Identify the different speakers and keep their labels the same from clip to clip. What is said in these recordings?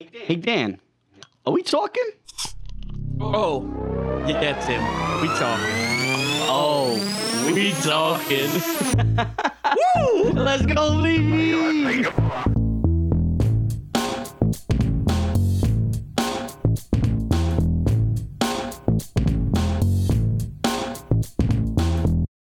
Speaker 1: Hey Dan, are we talking?
Speaker 2: Oh, yeah, that's him. We talking.
Speaker 1: Oh,
Speaker 2: We talking.
Speaker 1: woo! Let's go, Lee.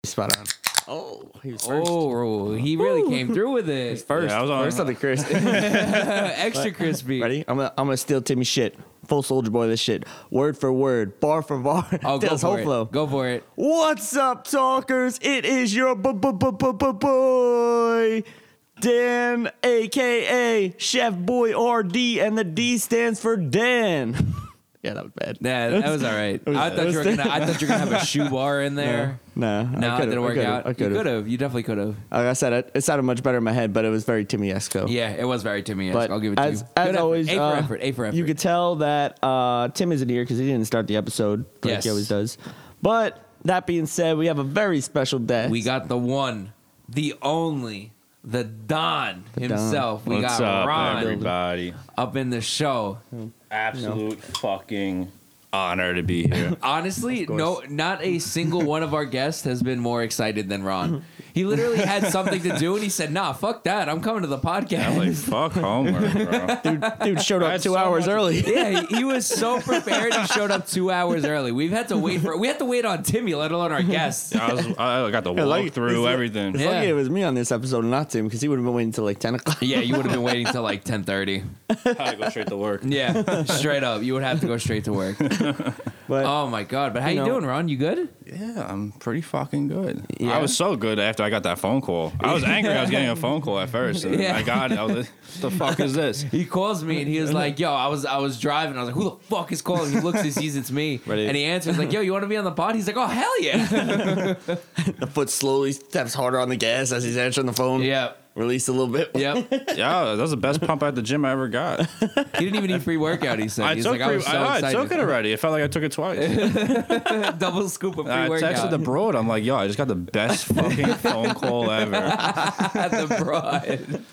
Speaker 3: Spot on.
Speaker 2: Oh, he was first.
Speaker 3: Oh, he really came through with it. First,
Speaker 4: Yeah, I was on-
Speaker 3: first on the crisp, extra crispy.
Speaker 2: Ready? I'm gonna, I'm gonna steal Timmy's shit. Full soldier boy, this shit. Word for word, bar for bar.
Speaker 3: Oh, go
Speaker 2: That's
Speaker 3: for
Speaker 2: whole
Speaker 3: it.
Speaker 2: flow.
Speaker 3: Go for it.
Speaker 2: What's up, talkers? It is your bu- bu- bu- bu- bu- boy, Dan, aka Chef Boy RD, and the D stands for Dan. yeah, that was bad.
Speaker 3: Yeah, that was all right. I thought you were gonna. I thought you were gonna have a shoe bar in there.
Speaker 2: No,
Speaker 3: No, it
Speaker 2: could've-
Speaker 3: didn't work
Speaker 2: could've-
Speaker 3: out.
Speaker 2: I
Speaker 3: you
Speaker 2: could
Speaker 3: could
Speaker 2: have.
Speaker 3: have. You definitely could have.
Speaker 2: Like I said, it, it sounded much better in my head, but it was very Timmy esque.
Speaker 3: Yeah, it was very Timmy.
Speaker 2: But
Speaker 3: I'll give it
Speaker 2: as,
Speaker 3: to you.
Speaker 2: as
Speaker 3: Good effort.
Speaker 2: always,
Speaker 3: A for
Speaker 2: uh,
Speaker 3: effort. A for effort.
Speaker 2: You could tell that uh, Tim isn't here because he didn't start the episode like
Speaker 3: Yes.
Speaker 2: he always does. But that being said, we have a very special guest.
Speaker 3: we got the one, the only, the Don
Speaker 2: Don.
Speaker 3: himself. We
Speaker 4: What's
Speaker 3: got
Speaker 4: up,
Speaker 3: Ron
Speaker 4: everybody?
Speaker 3: up in the show.
Speaker 4: Absolute fucking honor to be here.
Speaker 3: Honestly, no, not a single one of our guests has been more excited than Ron. He literally had something to do, and he said, "Nah, fuck that. I'm coming to the
Speaker 4: I'm like,
Speaker 3: podcast."
Speaker 4: fuck homework, bro.
Speaker 2: dude, dude showed
Speaker 4: I
Speaker 2: up
Speaker 4: had
Speaker 2: two
Speaker 4: so
Speaker 2: hours
Speaker 4: much-
Speaker 2: early.
Speaker 3: yeah, he, he was so prepared. He showed up two hours early. We've had to wait for. We had to wait on Timmy, let alone our guests.
Speaker 4: I, was, I got the walk
Speaker 2: like, it's
Speaker 4: through
Speaker 2: like-
Speaker 4: everything.
Speaker 2: It's
Speaker 3: Yeah.
Speaker 2: lucky it was me on this episode, not Tim, because he would have been waiting until like 10 o'clock.
Speaker 3: Yeah, you would have been waiting till like ten thirty.
Speaker 4: I go straight to work.
Speaker 3: Yeah, straight up, you would have to go straight to work.
Speaker 2: But
Speaker 3: Oh my god! But how you,
Speaker 2: You know-
Speaker 3: doing, Ron? You good?
Speaker 4: Yeah, I'm pretty fucking good.
Speaker 2: Yeah.
Speaker 4: I was so good after I got that phone call. I was angry. I was getting a phone call at first. And
Speaker 3: Yeah.
Speaker 4: I got it. I was like, "What the fuck is this?
Speaker 3: He calls me and he was like, "Yo, I was I was driving. I was like, who the fuck is calling?" He looks, he sees it's me,
Speaker 2: Ready.
Speaker 3: and he answers like, "Yo, you want to be on the pod?" He's like, "Oh hell yeah,
Speaker 2: the foot slowly steps harder on the gas as he's answering the phone.
Speaker 3: yep,
Speaker 2: Release a little bit.
Speaker 3: yep." He
Speaker 4: Yeah, that was the best pump at the gym I ever got.
Speaker 3: didn't even need free workout. He said,
Speaker 4: I
Speaker 3: "He's
Speaker 4: took,
Speaker 3: like, I was
Speaker 4: pre-
Speaker 3: so
Speaker 4: I, I
Speaker 3: excited."
Speaker 4: took it already. It felt like I took it twice.
Speaker 3: Double scoop of free
Speaker 4: I texted
Speaker 3: workout
Speaker 4: the broad. I'm like, yo, I just got the best fucking phone call ever.
Speaker 3: at the broad.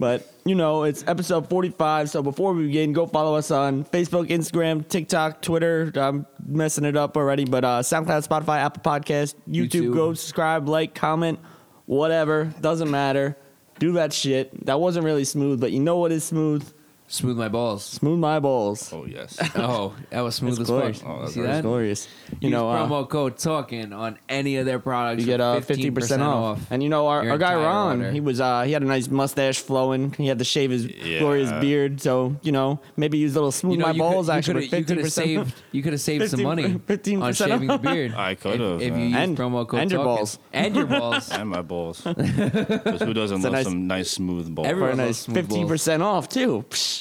Speaker 2: But you know, it's episode 45. So before we begin, go follow us on Facebook, Instagram, TikTok, Twitter. I'm messing it up already, but uh, SoundCloud, Spotify, Apple Podcast, YouTube.
Speaker 3: YouTube.
Speaker 2: Go subscribe, like, comment, whatever. Doesn't matter. Do that shit. That wasn't really smooth, but you know what is smooth?
Speaker 3: Smooth my balls.
Speaker 2: Smooth my balls.
Speaker 4: Oh, yes.
Speaker 3: Oh, that was smooth as
Speaker 2: glorious.
Speaker 3: fuck.
Speaker 4: Oh, that's
Speaker 3: See
Speaker 4: very
Speaker 3: that?
Speaker 2: Glorious. You
Speaker 3: Use
Speaker 2: know, uh,
Speaker 3: promo code talking on any of their products.
Speaker 2: you get uh, 15% off. And you know, our,
Speaker 3: your
Speaker 2: our guy
Speaker 3: entire
Speaker 2: Ron,
Speaker 3: order.
Speaker 2: he was uh, he had a nice mustache flowing. He had to shave his glorious
Speaker 4: Yeah.
Speaker 2: beard. So, you know, maybe use a little smooth
Speaker 3: You know,
Speaker 2: my
Speaker 3: you
Speaker 2: balls
Speaker 3: could,
Speaker 2: action.
Speaker 3: You could have
Speaker 2: 15%
Speaker 3: saved. You could have saved some
Speaker 2: 15
Speaker 3: money
Speaker 2: 15%
Speaker 3: on shaving the beard.
Speaker 4: I could've,
Speaker 3: If, if you
Speaker 4: yeah.
Speaker 3: use
Speaker 2: And-
Speaker 3: promo code
Speaker 2: and your
Speaker 3: Talking.
Speaker 2: balls.
Speaker 3: and your balls.
Speaker 4: and my balls. 'Cause who doesn't
Speaker 2: It's a
Speaker 4: love
Speaker 2: nice-
Speaker 4: some nice smooth balls?
Speaker 3: Everyone-
Speaker 2: for a nice
Speaker 3: Smooth
Speaker 2: fifteen
Speaker 3: balls.
Speaker 2: percent off too. Psh,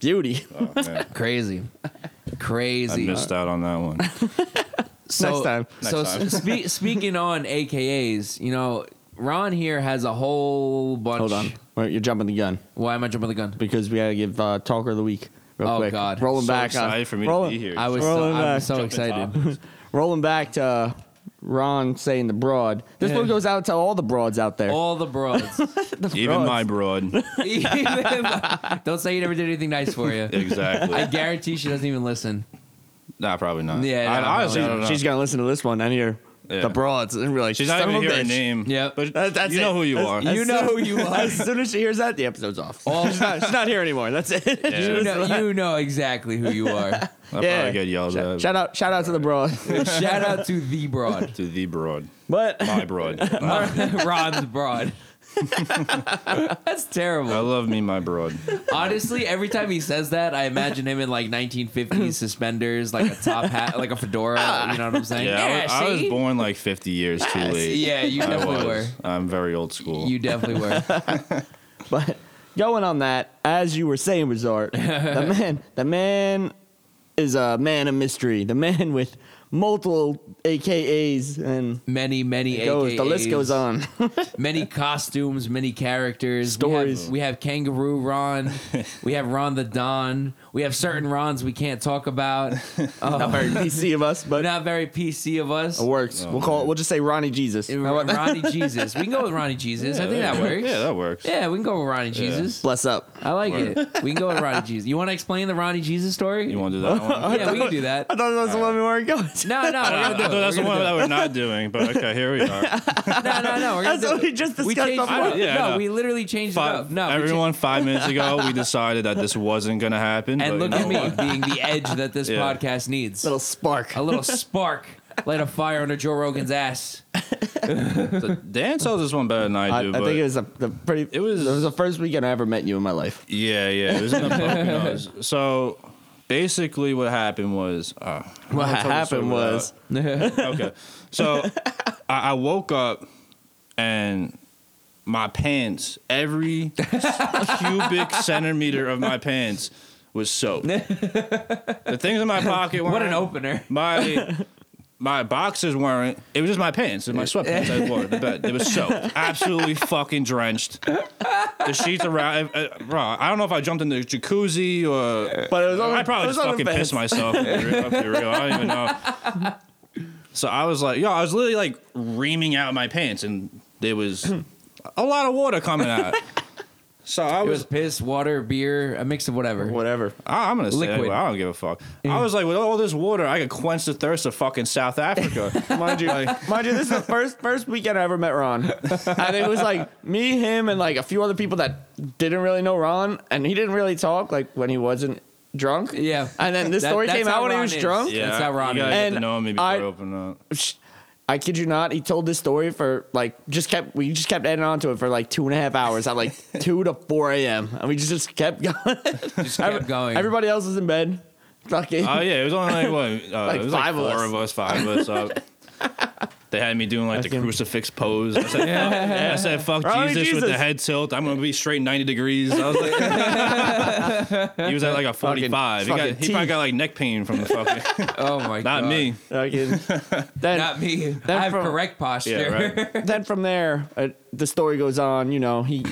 Speaker 2: beauty.
Speaker 4: Oh, man.
Speaker 3: Crazy,
Speaker 4: I
Speaker 3: crazy.
Speaker 4: missed out on that one.
Speaker 3: So,
Speaker 2: Next time.
Speaker 3: So
Speaker 4: Next time.
Speaker 3: spe- speaking on AKAs, you know, Ron here has a whole bunch.
Speaker 2: Hold on, Wait, you're jumping the gun
Speaker 3: Why am I jumping the gun?
Speaker 2: because we gotta give uh, talker of the week. Real
Speaker 3: Oh,
Speaker 2: quick.
Speaker 3: God.
Speaker 2: rolling
Speaker 4: so
Speaker 2: back uh, on
Speaker 4: excited for me
Speaker 2: rolling,
Speaker 4: to be here.
Speaker 3: I was so,
Speaker 2: Rolling
Speaker 3: I'm
Speaker 2: back.
Speaker 3: so excited.
Speaker 2: rolling back to uh, Ron saying the broad. This
Speaker 3: Yeah.
Speaker 2: one goes out to all the broads out there.
Speaker 3: All the broads.
Speaker 4: Even my broad.
Speaker 3: Even- don't say you never did anything nice for you. I
Speaker 4: exactly.
Speaker 3: guarantee she doesn't even listen.
Speaker 4: nah, probably not.
Speaker 3: Yeah,
Speaker 4: I,
Speaker 3: no,
Speaker 4: honestly
Speaker 3: no,
Speaker 4: don't know.
Speaker 2: She's gonna listen to this one and hear
Speaker 4: Yeah.
Speaker 2: the broads and be like,
Speaker 4: She's not
Speaker 2: "Son
Speaker 4: even
Speaker 2: of a
Speaker 4: here her
Speaker 2: bitch."
Speaker 4: name.
Speaker 3: Yep.
Speaker 4: But
Speaker 2: That- that's
Speaker 4: you
Speaker 2: it.
Speaker 4: know who you
Speaker 2: That's-
Speaker 4: are.
Speaker 2: that's-
Speaker 3: You know who you are.
Speaker 2: As soon as she hears that, the episode's off.
Speaker 3: All-
Speaker 2: she's, not, she's not here anymore. That's it.
Speaker 4: Oh. Yeah.
Speaker 3: You know, you know exactly who you are.
Speaker 4: I
Speaker 2: Yeah.
Speaker 4: probably get yelled
Speaker 2: Shout,
Speaker 4: at.
Speaker 2: shout out! Shout out to the broads.
Speaker 3: Shout out to the broad,
Speaker 4: to the broad.
Speaker 2: But
Speaker 4: My broad. I
Speaker 3: Ron's broad. That's terrible.
Speaker 4: love me, my broad.
Speaker 3: Honestly, every time he says that, I imagine him in like 1950s suspenders, like a top hat, like a fedora. You know what I'm saying?
Speaker 4: Yeah, I, was, I was
Speaker 3: see?
Speaker 4: born like 50 years too late.
Speaker 3: Yeah, you
Speaker 4: I
Speaker 3: definitely were.
Speaker 4: was. I'm very old school.
Speaker 3: You definitely were.
Speaker 2: But going on that, as you were saying, Resort, the man, the man is a man of mystery. The man with multiple AKAs and
Speaker 3: Many, many
Speaker 2: goes. The list
Speaker 3: AKAs.
Speaker 2: goes on.
Speaker 3: many costumes, many characters, We have- We
Speaker 2: Stories.
Speaker 3: have, Kangaroo Ron. we have Ron the Don. We have certain Rons we can't talk about. Um,
Speaker 2: Not very PC of us, but
Speaker 3: Not very PC of us.
Speaker 2: it works. we'll call. it We'll just say Ronnie Jesus.
Speaker 3: Ron- Ronnie Jesus. We can go with Ronnie Jesus. I think that works.
Speaker 4: Yeah, that works.
Speaker 3: Yeah, we can go with Ronnie Jesus.
Speaker 2: Bless up.
Speaker 3: I like it. We can go with Ronnie Jesus. You want to explain the Ronnie Jesus story?
Speaker 4: You want to do that one?
Speaker 3: yeah, we can do that.
Speaker 2: I thought that was the one we weren't going to.
Speaker 3: No, no, we're
Speaker 4: I thought
Speaker 3: gonna do it.
Speaker 4: that's
Speaker 3: We're
Speaker 4: the one
Speaker 3: gonna
Speaker 4: that we're not doing, but okay, here we are.
Speaker 3: do it. No, no, no. We're gonna
Speaker 2: That's
Speaker 3: do
Speaker 2: what
Speaker 3: it.
Speaker 2: we just discussed
Speaker 3: changed-
Speaker 2: before.
Speaker 3: I-
Speaker 4: Yeah,
Speaker 3: no,
Speaker 4: no.
Speaker 3: we literally changed it up.
Speaker 4: Five,
Speaker 3: No, we cha-
Speaker 4: everyone, five minutes ago, we decided that this wasn't going to happen.
Speaker 3: and
Speaker 4: but
Speaker 3: look
Speaker 4: you
Speaker 3: at
Speaker 4: know
Speaker 3: me
Speaker 4: what?
Speaker 3: being the edge that this
Speaker 4: Yeah.
Speaker 3: podcast needs.
Speaker 2: Little spark.
Speaker 3: a little spark, light a fire under Joe Rogan's ass.
Speaker 4: Dan sells this one better than I
Speaker 2: I,
Speaker 4: do.
Speaker 2: I
Speaker 4: but
Speaker 2: think it was a, the pretty.
Speaker 4: It was-
Speaker 2: It was the first weekend I ever met you in my life.
Speaker 4: Yeah, yeah. It was in the Poconos. So basically, what happened was. Uh,
Speaker 2: What
Speaker 4: I'll tell the story
Speaker 2: happened
Speaker 4: without-
Speaker 2: was
Speaker 4: okay. So I, I woke up and my pants, every cubic centimeter of my pants was soaked. the things in my pocket weren't.
Speaker 3: What an opener.
Speaker 4: My my boxers weren't. It was just my pants and my sweatpants I wore to bed. They were soaked, absolutely fucking drenched. The sheets around. Uh, uh, bro, I don't know if I jumped in the jacuzzi or.
Speaker 2: But it was on-
Speaker 4: I
Speaker 2: it
Speaker 4: probably
Speaker 2: was
Speaker 4: just
Speaker 2: on the
Speaker 4: fucking
Speaker 2: fence.
Speaker 4: pissed myself. If you're real, if you're real. I don't even know. So I was like, yo, I was literally like reaming out my pants, and there was a lot of water coming out. So I
Speaker 3: It
Speaker 4: was,
Speaker 3: was piss, water, beer, a mix of whatever.
Speaker 2: Whatever.
Speaker 4: I, I'm gonna say
Speaker 3: Liquid.
Speaker 4: liquid. I don't give a fuck. I was like, with all this water, I could quench the thirst of fucking South Africa. Mind you, like,
Speaker 2: Mind you, this is the first first weekend I ever met Ron, and it was like me, him, and like a few other people that didn't really know Ron, and he didn't really talk like when he wasn't drunk.
Speaker 3: Yeah.
Speaker 2: And then this
Speaker 3: That-
Speaker 2: story
Speaker 3: that's
Speaker 2: came
Speaker 3: how
Speaker 2: out when he
Speaker 3: Ron
Speaker 2: was
Speaker 3: is.
Speaker 2: drunk.
Speaker 3: Yeah. That's how Ron
Speaker 4: You
Speaker 3: is.
Speaker 4: gotta get to
Speaker 2: And
Speaker 4: know him before
Speaker 2: I-
Speaker 4: you open up. uh,
Speaker 2: Psh, I kid you not, he told this story for like just kept we just kept adding on to it for like two and a half hours at like two to four a.m. and we just, just kept going.
Speaker 3: Just kept going.
Speaker 2: Everybody else was in bed. Fucking.
Speaker 4: Oh yeah, it was only like what? Uh,
Speaker 2: Like
Speaker 4: it was
Speaker 2: five of
Speaker 4: like four
Speaker 2: us.
Speaker 4: of us, five of us. uh, They had me doing like the
Speaker 2: Fucking-
Speaker 4: crucifix pose. I said, fuck, I said, fuck
Speaker 2: Ronnie
Speaker 4: Jesus, with the
Speaker 2: Jesus.
Speaker 4: head tilt. I'm gonna be straight 90 degrees. I was like, he was at like a 45. he,
Speaker 2: fucking
Speaker 4: got, he probably
Speaker 2: teeth.
Speaker 4: got like neck pain from the fucking.
Speaker 3: Oh my god.
Speaker 4: not me.
Speaker 2: Fucking. Then,
Speaker 3: Not me. I have
Speaker 2: from-
Speaker 3: correct posture.
Speaker 4: Yeah, right.
Speaker 2: then from there, uh, the story goes on. You know, he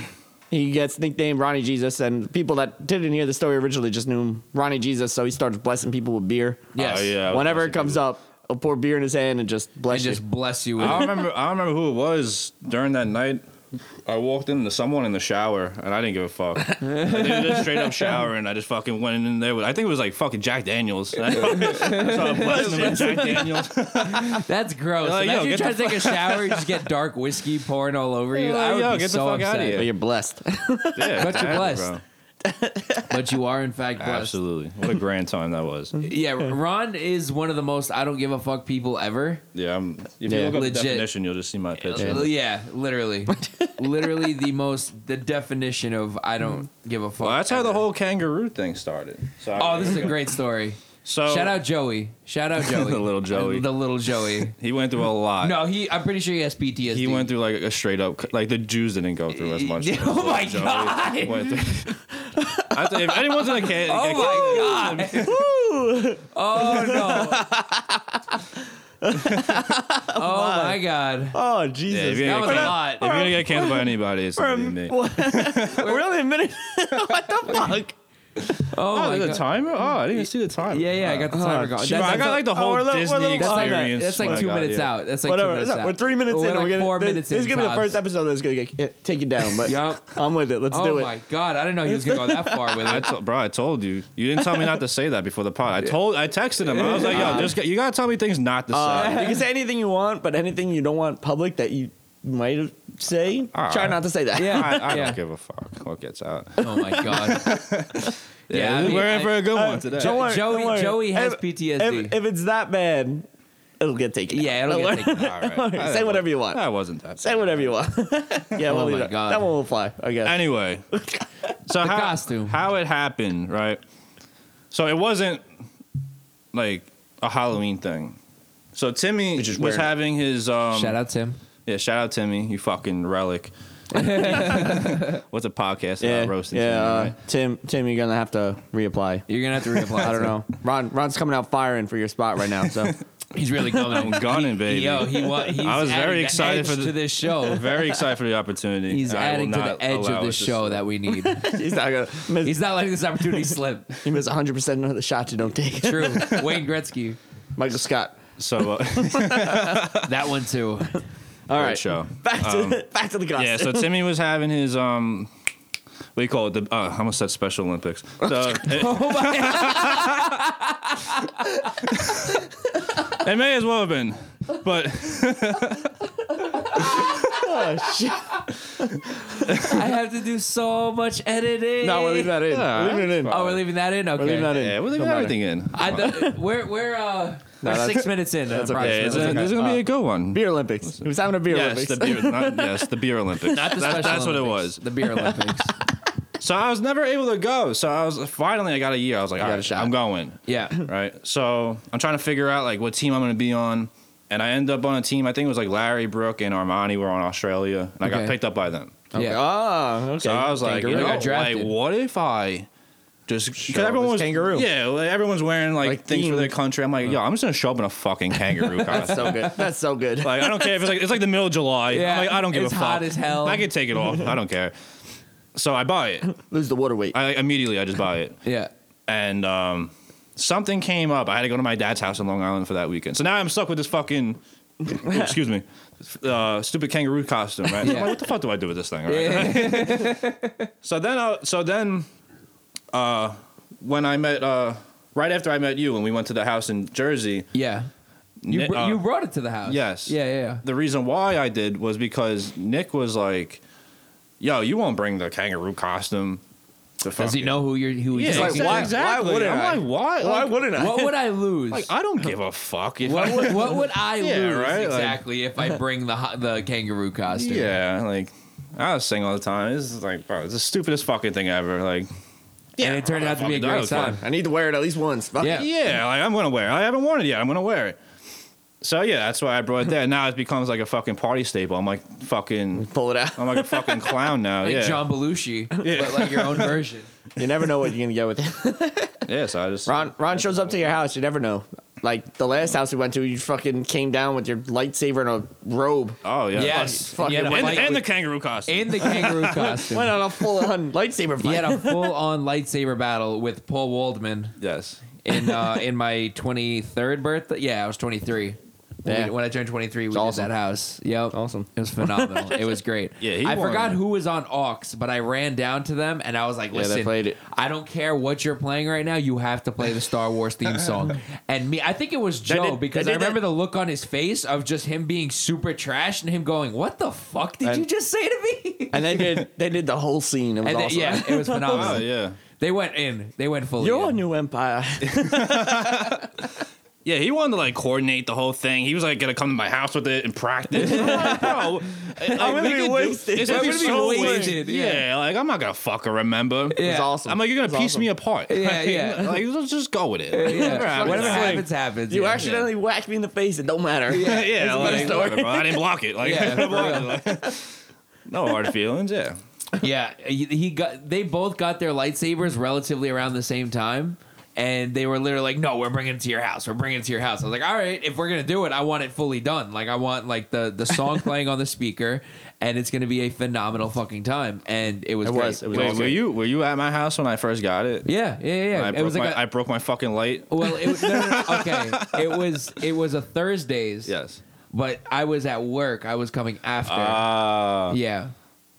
Speaker 2: he gets nicknamed Ronnie Jesus, and people that didn't hear the story originally just knew him Ronnie Jesus. So he started blessing people with beer.
Speaker 3: Yes.
Speaker 4: Oh, yeah. I was
Speaker 2: Whenever it
Speaker 4: blessing
Speaker 2: comes up, he'll pour beer in his hand and just
Speaker 3: And
Speaker 2: bless you.
Speaker 3: just bless you with
Speaker 4: I
Speaker 3: it.
Speaker 4: don't remember. I don't remember who it was during that night. I walked into someone in the shower, and I didn't give a fuck. Like, they were just straight up showering. I just fucking went in there with. I think it was like fucking Jack Daniels. And I fucking- so I blessed him with Jack Daniels.
Speaker 3: That's gross.
Speaker 4: Like, yo,
Speaker 3: Imagine you
Speaker 4: get
Speaker 3: try to
Speaker 4: the
Speaker 3: take a shower, you just get dark whiskey pouring all over you. I
Speaker 4: Like,
Speaker 3: would
Speaker 4: yo,
Speaker 3: be
Speaker 4: get the
Speaker 3: so
Speaker 4: fuck outta
Speaker 3: upset.
Speaker 4: here.
Speaker 2: But you're blessed.
Speaker 4: Yeah,
Speaker 3: But you're
Speaker 4: exactly,
Speaker 3: blessed.
Speaker 4: bro.
Speaker 3: But you are in fact blessed.
Speaker 4: Absolutely. What a grand time that was.
Speaker 3: Yeah, Ron is one of the most I don't give a fuck people ever.
Speaker 4: Yeah. I'm, if
Speaker 2: Yeah.
Speaker 4: you look up the
Speaker 3: Legit.
Speaker 4: definition, you'll just see my picture.
Speaker 3: Yeah, literally. literally the most the definition of I don't give a fuck.
Speaker 4: Well, that's how the
Speaker 3: ever.
Speaker 4: whole kangaroo thing started. So I-
Speaker 3: Oh, this is a great story.
Speaker 4: so
Speaker 3: Shout out Joey. Shout out Joey.
Speaker 4: Oh. The little Joey.
Speaker 3: The little Joey.
Speaker 4: He went through a lot.
Speaker 3: No, he I'm pretty sure he has PTSD.
Speaker 4: He went through like a straight up like the Jews didn't go through as much.
Speaker 3: Oh
Speaker 4: as what
Speaker 3: my
Speaker 4: Joey
Speaker 3: God.
Speaker 4: went through. I think if anyone's in a can,
Speaker 3: Oh my god. Oh no. oh my god.
Speaker 2: oh
Speaker 4: yeah, if
Speaker 2: Jesus!
Speaker 4: you're gonna
Speaker 3: That was
Speaker 4: get
Speaker 3: a
Speaker 4: can-
Speaker 3: lot.
Speaker 4: if you're gonna get canceled by anybody, it's gonna be me.
Speaker 2: We're only a minute. what the fuck?
Speaker 3: Oh
Speaker 4: Oh,
Speaker 3: my
Speaker 4: the
Speaker 3: god.
Speaker 4: timer? Oh, I didn't even see the timer.
Speaker 3: Yeah, yeah, I got the timer going.
Speaker 4: Bro, Uh, I got like the
Speaker 3: oh,
Speaker 4: whole
Speaker 2: we're li- we're
Speaker 4: Disney
Speaker 2: little-
Speaker 3: that's like,
Speaker 4: experience. Oh uh,
Speaker 3: that's like
Speaker 4: when I
Speaker 3: two
Speaker 4: got
Speaker 3: minutes
Speaker 4: here.
Speaker 3: out. That's like
Speaker 2: Whatever.
Speaker 3: two minutes
Speaker 2: it's not-
Speaker 3: out.
Speaker 2: We're three minutes
Speaker 3: We're
Speaker 2: in.
Speaker 3: Like
Speaker 2: we're gonna,
Speaker 3: four
Speaker 2: this,
Speaker 3: minutes
Speaker 2: This is
Speaker 3: in,
Speaker 2: gonna be the
Speaker 3: tops.
Speaker 2: first episode that's gonna get, get taken down. But
Speaker 3: Yup.
Speaker 2: I'm with it. Let's
Speaker 3: Oh
Speaker 2: do it.
Speaker 3: my god, I didn't know he was gonna go that far with
Speaker 4: I
Speaker 3: it.
Speaker 4: to- bro, I told you. You didn't tell me not to say that before the pod. I told, I texted him. I was like, yo, just get, you gotta tell me things not to say.
Speaker 2: Uh, you can say anything you want, but anything you don't want public that you might say,
Speaker 4: All
Speaker 2: try
Speaker 4: right.
Speaker 2: not to say that.
Speaker 3: Ah. Yeah.
Speaker 4: I, I
Speaker 3: Yeah.
Speaker 4: don't give a fuck what gets out.
Speaker 3: Oh my god.
Speaker 4: Yeah,
Speaker 3: I mean,
Speaker 4: we're in
Speaker 3: I-
Speaker 4: for a good one
Speaker 2: Don't
Speaker 4: today.
Speaker 3: Joe-
Speaker 2: worry, don't
Speaker 3: Joey-
Speaker 2: worry.
Speaker 3: Joey has
Speaker 2: If-
Speaker 3: PTSD.
Speaker 2: If, if it's that bad, it'll get taken.
Speaker 3: Yeah,
Speaker 2: out.
Speaker 3: it'll
Speaker 2: Don't
Speaker 3: get
Speaker 2: worry.
Speaker 3: taken out. Ah.
Speaker 4: All right.
Speaker 2: Say whatever you want.
Speaker 4: That wasn't that.
Speaker 2: Say
Speaker 4: bad.
Speaker 2: whatever you want. yeah,
Speaker 3: Oh
Speaker 2: we'll
Speaker 3: my
Speaker 2: leave that.
Speaker 3: God.
Speaker 2: that one will fly. I guess.
Speaker 4: Anyway, so how,
Speaker 3: costume.
Speaker 4: how it happened, right? So it wasn't like a Halloween thing. So Timmy
Speaker 2: Which is
Speaker 4: was
Speaker 2: weird.
Speaker 4: having his um,
Speaker 3: Shout out Tim.
Speaker 4: Yeah, shout out Timmy, you fucking relic. What's a podcast
Speaker 2: yeah,
Speaker 4: about roasting?
Speaker 2: yeah.
Speaker 4: Timmy,
Speaker 2: uh,
Speaker 4: right?
Speaker 2: Tim, Tim, you're gonna have to reapply.
Speaker 3: You're gonna have to reapply.
Speaker 2: I don't know. Ron, Ron's coming out firing for your spot right now. So
Speaker 3: He's really going.
Speaker 4: I'm gunning, baby.
Speaker 3: Yo, he wa- he's
Speaker 4: I was
Speaker 3: adding
Speaker 4: very
Speaker 3: the
Speaker 4: excited
Speaker 3: edge
Speaker 4: for the-
Speaker 3: to this show.
Speaker 4: Very excited for the opportunity.
Speaker 3: He's
Speaker 4: I will
Speaker 3: adding to
Speaker 4: not
Speaker 3: the edge
Speaker 4: allow
Speaker 3: of the
Speaker 4: it to
Speaker 3: show that we need.
Speaker 2: he's not gonna. Miss,
Speaker 3: He's not letting this opportunity slip.
Speaker 2: he missed 100 percent of the shots you don't take.
Speaker 3: True. Wayne Gretzky.
Speaker 2: Michael Scott.
Speaker 4: So uh,
Speaker 3: That one too.
Speaker 2: All
Speaker 4: great
Speaker 2: right.
Speaker 4: show. Um,
Speaker 2: Back to back to the gossip.
Speaker 4: Yeah, so Timmy was having his um what do you call it? The uh, I almost said Special Olympics.
Speaker 3: Oh
Speaker 4: The, it, may as well have been, but
Speaker 3: I have to do so much editing.
Speaker 5: No, we're leaving that in. we're leaving it in.
Speaker 3: Oh, we're leaving that in. Okay.
Speaker 5: we're leaving that in.
Speaker 4: yeah, we're leaving
Speaker 5: Don't matter.
Speaker 4: everything in.
Speaker 3: I th- we're we're uh
Speaker 5: No,
Speaker 3: we're
Speaker 5: that's-
Speaker 3: six minutes in.
Speaker 5: that's
Speaker 4: Yeah,
Speaker 5: okay.
Speaker 4: it's a-
Speaker 5: Okay.
Speaker 4: this is gonna
Speaker 3: Uh,
Speaker 4: be a good one.
Speaker 5: Beer Olympics. He was having a beer
Speaker 4: yes,
Speaker 5: Olympics.
Speaker 4: the beer. Not, yes, the beer Olympics.
Speaker 3: Not the
Speaker 4: That-
Speaker 3: Special
Speaker 4: that's what it
Speaker 3: Olympics,
Speaker 4: was.
Speaker 3: The beer Olympics.
Speaker 4: So I was never able to go. So I was finally I got a year. I was like, all
Speaker 3: got a
Speaker 4: right,
Speaker 3: shot.
Speaker 4: I'm going.
Speaker 3: yeah.
Speaker 4: right? So I'm trying to figure out like what team I'm going to be on, and I end up on a team. I think it was like Larry Brook and Armani were on Australia, and I
Speaker 3: Okay.
Speaker 4: got picked up by them.
Speaker 3: Yeah.
Speaker 5: Ah, okay.
Speaker 4: So I was like, you
Speaker 3: Kangaroo.
Speaker 4: know,
Speaker 3: They got drafted.
Speaker 4: like what if I just
Speaker 5: up
Speaker 4: because
Speaker 5: as
Speaker 4: everyone was
Speaker 5: kangaroo.
Speaker 4: Yeah, like, everyone's wearing like,
Speaker 5: Like
Speaker 4: things for their
Speaker 5: themed.
Speaker 4: country. I'm like, yo, I'm just gonna show up in a fucking kangaroo.
Speaker 5: That's
Speaker 4: costume.
Speaker 5: so good. That's so good.
Speaker 4: Like I don't care if it's like it's like the middle of July.
Speaker 3: Yeah,
Speaker 4: I'm like, I don't give
Speaker 3: it's
Speaker 4: a fuck.
Speaker 3: hot as hell.
Speaker 4: I could take it off. I don't care. So I buy it.
Speaker 5: Lose the water weight.
Speaker 4: I immediately I just buy it.
Speaker 3: Yeah.
Speaker 4: and um, something came up. I had to go to my dad's house in Long Island for that weekend. So now I'm stuck with this fucking, excuse me, uh, stupid kangaroo costume. Right?
Speaker 3: Yeah.
Speaker 4: I'm like, what the fuck do I do with this thing? Right?
Speaker 3: Yeah.
Speaker 4: So then, I, so then, uh, when I met, uh, right after I met you, and we went to the house in Jersey.
Speaker 3: yeah. You,
Speaker 4: Ni-
Speaker 3: br-
Speaker 4: uh,
Speaker 3: you brought it to the house.
Speaker 4: Yes.
Speaker 3: Yeah, yeah, yeah.
Speaker 4: The reason why I did was because Nick was like, "Yo, you won't bring the kangaroo costume." to
Speaker 3: Does he
Speaker 4: fucking-"
Speaker 3: know who you're? Who
Speaker 4: Yeah,
Speaker 3: he's
Speaker 5: like,
Speaker 4: exactly.
Speaker 5: why- why
Speaker 4: exactly.
Speaker 5: wouldn't
Speaker 4: I'm
Speaker 5: I?
Speaker 4: like, why?
Speaker 5: Why
Speaker 4: Like,
Speaker 5: wouldn't I?
Speaker 3: What would I lose?
Speaker 4: Like, I don't give a fuck if
Speaker 3: what
Speaker 4: I
Speaker 3: would, what would I
Speaker 4: Yeah,
Speaker 3: lose
Speaker 4: right, like-
Speaker 3: exactly if I bring the ho- the kangaroo costume?
Speaker 4: Yeah, like I was saying all the time. This is like, bro, it's the stupidest fucking thing ever. Like,
Speaker 3: and it turned out to be a
Speaker 4: Fucking
Speaker 3: great
Speaker 4: that was
Speaker 3: time.
Speaker 5: I need to wear it at least once. Fuck
Speaker 3: Yeah.
Speaker 5: it.
Speaker 4: yeah, like I'm gonna wear. it. I haven't worn it yet. I'm gonna wear it. So yeah, that's why I brought it there. Now it becomes like a fucking party staple. I'm like fucking,
Speaker 5: Pull it out.
Speaker 4: I'm like a fucking clown now.
Speaker 3: Like
Speaker 4: yeah,
Speaker 3: John Belushi, but like your own version.
Speaker 5: You never know what you're gonna get with it.
Speaker 4: yeah. So I just
Speaker 5: Ron, Ron shows up to your house. You never know. Like the last house we went to, you fucking came down with your lightsaber and a robe.
Speaker 4: Oh yeah.
Speaker 3: Yes,
Speaker 5: Fucking-
Speaker 3: you had a
Speaker 4: And,
Speaker 3: fight
Speaker 4: and the
Speaker 3: with-
Speaker 4: kangaroo costume.
Speaker 3: and the kangaroo costume.
Speaker 5: Went on a full on lightsaber
Speaker 3: He
Speaker 5: fight.
Speaker 3: had a full-on lightsaber battle with Paul Waldman
Speaker 4: yes.
Speaker 3: in uh, in my 23rd birthday. Yeah, I was 23. When we-
Speaker 5: Yeah.
Speaker 3: When I turned 23, we did
Speaker 5: awesome.
Speaker 3: that house. Yep.
Speaker 5: Awesome.
Speaker 3: It was phenomenal. it was great.
Speaker 4: Yeah, he
Speaker 3: I
Speaker 4: won.
Speaker 3: forgot who was on aux, but I ran down to them and I was like,
Speaker 5: Yeah, they
Speaker 3: "Listen,
Speaker 5: played it.
Speaker 3: I don't care what you're playing right now. You have to play the Star Wars theme song." And me, I think it was Joe
Speaker 5: did-
Speaker 3: because
Speaker 5: they
Speaker 3: I
Speaker 5: did that-
Speaker 3: remember the look on his face of just him being super trash and him going, "What the fuck did
Speaker 5: And-
Speaker 3: you just say to me?"
Speaker 5: and they did they did the whole scene. It was
Speaker 3: And they-
Speaker 5: awesome.
Speaker 3: yeah, it was phenomenal.
Speaker 4: Oh yeah.
Speaker 3: They went in. They went fully.
Speaker 5: Your
Speaker 3: in.
Speaker 5: new empire.
Speaker 4: Yeah, he wanted to like coordinate the whole thing. He was like gonna come to my house with it and practice. I'm like, Bro, I'm
Speaker 5: gonna be wasted.
Speaker 4: It's
Speaker 5: I'm
Speaker 4: gonna be
Speaker 3: gonna be
Speaker 4: so
Speaker 3: wasted,
Speaker 4: wasted.
Speaker 3: yeah.
Speaker 4: Yeah. like I'm not gonna fucking remember.
Speaker 5: It was
Speaker 3: Yeah.
Speaker 5: awesome.
Speaker 4: I'm like, you're gonna
Speaker 5: It was
Speaker 4: piece
Speaker 5: awesome.
Speaker 4: me apart.
Speaker 3: Yeah, yeah.
Speaker 4: Like, let's just go with it.
Speaker 3: Yeah,
Speaker 4: Right,
Speaker 3: whatever
Speaker 4: like,
Speaker 3: happens, happens.
Speaker 5: You
Speaker 3: yeah.
Speaker 5: accidentally whacked me in the face. It don't matter.
Speaker 4: Yeah,
Speaker 5: about a
Speaker 4: like,
Speaker 5: story.
Speaker 4: whatever, I didn't block it. Like,
Speaker 3: Yeah, for real.
Speaker 4: no hard feelings. Yeah.
Speaker 3: yeah, he he got. They both got their lightsabers relatively around the same time, and they were literally like, "No, we're bringing it to your house. We're bringing it to your house." I was like, "All right, if we're gonna do it, I want it fully done. Like, I want like the the song playing on the speaker, and it's gonna be a phenomenal fucking time." And it was.
Speaker 5: It
Speaker 3: great.
Speaker 5: was. It was
Speaker 4: Wait,
Speaker 5: awesome.
Speaker 4: were you were you at my house when I first got it?
Speaker 3: Yeah, yeah, yeah.
Speaker 4: And I
Speaker 3: it
Speaker 4: broke
Speaker 3: was
Speaker 4: my
Speaker 3: like a- Oh,
Speaker 4: I broke my fucking light.
Speaker 3: well, it was, no, no, no, okay. It was it was a Thursdays.
Speaker 4: Yes.
Speaker 3: but I was at work. I was coming after.
Speaker 4: Uh,
Speaker 3: yeah.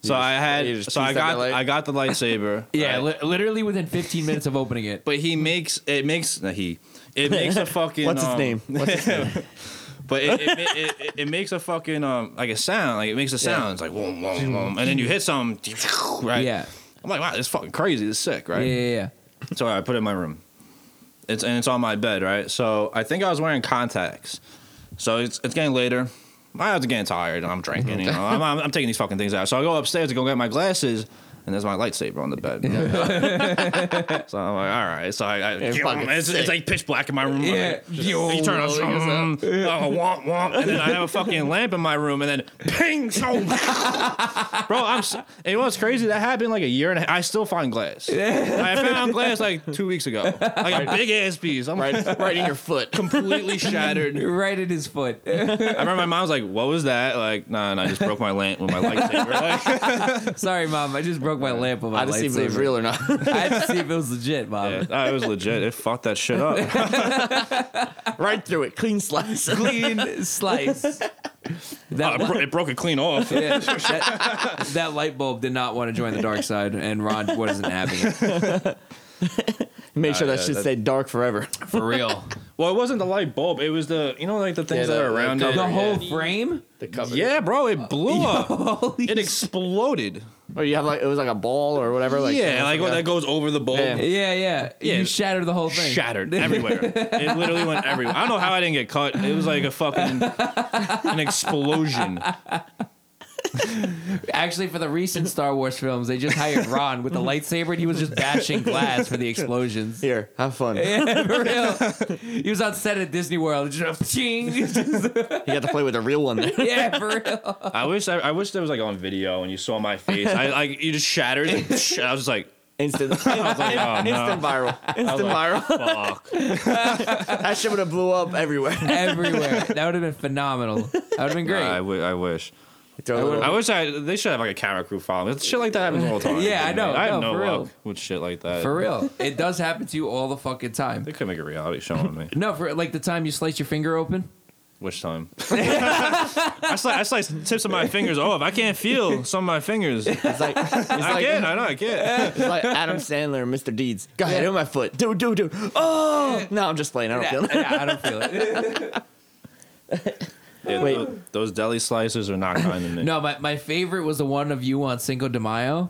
Speaker 4: so I
Speaker 5: you
Speaker 4: had
Speaker 5: just
Speaker 4: so I
Speaker 5: pieced up
Speaker 4: got
Speaker 5: your light?
Speaker 4: I got the lightsaber.
Speaker 3: Yeah,
Speaker 4: right?
Speaker 3: li- literally within 15 minutes of opening it.
Speaker 4: But he makes it makes no, he it makes a fucking
Speaker 5: What's his
Speaker 4: um,
Speaker 5: name? What's his name?
Speaker 4: But it, it, it, it, it makes a fucking um like a sound like it makes a sound it's like whoom, whoom, whoom, and then you hit something right
Speaker 3: Yeah.
Speaker 4: I'm like wow this is fucking crazy this is sick
Speaker 3: Yeah,
Speaker 4: right
Speaker 3: yeah, yeah.
Speaker 4: so I put it in my room it's and it's on my bed right so I think I was wearing contacts so it's it's getting later my eyes are getting tired and I'm drinking you know I'm, I'm, I'm taking these fucking things out so I go upstairs to go get my glasses. And there's my lightsaber on the bed. so I'm like, all right. So I, I
Speaker 5: fucking
Speaker 4: it's,
Speaker 5: sick.
Speaker 4: it's like pitch black in my room. I'm like,
Speaker 3: Yo,
Speaker 4: you turn on some, oh, womp womp, and then I have a fucking lamp in my room, and then ping, so, bro. I'm. s- It was crazy. That happened like a year and a, I still find glass. I found glass like two weeks ago, like a big ass piece. I'm
Speaker 5: right, right in your foot.
Speaker 4: completely shattered.
Speaker 3: Right at his foot.
Speaker 4: I remember my mom was like, "What was that?" Like, nah, nah, I just broke my lamp with my lightsaber. Like,
Speaker 3: Sorry, mom. I just broke my lamp with my
Speaker 5: I just see if it was
Speaker 3: lightsaber.
Speaker 5: real or not.
Speaker 3: I had to see if it was legit, mom.
Speaker 4: yeah, nah, it was legit. It fucked that shit up.
Speaker 5: right through it, clean slice.
Speaker 3: Clean slice.
Speaker 4: Oh,
Speaker 3: that
Speaker 4: it, bro- it broke it clean off.
Speaker 3: Yeah, that, that light bulb did not want to join the dark side, and Rod wasn't having it
Speaker 5: Make sure
Speaker 4: Nah,
Speaker 5: that
Speaker 4: yeah,
Speaker 5: should
Speaker 4: that-
Speaker 5: stay dark forever.
Speaker 3: for real.
Speaker 4: Well, it wasn't the light bulb. It was the you know like the things
Speaker 2: Yeah,
Speaker 4: that
Speaker 2: the-
Speaker 4: are
Speaker 2: the
Speaker 4: around
Speaker 2: cover,
Speaker 4: it.
Speaker 3: The whole
Speaker 2: yeah.
Speaker 3: frame.
Speaker 2: The cover.
Speaker 4: Yeah, bro, it blew up. It exploded.
Speaker 5: Or you have like it was like a ball or whatever. Like
Speaker 4: yeah, like what that goes over the bulb.
Speaker 5: Yeah.
Speaker 3: Yeah, yeah,
Speaker 4: Yeah.
Speaker 3: You shattered the whole thing.
Speaker 4: Shattered everywhere. it literally went everywhere. I don't know how I didn't get cut. It was like a fucking an explosion.
Speaker 3: Actually, for the recent Star Wars films, they just hired Ron with a lightsaber, and he was just bashing glass for the explosions.
Speaker 5: Here, have fun.
Speaker 3: Yeah, for real. He was on set at Disney World. Just, "Ching."
Speaker 5: You got to play with a real one. There.
Speaker 3: yeah, for real.
Speaker 4: I wish I, I wish there was like on video and you saw my face. I like you just shattered. I was just like, oh,
Speaker 5: Instant, instant viral, instant viral.
Speaker 4: fuck.
Speaker 5: That shit would have blew up everywhere.
Speaker 3: Everywhere. That would have been phenomenal. That would have been great.
Speaker 4: I, w- I wish.
Speaker 5: Throw a little-
Speaker 4: I wish I. They should have like a camera crew following. me. Shit like that happens all the time.
Speaker 3: Yeah, I know.
Speaker 4: I have no,
Speaker 3: No, for real.
Speaker 4: luck with shit like that.
Speaker 3: for real. It does happen to you all the fucking time.
Speaker 4: They could make a reality show on me.
Speaker 3: No, for like the time you slice your finger open.
Speaker 4: Which time? I slice, I slice the tips of my fingers off. I can't feel some of my fingers. I
Speaker 5: It's like, it's like,
Speaker 4: can. I know. I can.
Speaker 5: it's like Adam Sandler and Mr. Deeds. Go ahead, hit my foot, dude, dude, dude. Oh no, I'm just playing. I don't
Speaker 3: Yeah,
Speaker 5: feel it.
Speaker 3: yeah, I don't feel it.
Speaker 4: Yeah,
Speaker 5: Wait.
Speaker 4: tho- those deli slicers are not kind to me.
Speaker 3: No, my, my favorite was the one of you on Cinco de Mayo.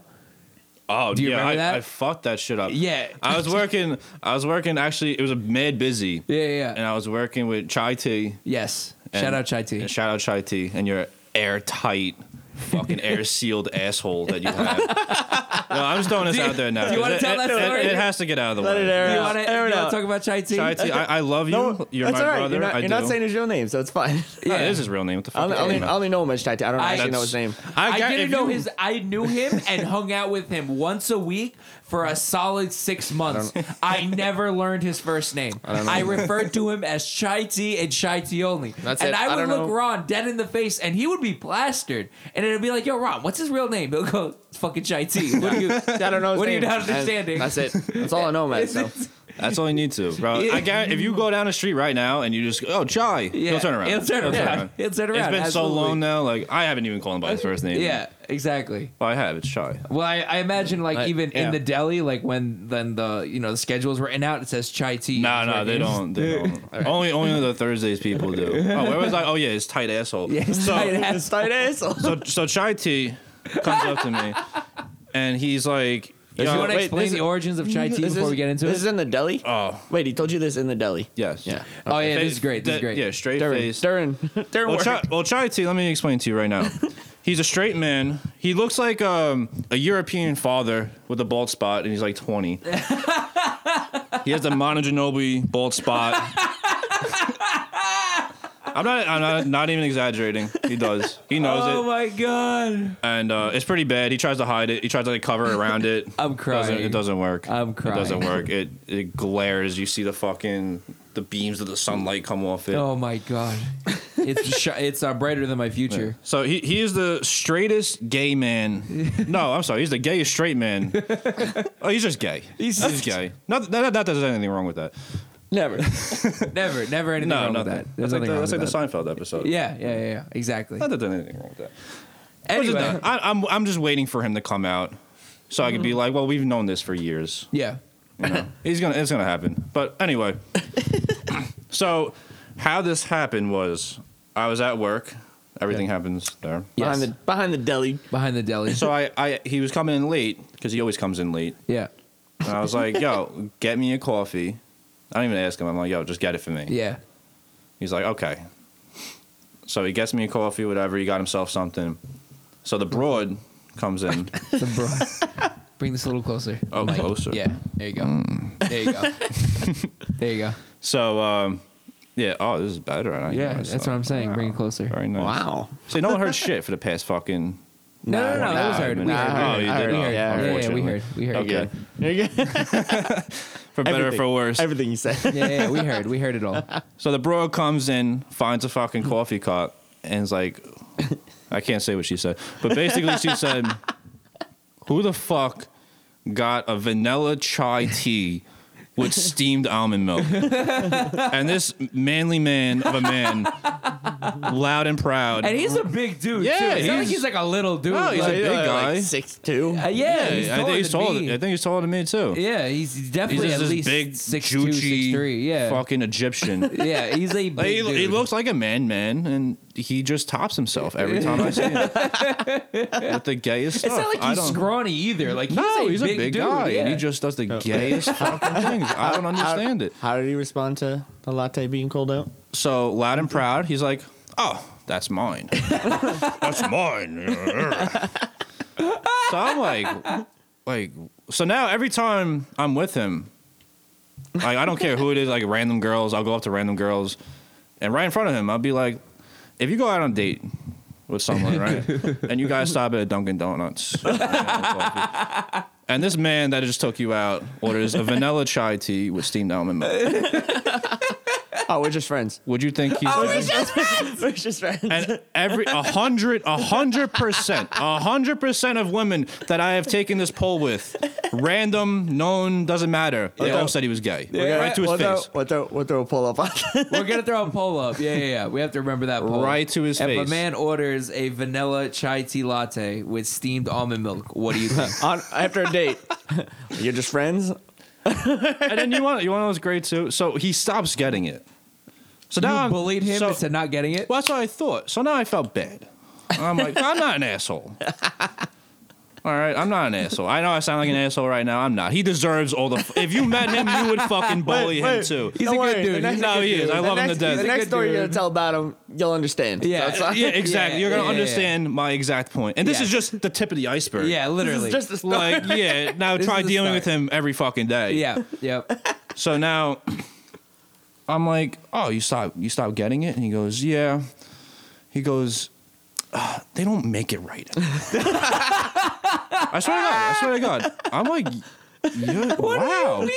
Speaker 4: Oh,
Speaker 3: Do you
Speaker 4: yeah,
Speaker 3: remember
Speaker 4: I,
Speaker 3: that?
Speaker 4: I fucked that shit up.
Speaker 3: Yeah.
Speaker 4: I was working. I was working. Actually, it was a mad busy.
Speaker 3: Yeah, yeah.
Speaker 4: And I was working with Chai T.
Speaker 3: yes.
Speaker 4: and-
Speaker 3: Shout out Chai T.
Speaker 4: and Shout out Chai T. And your airtight, fucking air sealed asshole that you have. no, I'm just throwing this out there now.
Speaker 3: do you wanna
Speaker 4: It-
Speaker 3: tell
Speaker 4: it,
Speaker 3: that
Speaker 4: it-
Speaker 3: story?
Speaker 4: It, has to get out of the
Speaker 5: Let
Speaker 4: way.
Speaker 5: it air
Speaker 3: You
Speaker 5: out.
Speaker 3: want to
Speaker 5: Air it out.
Speaker 3: talk about Chai T?
Speaker 4: Chai T, I, I love you.
Speaker 5: No,
Speaker 4: You're
Speaker 5: that's
Speaker 4: my
Speaker 5: all right.
Speaker 4: brother.
Speaker 5: You're not,
Speaker 4: I
Speaker 5: you're not
Speaker 4: do.
Speaker 5: saying his real name, so it's fine.
Speaker 4: Yeah,
Speaker 3: Yeah.
Speaker 4: it is his real name. What the
Speaker 5: I
Speaker 4: fuck?
Speaker 5: only,
Speaker 4: is his
Speaker 5: only,
Speaker 4: name?
Speaker 5: I only know him as Chai-Ti. I don't
Speaker 3: I-
Speaker 5: actually know
Speaker 4: That's-
Speaker 5: his name.
Speaker 3: I,
Speaker 4: got-
Speaker 3: didn't
Speaker 4: if
Speaker 3: know
Speaker 4: you-
Speaker 3: his. I knew him and hung out with him once a week for a solid six months. I never learned his first name. I, referred to him as Chai T and Chai T only.
Speaker 5: That's
Speaker 3: and
Speaker 5: it.
Speaker 3: I
Speaker 5: I
Speaker 3: would
Speaker 5: don't
Speaker 3: look
Speaker 5: know.
Speaker 3: Ron dead in the face, and he would be plastered. And it'd be like, "Yo, Ron, what's his real name?" He'll go, "It's fucking Chai T." What do you?
Speaker 5: I don't know. His
Speaker 3: What are you
Speaker 5: name.
Speaker 3: not understanding?
Speaker 5: And That's it. That's all I know, man. So.
Speaker 4: That's all you need to, bro.
Speaker 3: Yeah.
Speaker 4: I guarantee if you go down the street right now and you just go, oh Chai,
Speaker 3: Yeah.
Speaker 4: he'll turn around.
Speaker 3: He'll turn around. He'll turn
Speaker 4: It's
Speaker 3: around,
Speaker 4: been
Speaker 3: absolutely.
Speaker 4: so long now. Like I haven't even called him by his first name.
Speaker 3: yeah, exactly.
Speaker 4: well, I have. It's Chai.
Speaker 3: Well, I, I imagine like
Speaker 5: Like,
Speaker 3: even in
Speaker 5: yeah.
Speaker 3: the deli, like when then the you know the schedule's written out, it says Chai T.
Speaker 4: No, no,
Speaker 3: Right?
Speaker 4: they don't. They don't. Only, only the Thursdays people do. Oh, where was I? Oh yeah, it's tight asshole.
Speaker 3: Yeah, it's
Speaker 4: so,
Speaker 3: tight ass-
Speaker 5: Oh. It's tight asshole.
Speaker 4: so, so Chai T comes up to me, and he's like,
Speaker 3: Do you
Speaker 4: "Yo,
Speaker 3: want to
Speaker 4: wait,
Speaker 3: explain
Speaker 4: this-
Speaker 3: the origins of Chai T
Speaker 5: This
Speaker 3: before
Speaker 5: is-
Speaker 3: we get into
Speaker 5: this
Speaker 3: it?
Speaker 5: is in the deli.
Speaker 4: Oh,
Speaker 5: Wait, he told you this in the deli.
Speaker 4: yes.
Speaker 5: Yeah.
Speaker 3: Oh yeah,
Speaker 4: Face-
Speaker 3: this is great. This is
Speaker 4: that-
Speaker 3: great.
Speaker 4: Yeah, straight
Speaker 5: During,
Speaker 4: face.
Speaker 5: during, during
Speaker 4: Well,
Speaker 5: work.
Speaker 4: Chai, well, Chai T, let me explain to you right now. He's a straight man. He looks like um, a European father with a bald spot, and he's like 20. he has the Mono Ginobili bald spot. I'm not. I'm not. Not even exaggerating. He does. He knows
Speaker 3: Oh
Speaker 4: it,
Speaker 3: my god.
Speaker 4: and uh, it's pretty bad. He tries to hide it. He tries to like cover around it.
Speaker 3: I'm
Speaker 4: Doesn't,
Speaker 3: crying.
Speaker 4: it doesn't work.
Speaker 3: I'm
Speaker 4: It doesn't
Speaker 3: crying.
Speaker 4: work. It it glares. You see the fucking the beams of the sunlight come off it.
Speaker 3: Oh my god. It's sh- it's uh, brighter than my future.
Speaker 4: So he, he is the straightest gay man. No, I'm sorry. He's the gayest straight man. oh, he's just gay. He's, gay. Not, not, not that there's anything wrong with that.
Speaker 3: Never. never, never anything
Speaker 4: No,
Speaker 3: wrong
Speaker 4: not
Speaker 3: with
Speaker 4: that.
Speaker 3: that. There's
Speaker 4: That's like,
Speaker 3: nothing
Speaker 4: the,
Speaker 3: wrong
Speaker 4: that's
Speaker 3: with
Speaker 4: like the
Speaker 3: that.
Speaker 4: Seinfeld episode.
Speaker 3: Yeah, yeah, yeah, yeah. Exactly.
Speaker 4: Not that there's anything wrong with that. Which is
Speaker 3: Anyway,
Speaker 4: not- I, I'm, I'm just waiting for him to come out so I could be like, well, we've known this for years.
Speaker 3: yeah.
Speaker 4: You know, he's gonna it's gonna happen. But anyway, so how this happened was I was at work. Everything happens there.
Speaker 5: behind,
Speaker 3: Yes.
Speaker 5: the, behind the deli.
Speaker 3: Behind the deli.
Speaker 4: So I, I he was coming in late because he always comes in late.
Speaker 3: yeah.
Speaker 4: And I was like, yo, get me a coffee. I don't even ask him. I'm like, yo, just get it for me.
Speaker 3: Yeah.
Speaker 4: He's like, okay. So he gets me a coffee, whatever. He got himself something. So the broad comes in.
Speaker 3: The bro- Bring this a little closer.
Speaker 4: Oh,
Speaker 3: Mike.
Speaker 4: closer.
Speaker 3: Yeah. There you go.
Speaker 4: Mm.
Speaker 3: There you go. there you go.
Speaker 4: So, um, yeah. Oh, this is better. I
Speaker 3: Yeah,
Speaker 4: guess.
Speaker 3: that's what I'm saying. Bring it closer.
Speaker 4: Very nice.
Speaker 5: Wow.
Speaker 4: See, no one heard shit for the past fucking.
Speaker 3: No, no, no.
Speaker 4: Nah,
Speaker 3: that was heard. We
Speaker 4: nah,
Speaker 3: heard.
Speaker 4: nah,
Speaker 3: we
Speaker 4: Oh, you
Speaker 3: heard.
Speaker 4: did.
Speaker 3: We heard.
Speaker 5: Yeah,
Speaker 3: Yeah, yeah, we
Speaker 4: unfortunately.
Speaker 3: heard. We heard.
Speaker 4: Okay.
Speaker 5: There you go.
Speaker 4: For better or for
Speaker 5: Everything.
Speaker 4: worse.
Speaker 5: Everything you said.
Speaker 3: Yeah, yeah, we heard. We heard it all.
Speaker 4: So the broad comes in, finds a fucking coffee cup, and is like, I can't say what she said, but basically she said, "Who the fuck got a vanilla chai tea with steamed almond milk?" and this manly man of a man loud and proud.
Speaker 3: And he's a big dude.
Speaker 4: Yeah,
Speaker 3: too. It's not like
Speaker 4: he's-
Speaker 3: he's like a little dude.
Speaker 4: No, he's a
Speaker 3: like-
Speaker 4: big guy.
Speaker 5: six two.
Speaker 3: Uh, yeah, he's
Speaker 4: I
Speaker 3: taller
Speaker 4: think he's
Speaker 3: than
Speaker 4: taller.
Speaker 3: me.
Speaker 4: I think he's taller than me too.
Speaker 3: yeah, he's
Speaker 4: He's
Speaker 3: definitely
Speaker 4: just
Speaker 3: at
Speaker 4: this
Speaker 3: least
Speaker 4: big,
Speaker 3: six
Speaker 4: juicy,
Speaker 3: two, six three. Yeah,
Speaker 4: fucking Egyptian.
Speaker 3: yeah, he's a big
Speaker 4: Like, he,
Speaker 3: dude.
Speaker 4: he looks like a man, man, and he just tops himself every time I see him. With the gayest
Speaker 3: It's
Speaker 4: stuff.
Speaker 3: not like
Speaker 4: I
Speaker 3: he's
Speaker 4: don't-
Speaker 3: scrawny either. Like he's
Speaker 4: No,
Speaker 3: a
Speaker 4: he's
Speaker 3: big,
Speaker 4: a big
Speaker 3: dude,
Speaker 4: guy,
Speaker 3: Yeah.
Speaker 4: and he just does the gayest fucking things. I don't understand it.
Speaker 5: How did he respond to the latte being cold out?
Speaker 4: So loud and proud, he's like, "Oh, that's mine. that's mine." so I'm like, like, so now every time I'm with him, like I don't care who it is, like random girls, I'll go up to random girls, and right in front of him, I'll be like, "If you go out on a date." With someone, right? and you guys stop at a Dunkin' Donuts. and this man that just took you out orders a vanilla chai tea with steamed almond milk.
Speaker 5: Oh, we're just friends.
Speaker 4: Would you think he's?
Speaker 5: we're just friends.
Speaker 4: And every a hundred, a hundred percent, a hundred percent of women that I have taken this poll with, random, known, doesn't matter. They all said he was gay, right to his
Speaker 5: What
Speaker 4: face.
Speaker 5: the what the what the pull up on?
Speaker 3: We're gonna throw a poll up. Yeah, yeah, yeah. We have to remember that poll.
Speaker 4: Right to his
Speaker 3: if If
Speaker 4: face.
Speaker 3: a man orders a vanilla chai tea latte with steamed almond milk, what do you think?
Speaker 5: on after a date. You're just friends.
Speaker 4: And then you want you want those great too. So he stops getting it. So now
Speaker 3: you
Speaker 4: I'm-
Speaker 3: bullied him
Speaker 4: so-
Speaker 3: into not getting it.
Speaker 4: Well, that's what I thought. So now I felt bad. I'm like, I'm not an asshole. All right, I'm not an asshole. I know I sound like an asshole right now. I'm not. He deserves all the. F- if you met him, you would fucking bully him
Speaker 5: wait.
Speaker 4: too.
Speaker 3: He's
Speaker 5: Don't
Speaker 3: a good
Speaker 5: worry,
Speaker 3: dude.
Speaker 5: the
Speaker 3: He's
Speaker 5: next-
Speaker 3: a
Speaker 4: No,
Speaker 3: good
Speaker 4: he
Speaker 3: dude.
Speaker 4: is. I
Speaker 5: The
Speaker 4: love him
Speaker 5: next,
Speaker 4: to
Speaker 5: The
Speaker 4: death.
Speaker 5: next
Speaker 3: good
Speaker 5: story you're
Speaker 3: dude.
Speaker 5: gonna tell about him, you'll understand.
Speaker 3: Yeah.
Speaker 5: So it's not-
Speaker 4: Uh, yeah, exactly. You're gonna
Speaker 3: yeah, yeah.
Speaker 4: understand my exact point. And this is
Speaker 3: Yes.
Speaker 4: just the tip of the iceberg.
Speaker 3: yeah, literally.
Speaker 5: just a story.
Speaker 4: Like, yeah. Now
Speaker 3: This
Speaker 4: try
Speaker 3: is the
Speaker 4: dealing with
Speaker 3: start.
Speaker 4: him every fucking day.
Speaker 3: yeah, yep.
Speaker 4: So now I'm like, oh, you stop, you stop getting it, and he goes, yeah. He goes, "Ah, they don't make it right. I swear to God, I swear to God, I'm like, you wow.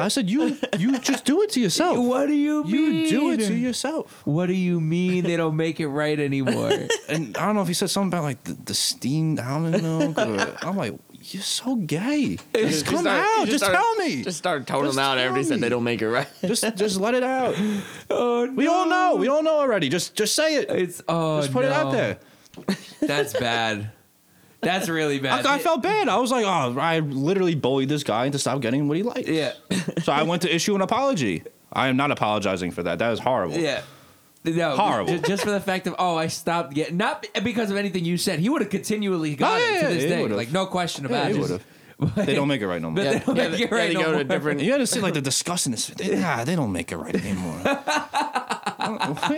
Speaker 4: I said, you, you just do it to yourself.
Speaker 3: What do you
Speaker 4: you
Speaker 3: mean?
Speaker 4: do it to yourself.
Speaker 3: What do you mean they don't make it right anymore?
Speaker 4: and I don't know if he said something about like the, the steamed almond milk. Or, I'm like, you're so gay. Just come
Speaker 5: started-
Speaker 4: out.
Speaker 5: you
Speaker 4: Just,
Speaker 5: started-
Speaker 4: tell me.
Speaker 5: Just
Speaker 4: Just,
Speaker 5: started toting
Speaker 4: Just
Speaker 5: him out
Speaker 4: tell
Speaker 5: after he said
Speaker 4: me.
Speaker 5: they don't make it right.
Speaker 4: just let it out.
Speaker 3: oh no.
Speaker 4: We all know. We all know already. Just just say it.
Speaker 3: It's oh
Speaker 4: Just put it out
Speaker 3: no.
Speaker 4: there.
Speaker 3: That's bad. That's really bad.
Speaker 4: I, I felt bad. I was like, oh, I literally bullied this guy into stop getting what he likes.
Speaker 3: Yeah.
Speaker 4: so I went to issue an apology. I am not apologizing for that. That is horrible.
Speaker 3: Yeah. No,
Speaker 4: Horrible.
Speaker 3: ju- Just for the fact of oh, I stopped getting not be- because of anything you said. He would have continually gotten
Speaker 4: Oh, yeah,
Speaker 3: it
Speaker 4: yeah,
Speaker 3: to this
Speaker 4: he
Speaker 3: day,
Speaker 4: would've.
Speaker 3: like no question
Speaker 4: Yeah,
Speaker 3: about
Speaker 4: he
Speaker 3: it.
Speaker 4: would
Speaker 3: Just-
Speaker 4: have. They don't make it right no more.
Speaker 3: But they don't
Speaker 5: Yeah,
Speaker 3: make
Speaker 5: they-
Speaker 3: it right
Speaker 5: they
Speaker 3: no
Speaker 5: go to
Speaker 3: more.
Speaker 5: a different.
Speaker 4: You had to see like the disgust in this. They, nah, they don't make it right anymore. I'm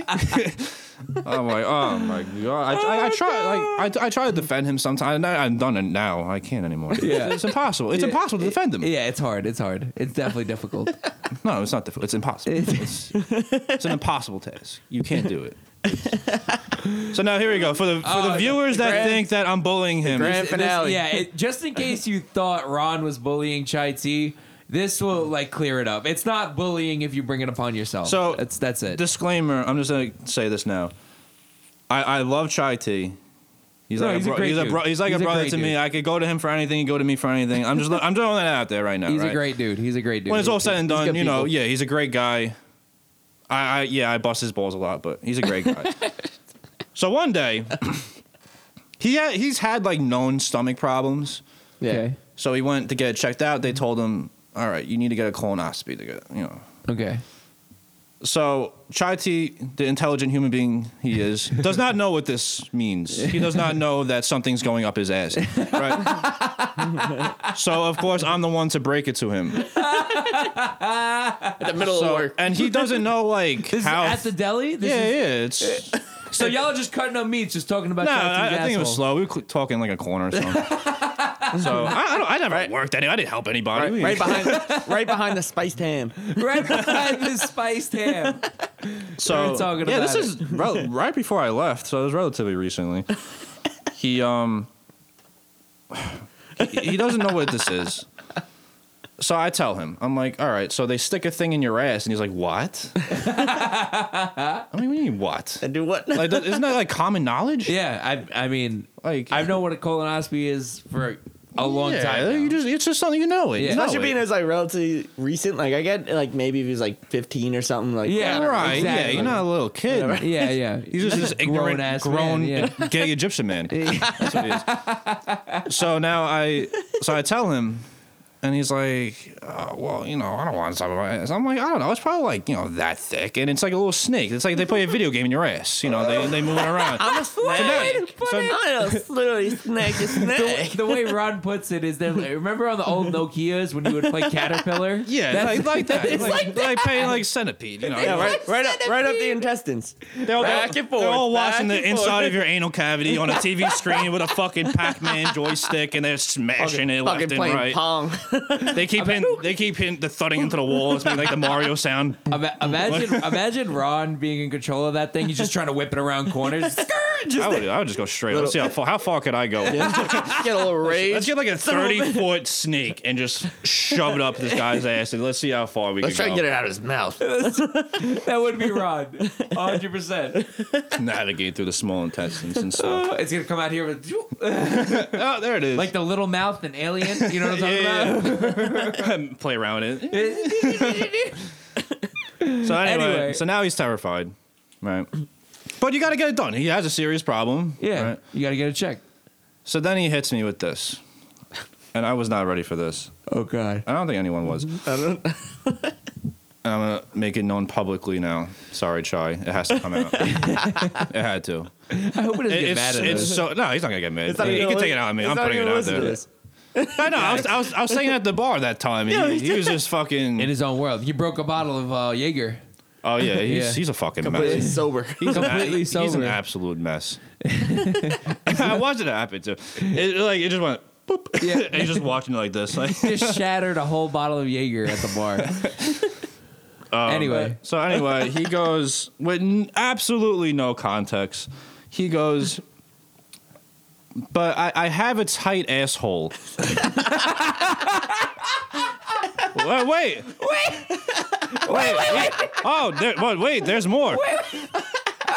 Speaker 4: like, oh my god! I, I, I try, like, I, I try to defend him sometimes. And I, I've done it now. I can't anymore.
Speaker 3: Yeah.
Speaker 4: it's impossible. It's
Speaker 3: Yeah.
Speaker 4: impossible to defend him.
Speaker 3: Yeah, it's hard. It's hard. It's definitely difficult.
Speaker 4: No, it's not difficult. It's impossible. It's, it's an impossible task. You can't do it. so now here we go for the for
Speaker 3: Oh,
Speaker 4: the viewers that
Speaker 3: grand-
Speaker 4: think that I'm bullying him.
Speaker 5: grand
Speaker 3: This-
Speaker 5: finale.
Speaker 3: yeah, it, just in case you thought Ron was bullying Chai T, this will like clear it up. It's not bullying if you bring it upon yourself.
Speaker 4: So,
Speaker 3: that's that's it.
Speaker 4: Disclaimer: I'm just gonna say this now. I, I love Chai T. He's
Speaker 3: No,
Speaker 4: like
Speaker 3: he's
Speaker 4: a
Speaker 3: a
Speaker 4: bro-
Speaker 3: great
Speaker 4: he's a
Speaker 3: dude.
Speaker 4: bro- he's like
Speaker 3: He's
Speaker 4: a
Speaker 3: a
Speaker 4: brother
Speaker 3: great
Speaker 4: to me.
Speaker 3: dude.
Speaker 4: I could go to him for anything. He go to me for anything. I'm just I'm throwing that out there right now.
Speaker 3: He's
Speaker 4: right?
Speaker 3: a great dude. He's a great dude.
Speaker 4: When it's all said and
Speaker 5: He's
Speaker 4: done,
Speaker 5: good
Speaker 4: you know,
Speaker 5: people.
Speaker 4: yeah, he's a great guy. I, I yeah, I bust his balls a lot, but he's a great guy. so one day, he had, he's had like known stomach problems.
Speaker 5: Yeah.
Speaker 3: Okay.
Speaker 4: So he went to get it checked out. They told him, "All right, you need to get a colonoscopy to get you know."
Speaker 3: Okay.
Speaker 4: So Chai T, the intelligent human being he is, does not know what this means. He does not know that something's going up his ass. Right. so of course I'm the one to break it to him.
Speaker 5: At the middle of
Speaker 4: So-
Speaker 5: work.
Speaker 4: and he doesn't know like
Speaker 3: This
Speaker 4: how.
Speaker 3: is at the deli. This
Speaker 4: yeah,
Speaker 3: is,
Speaker 4: yeah, it's.
Speaker 3: So y'all are just cutting up meats, just talking about
Speaker 4: No,
Speaker 3: Chai T's
Speaker 4: I, I think it was
Speaker 3: asshole.
Speaker 4: slow. We were cl- talking like a corner or something. so I, I, don't, I never worked any. I didn't help anybody.
Speaker 5: Right,
Speaker 4: We-
Speaker 5: right behind, right behind the spiced ham.
Speaker 3: right behind the spiced ham.
Speaker 4: so
Speaker 3: We're talking
Speaker 4: yeah,
Speaker 3: about
Speaker 4: this is rel- right before I left, so it was relatively recently. He um, he, he doesn't know what this is. So I tell him, I'm like, all right. So they stick a thing in your ass, and he's like, what? I mean, what do you mean what?
Speaker 5: And do what?
Speaker 4: Like, th- isn't that like common knowledge?
Speaker 3: Yeah, I I mean,
Speaker 4: Like,
Speaker 3: I know what a colonoscopy is for. a long
Speaker 4: yeah,
Speaker 3: time.
Speaker 4: You
Speaker 3: now.
Speaker 4: just it's just something you know it.
Speaker 3: Yeah.
Speaker 4: You know
Speaker 5: Especially
Speaker 3: Especially
Speaker 4: it.
Speaker 5: being as like relatively recent, like I get like maybe if he was like 15 or something, like
Speaker 3: Yeah.
Speaker 5: whatever.
Speaker 4: right.
Speaker 3: Exactly.
Speaker 4: Yeah, you're not a little kid.
Speaker 3: yeah, yeah.
Speaker 4: He's just this ignorant,
Speaker 3: Grown ass
Speaker 4: grown
Speaker 3: man, yeah.
Speaker 4: gay Egyptian man. That's what he is. So now I, so I tell him, and he's like, oh, "Well, you know, I don't want something." Like this. I'm like, "I don't know. It's probably like you know that thick, and it's like a little snake. It's like they play a video game in your ass. You know, they they moving around." I'm so, now-
Speaker 5: I'm gonna slowly snag your snake.
Speaker 3: the way Ron puts it is that remember on the old Nokias when you would play Caterpillar?
Speaker 4: yeah,
Speaker 3: That's-
Speaker 4: like, like that. It's like, like playing like centipede. You know,
Speaker 5: Yeah, right, right up, right up the intestines.
Speaker 4: They're all,
Speaker 5: Back and forth,
Speaker 4: They're all
Speaker 5: back and
Speaker 4: watching the inside
Speaker 5: forth.
Speaker 4: of your anal cavity on a TV screen with a fucking Pac-Man joystick, and they're smashing it left
Speaker 5: Fucking
Speaker 4: and
Speaker 5: playing
Speaker 4: right.
Speaker 5: pong.
Speaker 4: They keep hitting, they keep hitting the thudding into the wall. It's making like the Mario sound.
Speaker 3: Ima- imagine, imagine Ron being in control of that thing. He's just trying to whip it around corners.
Speaker 4: I would, I would just go straight. Let's see how far, how far could I go.
Speaker 5: get a little
Speaker 4: Let's
Speaker 5: rage.
Speaker 4: get like a thirty-foot snake and just shove it up this guy's ass, and let's see how far we
Speaker 5: Let's try
Speaker 4: can go.
Speaker 5: and get it out of his mouth.
Speaker 3: that would be Ron, hundred percent. Oh,
Speaker 4: Navigate through the small intestines and stuff.
Speaker 3: It's gonna come out here with
Speaker 4: oh, there it is.
Speaker 3: like the little mouth and alien. You know what I'm talking
Speaker 4: Yeah,
Speaker 3: about?
Speaker 4: um, play around with it. So anyway,
Speaker 3: Anyway.
Speaker 4: so now he's terrified, right? But you got to get it done. He has a serious problem.
Speaker 3: yeah,
Speaker 4: right?
Speaker 3: you gotta get it checked.
Speaker 4: So then he hits me with this, and I was not ready for this.
Speaker 5: Oh god.
Speaker 4: I don't think anyone was.
Speaker 5: I don't,
Speaker 4: And I'm gonna make it known publicly now. Sorry, Chai. It has to come out. it had to.
Speaker 3: I hope it doesn't get
Speaker 4: it's
Speaker 3: mad at
Speaker 4: it's
Speaker 3: us.
Speaker 4: so no. He's not gonna get mad.
Speaker 5: it's not
Speaker 4: he
Speaker 5: even
Speaker 4: can
Speaker 5: gonna
Speaker 4: take it out on me.
Speaker 5: it's
Speaker 4: I'm
Speaker 5: not
Speaker 4: putting
Speaker 5: even
Speaker 4: it
Speaker 5: gonna
Speaker 4: out
Speaker 5: listen to
Speaker 4: there.
Speaker 5: this.
Speaker 4: I know. I was, I was I was singing at the bar that time. And he, he was just fucking.
Speaker 3: in his own world. You broke a bottle of uh, Jaeger.
Speaker 4: oh yeah, he's
Speaker 3: Yeah.
Speaker 4: he's a fucking
Speaker 5: Completely
Speaker 4: mess.
Speaker 5: sober.
Speaker 4: He's an-
Speaker 3: Completely
Speaker 4: He's an
Speaker 3: sober.
Speaker 4: absolute mess. I watched it happen too. It like it just went boop.
Speaker 3: Yeah.
Speaker 4: and he's just watching it like this. Like
Speaker 3: Just shattered a whole bottle of Jaeger at the bar.
Speaker 4: Oh,
Speaker 3: anyway,
Speaker 4: so. Anyway, he goes with n- absolutely no context. He goes. But I, I have a tight asshole. wait, wait, wait, wait, wait. Oh, there, but wait, there's more.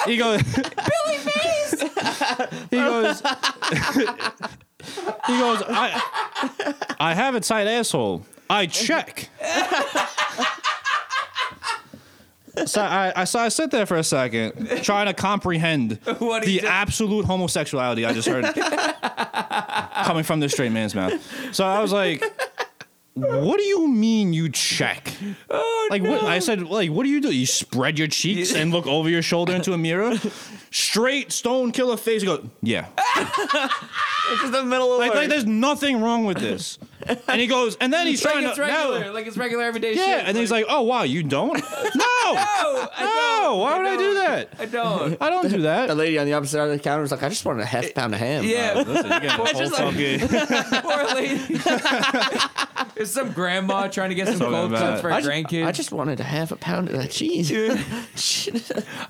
Speaker 4: He goes, Billy Mays. he goes, he goes. I, I have a tight asshole. I check. So I, I, so I sit there for a second, trying to comprehend
Speaker 3: What he
Speaker 4: the
Speaker 3: did.
Speaker 4: absolute homosexuality I just heard coming from this straight man's mouth. So I was like, "What do you mean you check? like what, I said, like what do you do? You spread your cheeks and look over your shoulder into a mirror, straight stone killer face. You go, yeah.
Speaker 5: It's just the middle of
Speaker 4: Like, like
Speaker 5: work.
Speaker 4: there's nothing wrong with this. And he goes, and then he's
Speaker 3: like
Speaker 4: trying
Speaker 3: it's
Speaker 4: to now,
Speaker 3: regular, like it's regular everyday
Speaker 4: yeah.
Speaker 3: shit.
Speaker 4: And then he's like, oh wow, you don't? no.
Speaker 3: no, I
Speaker 4: No,
Speaker 3: don't.
Speaker 4: why
Speaker 3: I
Speaker 4: would I do
Speaker 3: don't.
Speaker 4: that?
Speaker 3: I don't.
Speaker 4: I don't do
Speaker 5: the
Speaker 4: that.
Speaker 5: lady on the opposite side of the counter was like, I just wanted a half pound of ham.
Speaker 3: Yeah,
Speaker 4: Listen, you got a whole
Speaker 3: just like-
Speaker 4: fucking-
Speaker 3: poor lady. It's some grandma trying to get some
Speaker 4: Something
Speaker 3: cold
Speaker 4: about
Speaker 3: cuts
Speaker 4: it.
Speaker 3: for her
Speaker 5: I
Speaker 3: grandkids.
Speaker 5: just, I just wanted a half a pound of that cheese.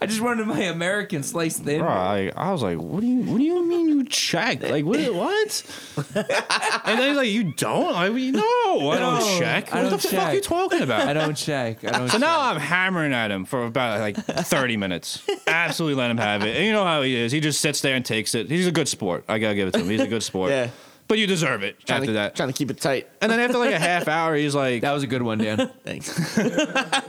Speaker 3: I just wanted my American sliced thin.
Speaker 4: Bro, I, I was like, what do you what do you mean you check? Like what what? and then he's like, you don't? I mean, no, I don't
Speaker 3: No,
Speaker 4: check. What
Speaker 3: I
Speaker 4: the
Speaker 3: don't
Speaker 4: fuck are you
Speaker 3: check.
Speaker 4: talking about?
Speaker 3: I don't check. I don't.
Speaker 4: So now I'm hammering at him for about like 30 minutes. Absolutely let him have it. And you know how he is. He just sits there and takes it. He's a good sport. I gotta give it to him. He's a good sport.
Speaker 5: Yeah.
Speaker 4: But you deserve it
Speaker 5: trying
Speaker 4: after
Speaker 5: to,
Speaker 4: that.
Speaker 5: Trying to keep it tight.
Speaker 4: And then after like a half hour, he's like,
Speaker 3: that was a good one, Dan.
Speaker 5: Thanks.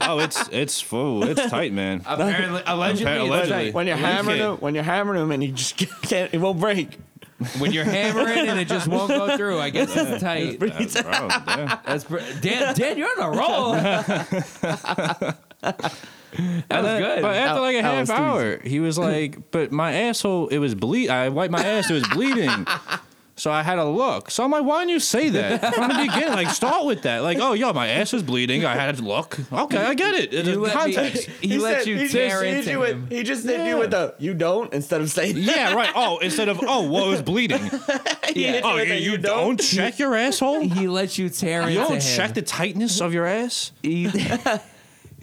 Speaker 4: "Oh, it's it's full, it's tight, man."
Speaker 3: Apparently, allegedly, it's
Speaker 4: Allegedly.
Speaker 3: tight.
Speaker 5: When you're
Speaker 4: Okay.
Speaker 5: hammering him, when you're hammering him and he just can't, it won't break.
Speaker 3: when you're hammering and it just won't go through, I guess it's tight.
Speaker 4: Bro, yeah.
Speaker 3: That's pr- Dan. Dan, you're on a roll. that was good.
Speaker 4: But after
Speaker 5: Al-
Speaker 4: like a half
Speaker 5: Alan's too
Speaker 4: hour, he was like, "But my asshole, it was bleed. I wiped my ass, it was bleeding." So I had a look. So I'm like, why didn't you say that from the beginning? Like, start with that. Like, oh, yo, my ass was bleeding. I had a look. Okay, I get it. It's
Speaker 3: you let
Speaker 4: context.
Speaker 3: Me, he, let
Speaker 5: said-
Speaker 3: you
Speaker 5: he
Speaker 3: tear
Speaker 5: just hit
Speaker 3: into
Speaker 5: you
Speaker 3: him.
Speaker 5: with, He just hit you with the you don't instead of saying
Speaker 4: Yeah, right. Oh, instead of oh, well, it was bleeding.
Speaker 5: He hit
Speaker 4: oh,
Speaker 5: with
Speaker 4: you,
Speaker 5: a,
Speaker 4: you don't check your asshole.
Speaker 3: He let you tear
Speaker 4: You
Speaker 3: into
Speaker 4: don't
Speaker 3: him.
Speaker 4: check the tightness of your ass.
Speaker 3: he,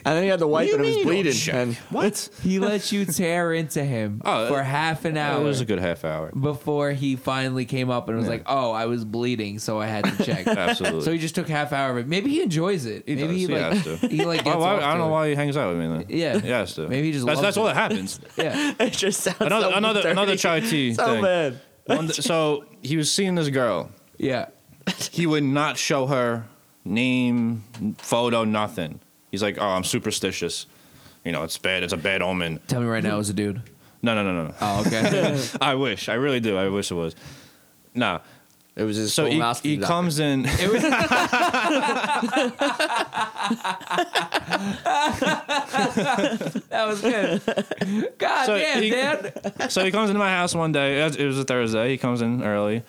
Speaker 5: And then he had the wipe
Speaker 4: What do you
Speaker 5: and it
Speaker 4: mean
Speaker 5: was
Speaker 4: you don't
Speaker 5: bleeding.
Speaker 4: check?
Speaker 5: And
Speaker 4: What?
Speaker 3: he let you tear into him
Speaker 4: Oh,
Speaker 3: for half an
Speaker 4: That
Speaker 3: hour
Speaker 4: was a good half hour.
Speaker 3: before he finally came up and was like, "Oh, I was bleeding, so I had to check."
Speaker 4: Absolutely.
Speaker 3: so he just took half hour of it. Maybe he enjoys it. Maybe
Speaker 4: does.
Speaker 3: he
Speaker 4: He
Speaker 3: like
Speaker 4: has to.
Speaker 3: he like. Gets
Speaker 4: Why- why-
Speaker 3: off
Speaker 4: I don't
Speaker 3: to
Speaker 4: know
Speaker 3: it.
Speaker 4: why he hangs out with me then.
Speaker 3: Yeah.
Speaker 4: He has to.
Speaker 3: Maybe he just
Speaker 4: That's,
Speaker 3: loves
Speaker 4: that's all that happens.
Speaker 3: Yeah.
Speaker 5: it just sounds
Speaker 4: another
Speaker 5: so
Speaker 4: another
Speaker 5: dirty.
Speaker 4: another chai tea
Speaker 5: So
Speaker 4: thing.
Speaker 5: bad.
Speaker 4: One d- so he was seeing this girl,
Speaker 3: Yeah.
Speaker 4: he would not show her name, photo, nothing. He's like, oh, I'm superstitious. You know, it's bad. It's a bad omen.
Speaker 3: Tell me right now, it was a dude.
Speaker 4: No, no, no, no, no.
Speaker 3: Oh, okay.
Speaker 4: I wish. I really do. I wish it was. Nah.
Speaker 3: it was his
Speaker 4: So
Speaker 3: whole
Speaker 4: he,
Speaker 3: mouth.
Speaker 4: he
Speaker 3: was out
Speaker 4: comes in.
Speaker 3: there. It was, that was good. God
Speaker 4: So
Speaker 3: damn,
Speaker 4: he-
Speaker 3: Dan.
Speaker 4: so he comes into my house one day. It was- It was a Thursday. He comes in early.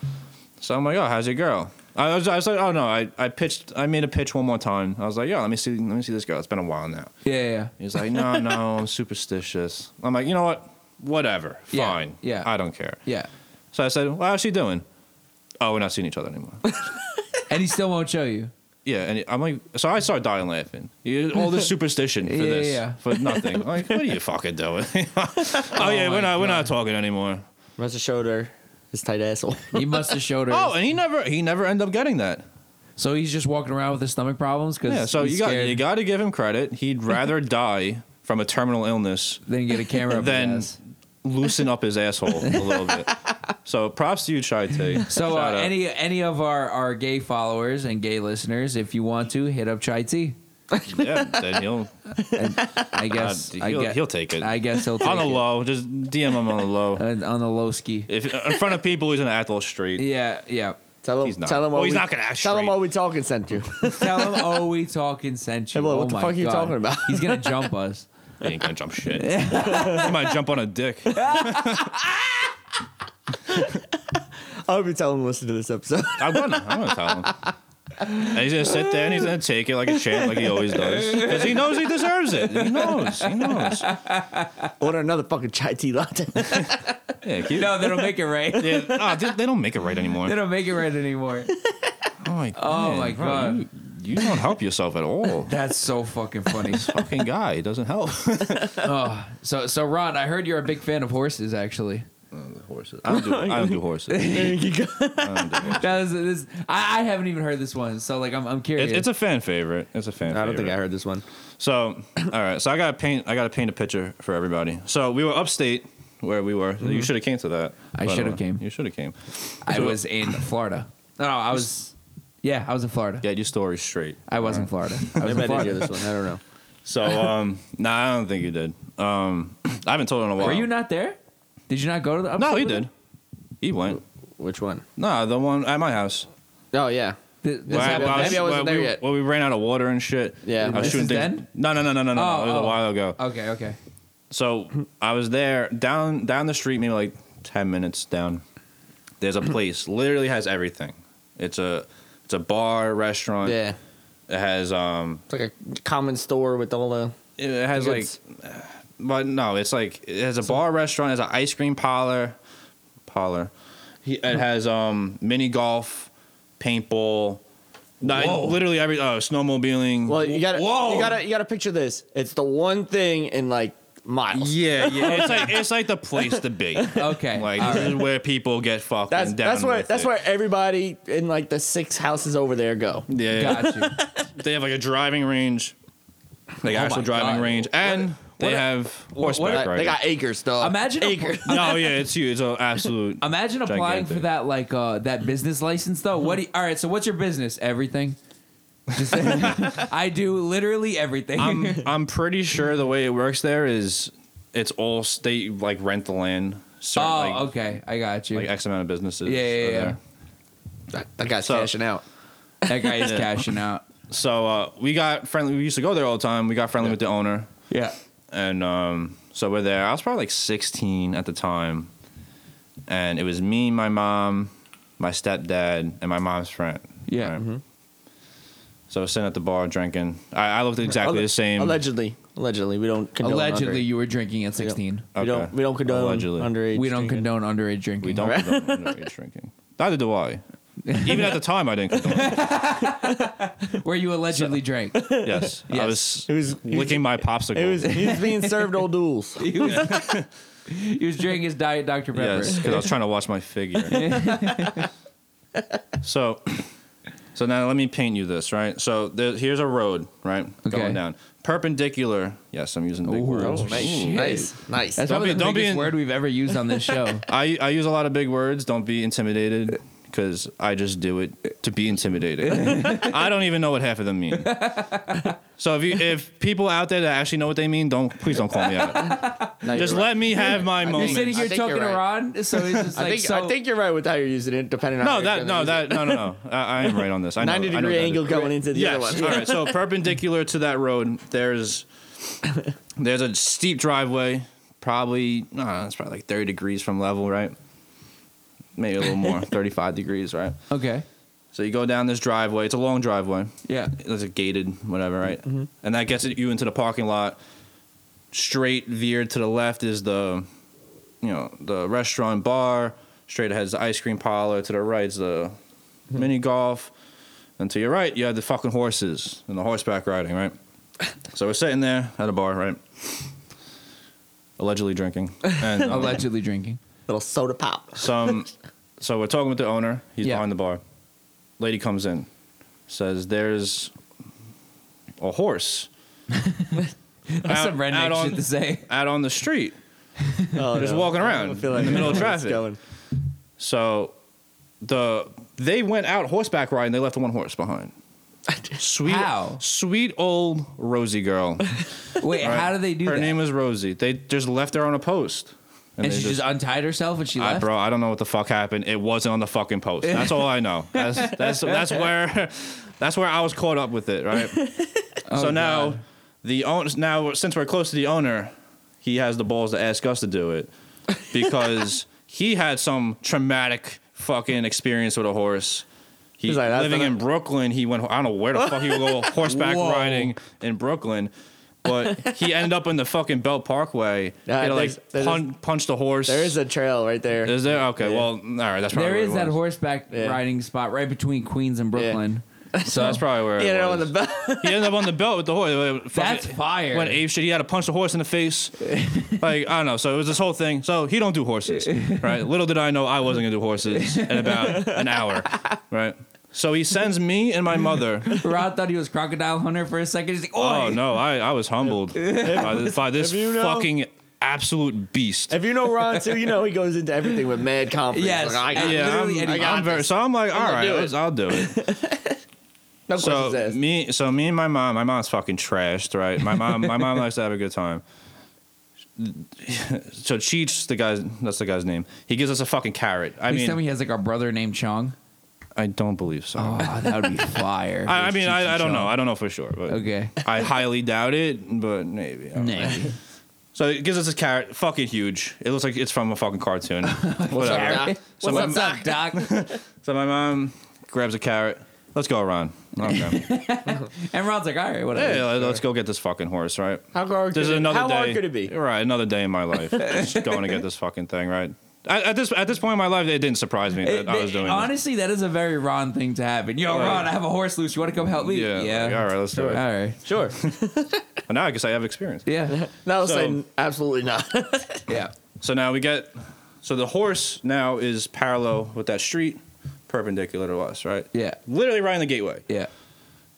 Speaker 4: So I'm like, oh, how's your girl? I was, I was like, oh no, I, I pitched, I made a pitch one more time. I was like, yo, let me see, let me see this girl. It's been a while now.
Speaker 3: Yeah, yeah, yeah.
Speaker 4: He's like, no, no, I'm superstitious. I'm like, you know what? Whatever,
Speaker 3: Yeah,
Speaker 4: fine.
Speaker 3: yeah.
Speaker 4: I don't care.
Speaker 3: yeah.
Speaker 4: So I said, well, how's she doing? Oh, we're not seeing each other anymore.
Speaker 3: And he still won't show you.
Speaker 4: yeah, and I'm like, so I started dying laughing. You- All this superstition for
Speaker 3: Yeah,
Speaker 4: this,
Speaker 3: yeah.
Speaker 4: for nothing. I'm like, what are you fucking doing? oh, yeah,
Speaker 3: my
Speaker 4: we're not, we're not talking anymore.
Speaker 5: Must have showed her his tight asshole.
Speaker 3: He must have showed her.
Speaker 4: Oh, and he never, he never ended up getting that.
Speaker 3: so he's just walking around with his stomach problems because
Speaker 4: Yeah, so
Speaker 3: he's
Speaker 4: you got
Speaker 3: scared.
Speaker 4: you got to give him credit. He'd rather die from a terminal illness
Speaker 3: then get a camera up
Speaker 4: than
Speaker 3: his ass.
Speaker 4: loosen up his asshole a little bit. So props to you, Chai T.
Speaker 3: So uh,
Speaker 4: Shout out.
Speaker 3: any any of our, our gay followers and gay listeners, if you want to, hit up Chai T.
Speaker 4: yeah, then he'll
Speaker 3: I guess
Speaker 4: God,
Speaker 3: I
Speaker 4: Uh, he'll,
Speaker 3: guess,
Speaker 4: he'll take it
Speaker 3: I guess he'll take
Speaker 4: on the
Speaker 3: it.
Speaker 4: low. Just DM him on the low.
Speaker 3: Uh, on the low ski.
Speaker 4: If in front of people, he's gonna act all straight.
Speaker 3: Yeah, yeah.
Speaker 5: Tell him.
Speaker 4: He's not.
Speaker 5: Tell him. What
Speaker 4: Well, he's
Speaker 5: we,
Speaker 4: not gonna act
Speaker 5: Tell him
Speaker 4: straight.
Speaker 5: what we talking sent you.
Speaker 3: Tell him, oh, we talking sent you.
Speaker 5: Hey, well,
Speaker 3: Oh
Speaker 5: what the
Speaker 3: my
Speaker 5: fuck are you
Speaker 3: God.
Speaker 5: talking about?
Speaker 3: He's gonna jump us.
Speaker 4: He ain't gonna jump shit. he might jump on a dick.
Speaker 5: I hope you tell him to listen to this episode.
Speaker 4: I'm gonna, I'm gonna tell him. And he's gonna sit there and he's gonna take it like a champ, like he always does, because he knows he deserves it. He knows. He knows.
Speaker 5: Order another fucking chai tea latte.
Speaker 4: Yeah, keep,
Speaker 3: No, they don't make it right.
Speaker 4: Yeah, ah, they, they don't make it right anymore.
Speaker 3: They don't make it right anymore.
Speaker 4: Oh my,
Speaker 3: Oh
Speaker 4: man,
Speaker 3: my
Speaker 4: bro,
Speaker 3: God.
Speaker 4: you, you don't help yourself at all.
Speaker 3: That's so fucking funny.
Speaker 4: Fucking guy, it doesn't help.
Speaker 3: Oh, so so Ron, I heard you're a big fan of horses. Actually,
Speaker 4: horses. I don't do, I don't do horses.
Speaker 5: there you go.
Speaker 4: I don't do horses.
Speaker 3: that was, this, I, I haven't even heard this one. So like, I'm I'm curious.
Speaker 4: It, it's a fan favorite. It's a fan.
Speaker 5: I don't think I
Speaker 4: favorite.
Speaker 5: heard this one.
Speaker 4: So, all right. So I gotta paint. I gotta paint a picture for everybody. So we were upstate where we were. You should have came to that.
Speaker 3: Mm-hmm. I
Speaker 4: But,
Speaker 3: shoulda
Speaker 4: uh,
Speaker 3: came.
Speaker 4: You should have came.
Speaker 3: I was in Florida. No, no, I was. Yeah, I was in Florida.
Speaker 4: Get your story straight.
Speaker 3: I was in Florida. I was
Speaker 5: Maybe I didn't hear
Speaker 3: in Florida.
Speaker 5: this one. I don't know.
Speaker 4: So, um, nah, I don't think you did. Um, I haven't told it in a while.
Speaker 3: Were you not there? Did you not go to the?
Speaker 4: No,
Speaker 3: upstate
Speaker 4: he
Speaker 3: with
Speaker 4: did.
Speaker 3: him?
Speaker 4: He went.
Speaker 5: Which one?
Speaker 4: Nah, the one at my house.
Speaker 5: Oh yeah.
Speaker 3: Th- This,
Speaker 4: Well,
Speaker 5: happened-
Speaker 4: well,
Speaker 5: maybe I
Speaker 4: well,
Speaker 5: wasn't
Speaker 4: we,
Speaker 5: there yet.
Speaker 4: Well, we ran out of water and shit.
Speaker 5: Yeah.
Speaker 4: I was
Speaker 5: This
Speaker 4: shooting
Speaker 3: is
Speaker 4: things.
Speaker 3: then?
Speaker 4: No, no, no, no, no, no.
Speaker 3: Oh,
Speaker 4: it was
Speaker 3: oh.
Speaker 4: a while ago.
Speaker 3: Okay, okay.
Speaker 4: So I was there down down the street, maybe like ten minutes down. There's a place literally has everything. It's a it's a bar restaurant.
Speaker 5: Yeah.
Speaker 4: It has um
Speaker 5: It's like a common store with all the.
Speaker 4: it has like,
Speaker 5: It's-
Speaker 4: but no, it's like it has a bar restaurant. It has an ice cream parlor, parlor. He-
Speaker 5: Hmm.
Speaker 4: It has um mini golf, paintball. No, it-
Speaker 3: Whoa.
Speaker 4: literally every oh snowmobiling.
Speaker 5: Well, you gotta.
Speaker 3: Whoa.
Speaker 5: You gotta. You gotta picture this. It's the one thing in like miles.
Speaker 4: Yeah, yeah. It's like it's like the place to be.
Speaker 3: Okay.
Speaker 4: Like
Speaker 3: all
Speaker 4: this
Speaker 3: right.
Speaker 4: is where people get fucking
Speaker 5: That's
Speaker 4: down.
Speaker 5: that's where
Speaker 4: with
Speaker 5: that's
Speaker 4: it.
Speaker 5: where everybody in like the six houses over there go.
Speaker 4: Yeah, yeah.
Speaker 3: Got you.
Speaker 4: they have like a driving range, like
Speaker 3: Oh my
Speaker 4: actual driving
Speaker 3: God.
Speaker 4: range, and they
Speaker 3: what a-
Speaker 4: have horseback
Speaker 5: Like,
Speaker 4: riding.
Speaker 5: They got acres, dog.
Speaker 3: Imagine a-
Speaker 5: acres.
Speaker 4: no, yeah, it's huge. It's an absolute.
Speaker 3: Imagine applying for
Speaker 4: Gigantic.
Speaker 3: that like uh that business license though. What? Do you, all right. So what's your business? Everything. Just I do literally everything.
Speaker 4: I'm I'm pretty sure the way it works there is it's all state like rent the land.
Speaker 3: oh,
Speaker 4: Certain, like,
Speaker 3: okay. I got you.
Speaker 4: Like X amount of businesses.
Speaker 3: Yeah, yeah,
Speaker 4: are
Speaker 3: yeah.
Speaker 4: there.
Speaker 5: That, that guy's
Speaker 4: So-
Speaker 5: cashing out.
Speaker 3: that guy is
Speaker 4: Yeah.
Speaker 3: cashing out.
Speaker 4: So uh, we got friendly. We used to go there all the time. We got friendly with the owner.
Speaker 3: Yeah.
Speaker 4: and um, so we're there. I was probably like 16 at the time, and it was me, my mom, my stepdad, and my mom's friend.
Speaker 3: Yeah.
Speaker 4: right?
Speaker 5: Mm-hmm.
Speaker 4: So I was sitting at the bar drinking. I, I looked exactly
Speaker 5: Alle-
Speaker 4: the same.
Speaker 5: Allegedly, allegedly, we don't condone.
Speaker 3: Allegedly,
Speaker 5: underage.
Speaker 3: you were drinking at 16.
Speaker 5: we don't
Speaker 4: Okay.
Speaker 5: we don't condone
Speaker 4: Allegedly.
Speaker 5: underage.
Speaker 3: We don't
Speaker 5: drinking.
Speaker 3: condone underage drinking.
Speaker 4: We don't condone underage drinking. Neither do I. Even at the time, I didn't condone. it.
Speaker 3: Where you allegedly drank.
Speaker 4: Yes, I
Speaker 3: Yes.
Speaker 4: was,
Speaker 5: It was-
Speaker 4: licking my popsicle.
Speaker 5: It was he's being served old duels.
Speaker 3: He was, he was drinking his diet Dr Pepper.
Speaker 4: Yes, because I was trying to watch my figure. so, so now let me paint you this, right? So there, here's a road, right,
Speaker 3: Okay.
Speaker 4: going down perpendicular. Yes, I'm using big
Speaker 3: Ooh.
Speaker 4: words.
Speaker 3: Oh, nice. Shit.
Speaker 5: nice, nice.
Speaker 3: That's
Speaker 4: Don't
Speaker 3: probably
Speaker 4: be-
Speaker 3: the
Speaker 4: don't be
Speaker 3: biggest
Speaker 4: in-
Speaker 3: word we've ever used on this show.
Speaker 4: I I use a lot of big words. Don't be intimidated. because I just do it to be intimidated. I don't even know what half of them mean. So if you if people out there that actually know what they mean, don't please don't call me out.
Speaker 2: No,
Speaker 4: Just
Speaker 2: you're right.
Speaker 4: let me have my
Speaker 3: You're
Speaker 4: moment.
Speaker 3: sitting
Speaker 2: I
Speaker 3: here
Speaker 2: think you're
Speaker 3: talking to
Speaker 2: right.
Speaker 3: Ron, so it's just
Speaker 2: I
Speaker 3: like
Speaker 2: think,
Speaker 3: so.
Speaker 2: I think you're right with how you're using it, depending on how
Speaker 4: No,
Speaker 2: you're
Speaker 4: that
Speaker 2: gonna
Speaker 4: no
Speaker 2: use
Speaker 4: that no no no. I, I am right on this. I know,
Speaker 5: Ninety
Speaker 4: I know
Speaker 5: degree
Speaker 4: that is-
Speaker 5: angle going into the
Speaker 4: Yes.
Speaker 5: other
Speaker 4: All
Speaker 5: one.
Speaker 4: right. So perpendicular to that road, there's there's a steep driveway. Probably no, it's probably like 30 degrees from level, right? Maybe a little more, 35 degrees, right?
Speaker 3: okay,
Speaker 4: So you go down this driveway. It's a long driveway.
Speaker 3: yeah,
Speaker 4: There's a gated, whatever, right? And that gets you into the parking lot. Straight veered to the left is the, you know, the restaurant bar. Straight ahead is the ice cream parlor. To the right is the mini golf. And to your right, you have the fucking horses and the horseback riding, right? so we're sitting there at a bar, right? Allegedly drinking. And uh,
Speaker 3: allegedly drinking.
Speaker 5: Little soda pop.
Speaker 4: some so we're talking with the owner he's
Speaker 3: Yeah.
Speaker 4: behind the bar lady comes in says there's a horse
Speaker 3: That's
Speaker 4: Out-
Speaker 3: some redneck
Speaker 4: out on-
Speaker 3: shit to say.
Speaker 4: out on the street
Speaker 5: Oh,
Speaker 4: just
Speaker 5: no.
Speaker 4: walking around
Speaker 5: I feel like
Speaker 4: in the middle of
Speaker 5: it's
Speaker 4: traffic
Speaker 5: Going.
Speaker 4: so the they went out horseback riding they left the one horse behind sweet
Speaker 3: How?
Speaker 4: sweet old rosie girl
Speaker 3: Wait,
Speaker 4: Right?
Speaker 3: how do they do
Speaker 4: her
Speaker 3: that?
Speaker 4: name is rosie they just left her on a post
Speaker 3: and
Speaker 4: they
Speaker 3: she just, untied herself and she
Speaker 4: I,
Speaker 3: left.
Speaker 4: bro, I don't know what the fuck happened. It wasn't on the fucking post. That's all I know. That's that's that's where that's where I was caught up with it, right?
Speaker 5: Oh,
Speaker 4: so now
Speaker 3: God.
Speaker 4: the owner now since we're close to the owner, he has the balls to ask us to do it because he had some traumatic fucking experience with a horse. He,
Speaker 5: He's like, "That's
Speaker 4: living in Brooklyn, he went. I don't know where the fuck he would go horseback
Speaker 3: Whoa.
Speaker 4: riding in Brooklyn, but he ended up in the fucking Belt Parkway.
Speaker 5: Yeah,
Speaker 4: He had to,
Speaker 5: there's-
Speaker 4: like
Speaker 5: there's-
Speaker 4: punch, punch the horse.
Speaker 5: There is a trail right there.
Speaker 4: Is there? Okay.
Speaker 5: Yeah.
Speaker 4: Well, all right. That's probably
Speaker 3: There
Speaker 4: where
Speaker 3: is
Speaker 4: it
Speaker 3: that
Speaker 4: was.
Speaker 3: horseback
Speaker 5: Yeah.
Speaker 3: riding spot right between Queens and Brooklyn.
Speaker 4: So that's probably where.
Speaker 5: you
Speaker 4: it
Speaker 5: know, on
Speaker 4: was.
Speaker 5: the belt.
Speaker 4: he ended up on the belt with the horse.
Speaker 3: That's
Speaker 4: Fucking-
Speaker 3: fire.
Speaker 4: Went ape shit. He had to punch the horse in the face. like I don't know. So it was this whole thing. So he don't do horses, right? Little did I know I wasn't gonna do horses in about an hour, right? So he sends me and my mother.
Speaker 3: Rod thought he was crocodile hunter for a second. He's like,
Speaker 4: Oh no, I, I was humbled by this, by this
Speaker 5: If you know-
Speaker 4: fucking absolute beast.
Speaker 5: If you know Ron too, you know he goes into everything with mad confidence.
Speaker 3: Yes.
Speaker 5: Like, I got
Speaker 4: yeah,
Speaker 3: literally
Speaker 4: I'm,
Speaker 3: any-
Speaker 4: I'm very. So I'm like, all
Speaker 5: gonna do
Speaker 4: right,
Speaker 5: it."
Speaker 4: I'll do it.
Speaker 5: no questions
Speaker 4: so
Speaker 5: asked.
Speaker 4: me so me and my mom my mom's fucking trashed right my mom my mom likes to have a good time so cheech the guy's that's the guy's name he gives us a fucking carrot i
Speaker 3: Please tell me
Speaker 4: mean
Speaker 3: he has like a brother named Chong.
Speaker 4: i don't believe so
Speaker 3: Oh, that would be fire.
Speaker 4: I, I mean
Speaker 3: Cheech and
Speaker 4: I, I don't
Speaker 3: Chong.
Speaker 4: know i don't know for sure but
Speaker 3: Okay.
Speaker 4: i highly doubt it but maybe I don't know.
Speaker 3: Maybe.
Speaker 4: so it gives us this carrot fucking huge it looks like it's from a fucking cartoon whatever
Speaker 5: Doc?
Speaker 4: So my-
Speaker 3: What's up, Doc?
Speaker 4: so my mom grabs a carrot let's go around okay
Speaker 3: and Rod's like, all right, whatever.
Speaker 4: hey let's go get this fucking horse right
Speaker 5: How hard
Speaker 4: This
Speaker 5: could
Speaker 4: is
Speaker 5: it,
Speaker 4: another
Speaker 5: how
Speaker 4: day.
Speaker 5: hard could it be?
Speaker 4: Right, another day in my life. just going to get this fucking thing right. At, at this at this point in my life, it didn't surprise me that
Speaker 3: It-
Speaker 4: I was doing. this.
Speaker 3: honestly, that is a very Ron thing to happen. Yo,
Speaker 4: Right.
Speaker 3: Ron, I have a horse loose. You want to come help me?
Speaker 4: Yeah,
Speaker 3: yeah.
Speaker 4: like, all right, let's do it.
Speaker 3: All right.
Speaker 5: Sure.
Speaker 4: Well, now I guess I have experience.
Speaker 3: Yeah.
Speaker 5: That'll
Speaker 4: So-
Speaker 5: say absolutely not.
Speaker 3: Yeah.
Speaker 4: So now we get. So the horse now is parallel with that street, perpendicular to us, right?
Speaker 3: Yeah.
Speaker 4: Literally right in the gateway.
Speaker 3: Yeah.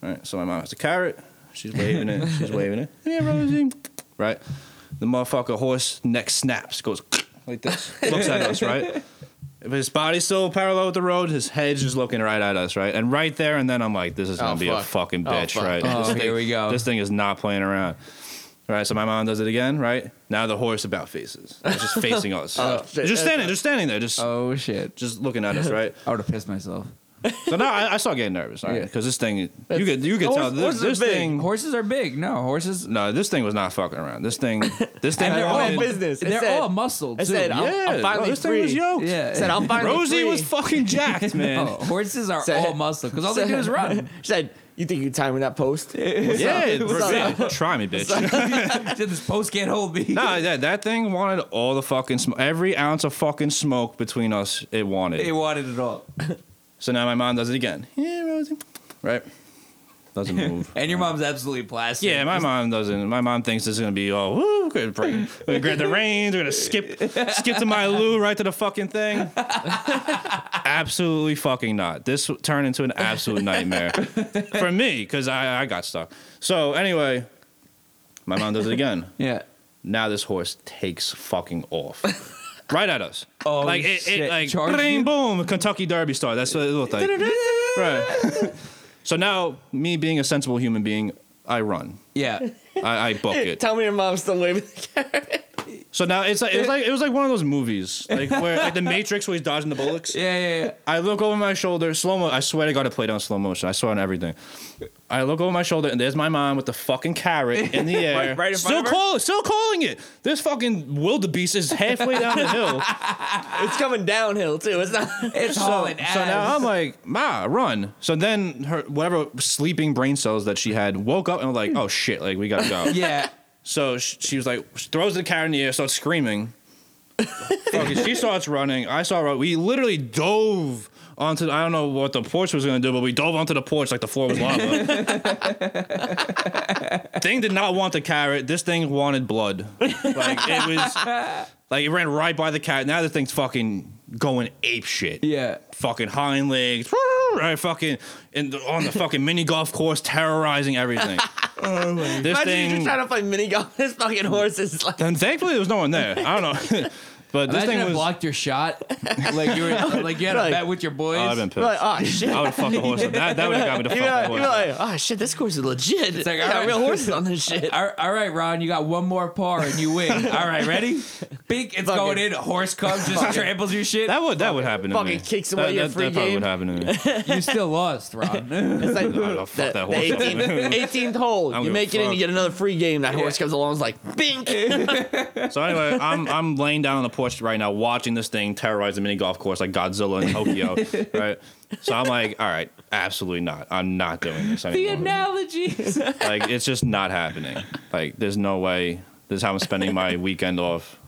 Speaker 4: All right. So my mom has a carrot. She's waving it. She's waving it. Yeah, Rosie. Right. The motherfucker horse neck snaps, goes like this, looks at us, right? If his body's still parallel with the road, his head's just looking right at us, right? And right there, and then I'm like, this is gonna
Speaker 5: Oh,
Speaker 4: be a
Speaker 5: fuck.
Speaker 4: fucking
Speaker 5: Oh,
Speaker 4: bitch,
Speaker 5: fuck.
Speaker 4: right?
Speaker 3: Oh,
Speaker 4: This
Speaker 3: here
Speaker 4: thing-
Speaker 3: we go.
Speaker 4: This thing is not playing around. All right, so my mom does it again, right? Now the horse about faces. It's just facing us.
Speaker 5: Oh, shit.
Speaker 4: just standing, just standing there, just
Speaker 3: Oh shit.
Speaker 4: just looking at us, right?
Speaker 3: I would have pissed myself.
Speaker 4: So now I, I start getting nervous, all right?
Speaker 3: Yeah.
Speaker 4: Because this thing, you could you could
Speaker 5: Horse-
Speaker 4: tell this,
Speaker 5: horses are
Speaker 4: this
Speaker 5: big.
Speaker 4: thing
Speaker 3: Horses are big. No, horses.
Speaker 4: no, this thing was not fucking around. This thing, this thing.
Speaker 3: And they're all
Speaker 4: wanted-
Speaker 5: in business. It
Speaker 3: They're
Speaker 5: said-
Speaker 3: all muscle.
Speaker 5: I
Speaker 3: too.
Speaker 5: said, I'm,
Speaker 4: Yeah,
Speaker 5: I'm finally
Speaker 4: bro, this
Speaker 5: free.
Speaker 4: thing was yoked.
Speaker 3: Yeah.
Speaker 5: Said I'm finally
Speaker 4: Rosie
Speaker 5: free.
Speaker 4: was fucking jacked, man.
Speaker 3: Oh, horses are
Speaker 5: Said-
Speaker 3: all muscle because all they do is run.
Speaker 5: She said, "You think you timing that post?"
Speaker 4: yeah,
Speaker 5: What's
Speaker 4: bro,
Speaker 5: up?
Speaker 4: yeah, try me, bitch.
Speaker 3: Said, this post can't hold me.
Speaker 4: nah, that that thing wanted all the fucking smoke. Every ounce of fucking smoke between us, it wanted.
Speaker 3: They wanted it all.
Speaker 4: so now my mom does it again. Yeah, Rosie. Right. Doesn't move.
Speaker 3: And your mom's absolutely plastic.
Speaker 4: Yeah, my mom doesn't. My mom thinks it's gonna be all. Woo, we're gonna, bring, we're gonna grab the reins. We're gonna skip, skip to my Lou right to the fucking thing. Absolutely fucking not. This turned into an absolute nightmare for me because I, I got stuck. So anyway, my mom does it again.
Speaker 3: Yeah.
Speaker 4: Now this horse takes fucking off. right at us.
Speaker 3: Oh,
Speaker 4: like it,
Speaker 3: shit.
Speaker 4: it like
Speaker 3: Charged
Speaker 4: bing,
Speaker 3: you?
Speaker 4: boom, Kentucky Derby star. That's what it looked like. right. so now, me being a sensible human being, I run.
Speaker 3: yeah.
Speaker 4: I, I book it.
Speaker 2: Tell me your mom's still waving the carrot.
Speaker 4: So now it's like it was like it was like one of those movies, like where like the Matrix, where he's dodging the bullets.
Speaker 3: Yeah, yeah, yeah.
Speaker 4: I look over my shoulder, slow mo. I swear to God, I played on slow motion. I swear on everything. I look over my shoulder, and there's my mom with the fucking carrot in the air,
Speaker 2: Right- right in front
Speaker 4: still
Speaker 2: of her?
Speaker 4: call, still calling it. This fucking wildebeest is halfway down the hill.
Speaker 2: It's coming downhill too. It's not.
Speaker 3: It's
Speaker 4: so,
Speaker 3: hauling ass.
Speaker 4: so now I'm like, Ma, run. So then her whatever sleeping brain cells that she had woke up and was like, oh shit, like we gotta go.
Speaker 3: yeah.
Speaker 4: So she, she was like, she throws the carrot in the air, starts screaming. Fucking, she starts running. I saw her. We literally dove onto. The, I don't know what the porch was gonna do, but we dove onto the porch like the floor was lava. thing did not want the carrot. This thing wanted blood. Like it was. Like it ran right by the carrot. Now the thing's fucking going ape shit
Speaker 3: Yeah.
Speaker 4: fucking hind legs, right? Fucking in the, on the fucking mini golf course, terrorizing everything. this
Speaker 2: Oh Imagine you
Speaker 4: thing.
Speaker 2: just trying to play mini golf. This fucking horse is like.
Speaker 4: and thankfully, there was no one there. I don't know, but this
Speaker 3: Imagine
Speaker 4: thing
Speaker 3: I
Speaker 4: was.
Speaker 3: blocked your shot. Like you were like you had
Speaker 2: Like-
Speaker 3: a bet with your boys.
Speaker 4: Oh, I've been pissed.
Speaker 2: Like, oh shit.
Speaker 4: I would have fucked a horse. Up. That, that would have got me to
Speaker 2: You
Speaker 4: fuck a
Speaker 2: know,
Speaker 4: horse.
Speaker 2: you're
Speaker 4: up.
Speaker 2: like, oh shit, this course is legit. It's
Speaker 3: like,
Speaker 2: like, I got
Speaker 3: alright.
Speaker 2: real horses on this shit.
Speaker 3: all all right, Ron, you got one more par and you win. All right, ready? Big, it's
Speaker 2: Fuck
Speaker 3: going
Speaker 2: it.
Speaker 3: in. Horse comes, just tramples your shit.
Speaker 4: That would that would happen to
Speaker 2: fucking
Speaker 4: me.
Speaker 2: kicks
Speaker 4: That-
Speaker 2: away your
Speaker 4: that,
Speaker 2: free
Speaker 4: that probably
Speaker 2: game.
Speaker 4: would happen to me.
Speaker 3: You still lost, Ron.
Speaker 2: It's like
Speaker 4: I'll fuck that horse up.
Speaker 2: the 18th, 18th hole.
Speaker 4: I'm
Speaker 2: you
Speaker 4: gonna
Speaker 2: make it in,
Speaker 4: fuck.
Speaker 2: you get another free game. That horse comes along, it's like, bink.
Speaker 4: So anyway, I'm I'm laying down on the porch right now, watching this thing terrorize the mini golf course like Godzilla in Tokyo, right? So I'm like, all right, absolutely not. I'm not doing this
Speaker 3: the
Speaker 4: anymore.
Speaker 3: analogies.
Speaker 4: like it's just not happening. Like there's no way. This is how I'm spending my weekend off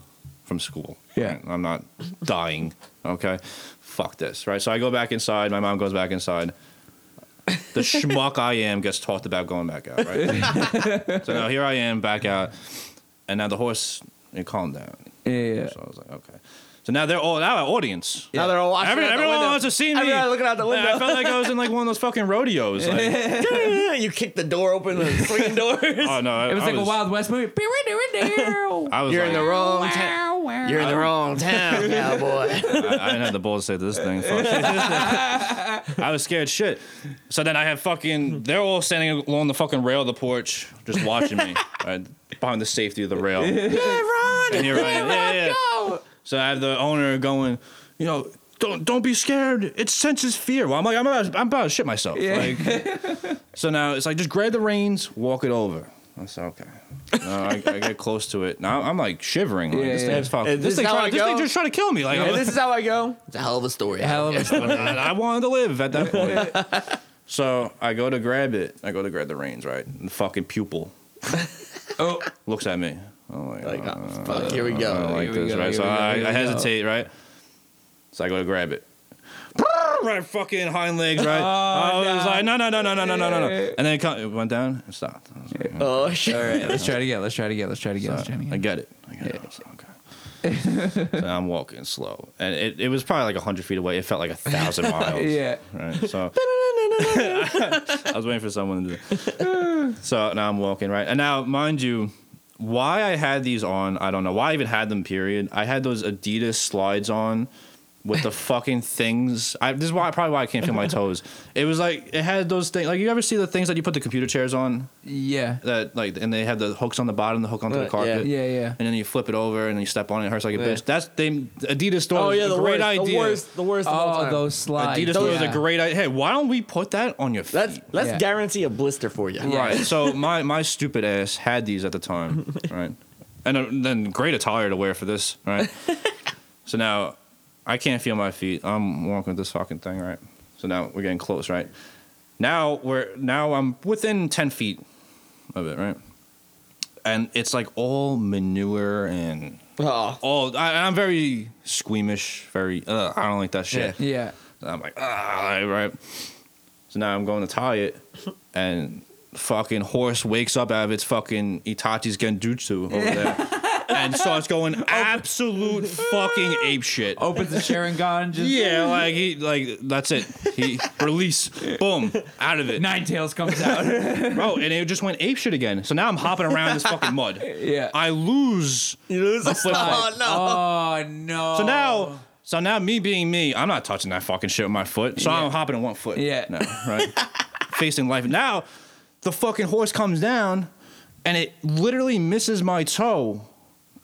Speaker 4: from school.
Speaker 3: Yeah.
Speaker 4: I'm not dying. Okay, fuck this. Right. So I go back inside. My mom goes back inside. The schmuck I am gets talked about going back out. Right. so now here I am back out, and now the horse it calmed down.
Speaker 3: Yeah.
Speaker 4: So I was like, okay. So now they're all now our audience.
Speaker 2: Now they're all watching
Speaker 4: Every,
Speaker 2: out the
Speaker 4: everyone
Speaker 2: window.
Speaker 4: wants to see me.
Speaker 2: Everyone looking out the
Speaker 4: Like, I
Speaker 2: window.
Speaker 4: felt like I was in like one of those fucking rodeos. Like,
Speaker 2: you kick the door open, the swinging doors.
Speaker 4: oh no, I,
Speaker 3: It was
Speaker 4: I
Speaker 3: like a Wild West movie.
Speaker 4: I was
Speaker 2: You're in
Speaker 4: like-
Speaker 2: the wrong town. You're in the wrong town, cowboy.
Speaker 4: I, I didn't have the balls to say this thing. Fuck. I was scared shit. So then I have fucking. They're all standing along the fucking rail of the porch, just watching me right, behind the safety of the rail. Yeah, Ron. And here I am. Yeah, yeah. So I have the owner going, you know. Don't don't be scared. It senses fear. Well, I'm like I'm about I'm about to shit myself. Like, so now it's like just grab the reins, walk it over. I said okay. No, I, I get close to it. Now I'm like shivering. Like,
Speaker 3: Yeah,
Speaker 4: this
Speaker 3: yeah.
Speaker 4: thing's fucking.
Speaker 2: Is
Speaker 4: This,
Speaker 2: this
Speaker 4: thing
Speaker 2: how
Speaker 4: trying,
Speaker 2: it
Speaker 4: this thing
Speaker 2: go?
Speaker 4: just trying to kill me. Like I'm-
Speaker 2: And this is how I go. It's a hell of a story.
Speaker 3: Hell of a
Speaker 4: and
Speaker 3: story.
Speaker 4: I wanted to live at that point. so I go to grab it. I go to grab the reins, right? And the fucking pupil
Speaker 3: Oh,
Speaker 4: looks at me. I'm like,
Speaker 2: Like,
Speaker 4: uh,
Speaker 2: oh, fuck, here we
Speaker 4: I don't
Speaker 2: go.
Speaker 4: like
Speaker 3: Here we
Speaker 4: this,
Speaker 3: go,
Speaker 4: right?
Speaker 3: here
Speaker 4: So
Speaker 3: we go,
Speaker 4: I,
Speaker 3: here
Speaker 4: I
Speaker 3: we go.
Speaker 4: hesitate, right? So I go to grab it. Right, fucking hind legs, right?
Speaker 3: Oh,
Speaker 4: I was
Speaker 3: no.
Speaker 4: like, no, no, no, no, no, no, no, no. And then it, come, it went down and stopped. I was like, oh,
Speaker 2: Oh, shit.
Speaker 3: all right. Let's try it again. Let's try it again. Let's try it again. Let's try it
Speaker 4: I
Speaker 3: again.
Speaker 4: get it. I get it. I was like, okay. so I'm walking slow, and it, it was probably like hundred feet away. It felt like a thousand miles.
Speaker 3: Yeah.
Speaker 4: Right. So I was waiting for someone to do it. So now I'm walking, right? And now, mind you, why I had these on, I don't know. Why I even had them, period. I had those Adidas slides on with the fucking things. I, this is why probably why I can't feel my toes. It was like, it had those things. Like, you ever see the things that you put the computer chairs on?
Speaker 3: Yeah.
Speaker 4: that like and they have the hooks on the bottom, the hook onto the
Speaker 2: Right, yeah.
Speaker 4: carpet.
Speaker 3: Yeah, yeah.
Speaker 4: And then you flip it over and then you step on it, it hurts like a
Speaker 2: Yeah.
Speaker 4: bitch. That's they Adidas store
Speaker 2: Oh,
Speaker 4: is
Speaker 2: yeah,
Speaker 4: a
Speaker 2: the
Speaker 4: great
Speaker 2: worst.
Speaker 4: idea.
Speaker 2: The worst. The worst. of all
Speaker 3: Oh,
Speaker 2: time.
Speaker 3: those slides.
Speaker 4: Adidas store is a great idea. Hey, why don't we put that on your feet?
Speaker 2: Let's let's
Speaker 3: Yeah.
Speaker 2: guarantee a blister for you.
Speaker 4: Right. So my my stupid ass had these at the time, right? And uh, then great attire to wear for this, right? so now I can't feel my feet. I'm walking with this fucking thing, right? So now we're getting close, right? Now we're now I'm within ten feet of it, right? And it's like all manure and
Speaker 2: Oh,
Speaker 4: all. I, I'm very squeamish. Very. Uh, I don't like that shit.
Speaker 3: Yeah.
Speaker 4: And I'm like, ah, right. So now I'm going to tie it, and fucking horse wakes up out of its fucking Itachi's Genjutsu over there. and starts going absolute fucking ape shit.
Speaker 5: Oh,
Speaker 3: Opens the Sharon gun. Just
Speaker 4: Yeah, like he like that's it. He release, boom, out of it.
Speaker 3: Nine Tails comes out.
Speaker 4: Bro, and it just went ape shit again. So now I'm hopping around this fucking mud.
Speaker 3: yeah.
Speaker 4: I lose.
Speaker 5: You lose a
Speaker 4: flip
Speaker 5: star.
Speaker 4: flop.
Speaker 5: No.
Speaker 3: oh no.
Speaker 4: So
Speaker 3: Oh.
Speaker 4: now, so now me being me, I'm not touching that fucking shit with my foot. So
Speaker 3: Yeah.
Speaker 4: I'm hopping on one foot.
Speaker 3: Yeah.
Speaker 4: No, right. Facing life. Now, the fucking horse comes down, and it literally misses my toe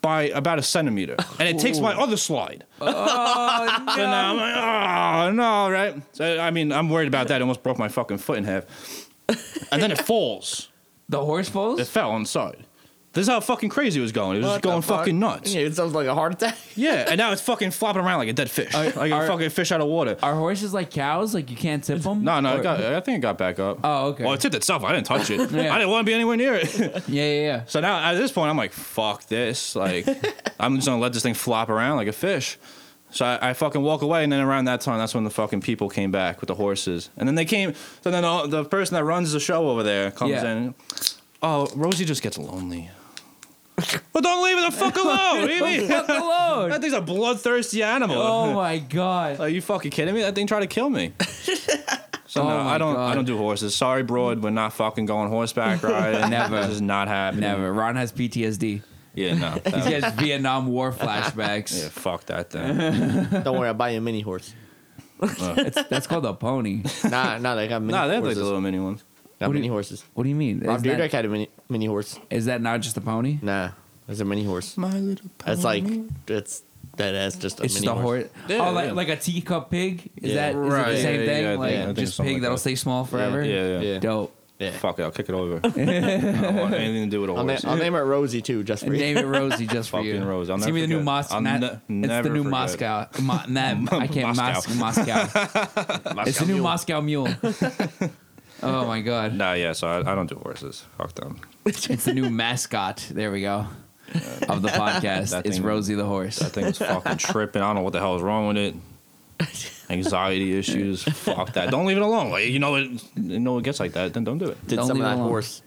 Speaker 4: by about a centimeter, and it takes my other slide.
Speaker 3: Oh
Speaker 4: So now I'm like, oh no, right? So I mean, I'm worried about that. It almost broke my fucking foot in half. And then it falls.
Speaker 3: The horse falls?
Speaker 4: It fell on the side. This is how fucking crazy it was going. It was just going fucking nuts.
Speaker 2: Yeah, it sounds like a heart attack.
Speaker 4: Yeah, and now it's fucking flopping around like a dead fish,
Speaker 3: Are-
Speaker 4: like
Speaker 3: are-
Speaker 4: a fucking fish out of water.
Speaker 3: Are horses like cows? Like you can't tip them?
Speaker 4: No, no, it got, I think it got back up.
Speaker 3: Oh, okay.
Speaker 4: Well, it tipped itself. I didn't touch it.
Speaker 3: Yeah.
Speaker 4: I didn't want to be anywhere near it.
Speaker 3: yeah, yeah, yeah.
Speaker 4: so now at this point, I'm like, fuck this. Like, I'm just gonna let this thing flop around like a fish. So I, I fucking walk away, and then around that time, that's when the fucking people came back with the horses, and then they came. So then all, the person that runs the show over there comes
Speaker 3: Yeah.
Speaker 4: in. Oh, Rosie just gets lonely. well, don't leave her the fuck alone. What do you mean?
Speaker 3: Fuck alone.
Speaker 4: that thing's a bloodthirsty animal.
Speaker 3: Oh my god.
Speaker 4: Are you fucking kidding me? That thing tried to kill me. So
Speaker 3: Oh
Speaker 4: no,
Speaker 3: my
Speaker 4: I don't.
Speaker 3: God.
Speaker 4: I don't do horses. Sorry, broad. We're not fucking going horseback riding.
Speaker 3: Never.
Speaker 4: This is not happening.
Speaker 3: Never. Ron has PTSD.
Speaker 4: Yeah, no. that-
Speaker 3: He has Vietnam War flashbacks.
Speaker 4: Uh. yeah, fuck that thing.
Speaker 2: Don't worry, I'll buy you a mini horse.
Speaker 3: That's, that's called a pony.
Speaker 2: Nah, nah, they got mini
Speaker 4: nah, they have like
Speaker 2: horses.
Speaker 4: the little mini ones.
Speaker 2: got
Speaker 3: do you-
Speaker 2: mini horses.
Speaker 3: What do you mean?
Speaker 2: Rob
Speaker 3: Is
Speaker 2: Dyrdek
Speaker 3: that,
Speaker 2: had a mini, mini horse.
Speaker 3: is that not just a
Speaker 4: Mm,
Speaker 3: pony?
Speaker 2: Nah, it's a mini horse.
Speaker 4: My little.
Speaker 2: That's like it's that that's just a
Speaker 3: It's
Speaker 2: mini
Speaker 3: just a
Speaker 2: horse.
Speaker 3: horse.
Speaker 4: Yeah,
Speaker 3: oh, like,
Speaker 4: yeah.
Speaker 3: like a teacup pig? Is
Speaker 2: Yeah.
Speaker 3: that is it
Speaker 4: Right,
Speaker 3: the same
Speaker 4: yeah,
Speaker 3: thing?
Speaker 4: yeah, yeah,
Speaker 3: like
Speaker 4: yeah, I think
Speaker 3: just
Speaker 4: something
Speaker 3: pig
Speaker 4: like
Speaker 3: that'll
Speaker 4: that.
Speaker 3: stay small forever?
Speaker 4: Yeah, yeah.
Speaker 2: Yeah.
Speaker 3: Dope.
Speaker 2: Yeah.
Speaker 4: Fuck it. I'll kick it over. I don't want anything to do with a
Speaker 2: I'll, na-
Speaker 4: horse.
Speaker 2: I'll name it Rosie too, just for
Speaker 3: And
Speaker 2: you.
Speaker 3: name it Rosie just for you.
Speaker 4: Fucking Rose. I'll
Speaker 3: it's
Speaker 4: never
Speaker 3: gonna be the new
Speaker 4: forget.
Speaker 3: Moscow.
Speaker 4: I'll ne-
Speaker 3: it's
Speaker 4: never
Speaker 3: the new
Speaker 4: forget.
Speaker 3: Moscow. Ma- na- I can't Moscow. Moscow. it's the new Moscow Mule. oh my god!
Speaker 4: Nah, yeah. So I, I don't do horses. Fuck them.
Speaker 3: It's the new mascot. There we go. Of the podcast,
Speaker 4: That
Speaker 3: it's
Speaker 4: thing-
Speaker 3: Rosie the horse.
Speaker 4: That thing was fucking tripping. I don't know what the hell is wrong with it. Anxiety issues. Fuck that. Don't leave it alone. Like you know, it, you know it gets like that. Then don't do it.
Speaker 2: Did
Speaker 3: Don't
Speaker 2: some
Speaker 3: leave
Speaker 2: of
Speaker 3: it
Speaker 2: that
Speaker 3: alone.
Speaker 2: horse.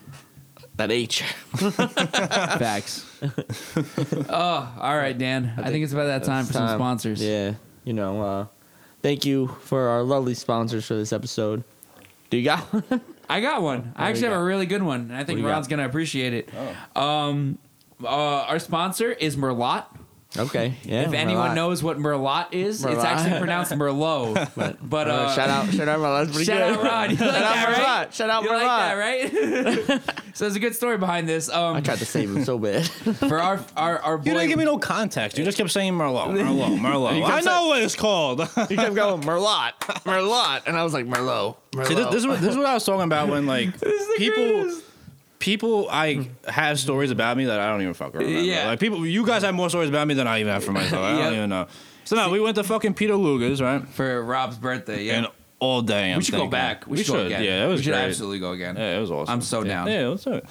Speaker 2: That H.
Speaker 3: Facts. oh, all right, Dan. I, think it's about that time for some
Speaker 2: time.
Speaker 3: sponsors.
Speaker 2: Um, Yeah. You know, uh, thank you for our lovely sponsors for this episode. Do you got one?
Speaker 3: I got one. I actually
Speaker 2: you
Speaker 3: have
Speaker 2: got?
Speaker 3: a really good one. and I think
Speaker 2: What do you
Speaker 3: Ron's
Speaker 2: got?
Speaker 3: gonna appreciate it. Um, uh, our sponsor is Merlot.
Speaker 2: Okay. Yeah.
Speaker 3: if
Speaker 2: Oh,
Speaker 3: anyone
Speaker 2: Merlot.
Speaker 3: knows what Merlot is, it's
Speaker 2: Merlot.
Speaker 3: actually pronounced Merlot. but
Speaker 2: Uh,
Speaker 3: uh,
Speaker 2: shout out, shout out, Merlot. That's pretty
Speaker 3: Shout
Speaker 2: good.
Speaker 3: out Ron. You like
Speaker 2: shout out
Speaker 3: that,
Speaker 2: Merlot.
Speaker 3: right?
Speaker 2: Shout out
Speaker 3: you
Speaker 2: Merlot.
Speaker 3: like that, right? so there's a good story behind this.
Speaker 2: I
Speaker 3: Um,
Speaker 2: tried to save him so bad.
Speaker 3: for our our our boy,
Speaker 4: You didn't give me no context. You just kept saying Merlot, Merlot, Merlot. I know what it's called. See,
Speaker 2: He kept going Merlot, Merlot, and I was like Merlot, Merlot.
Speaker 4: this, this, is what, this is what I was talking about when like people, people, I have stories about me that I don't even fucking remember.
Speaker 3: Yeah.
Speaker 4: Like people, you guys have more stories about me than I even have for myself. I
Speaker 3: Yep.
Speaker 4: don't even know. So now we went to fucking Peter Luger's, right?
Speaker 3: for Rob's birthday. Yeah,
Speaker 4: And all day. I'm
Speaker 3: we should go
Speaker 4: thinking-
Speaker 3: back. We, should, go again.
Speaker 4: Yeah, it was
Speaker 3: we should
Speaker 4: great.
Speaker 3: absolutely go again.
Speaker 4: Yeah, it was awesome.
Speaker 3: I'm so
Speaker 4: yeah.
Speaker 3: down.
Speaker 4: Yeah, it was so.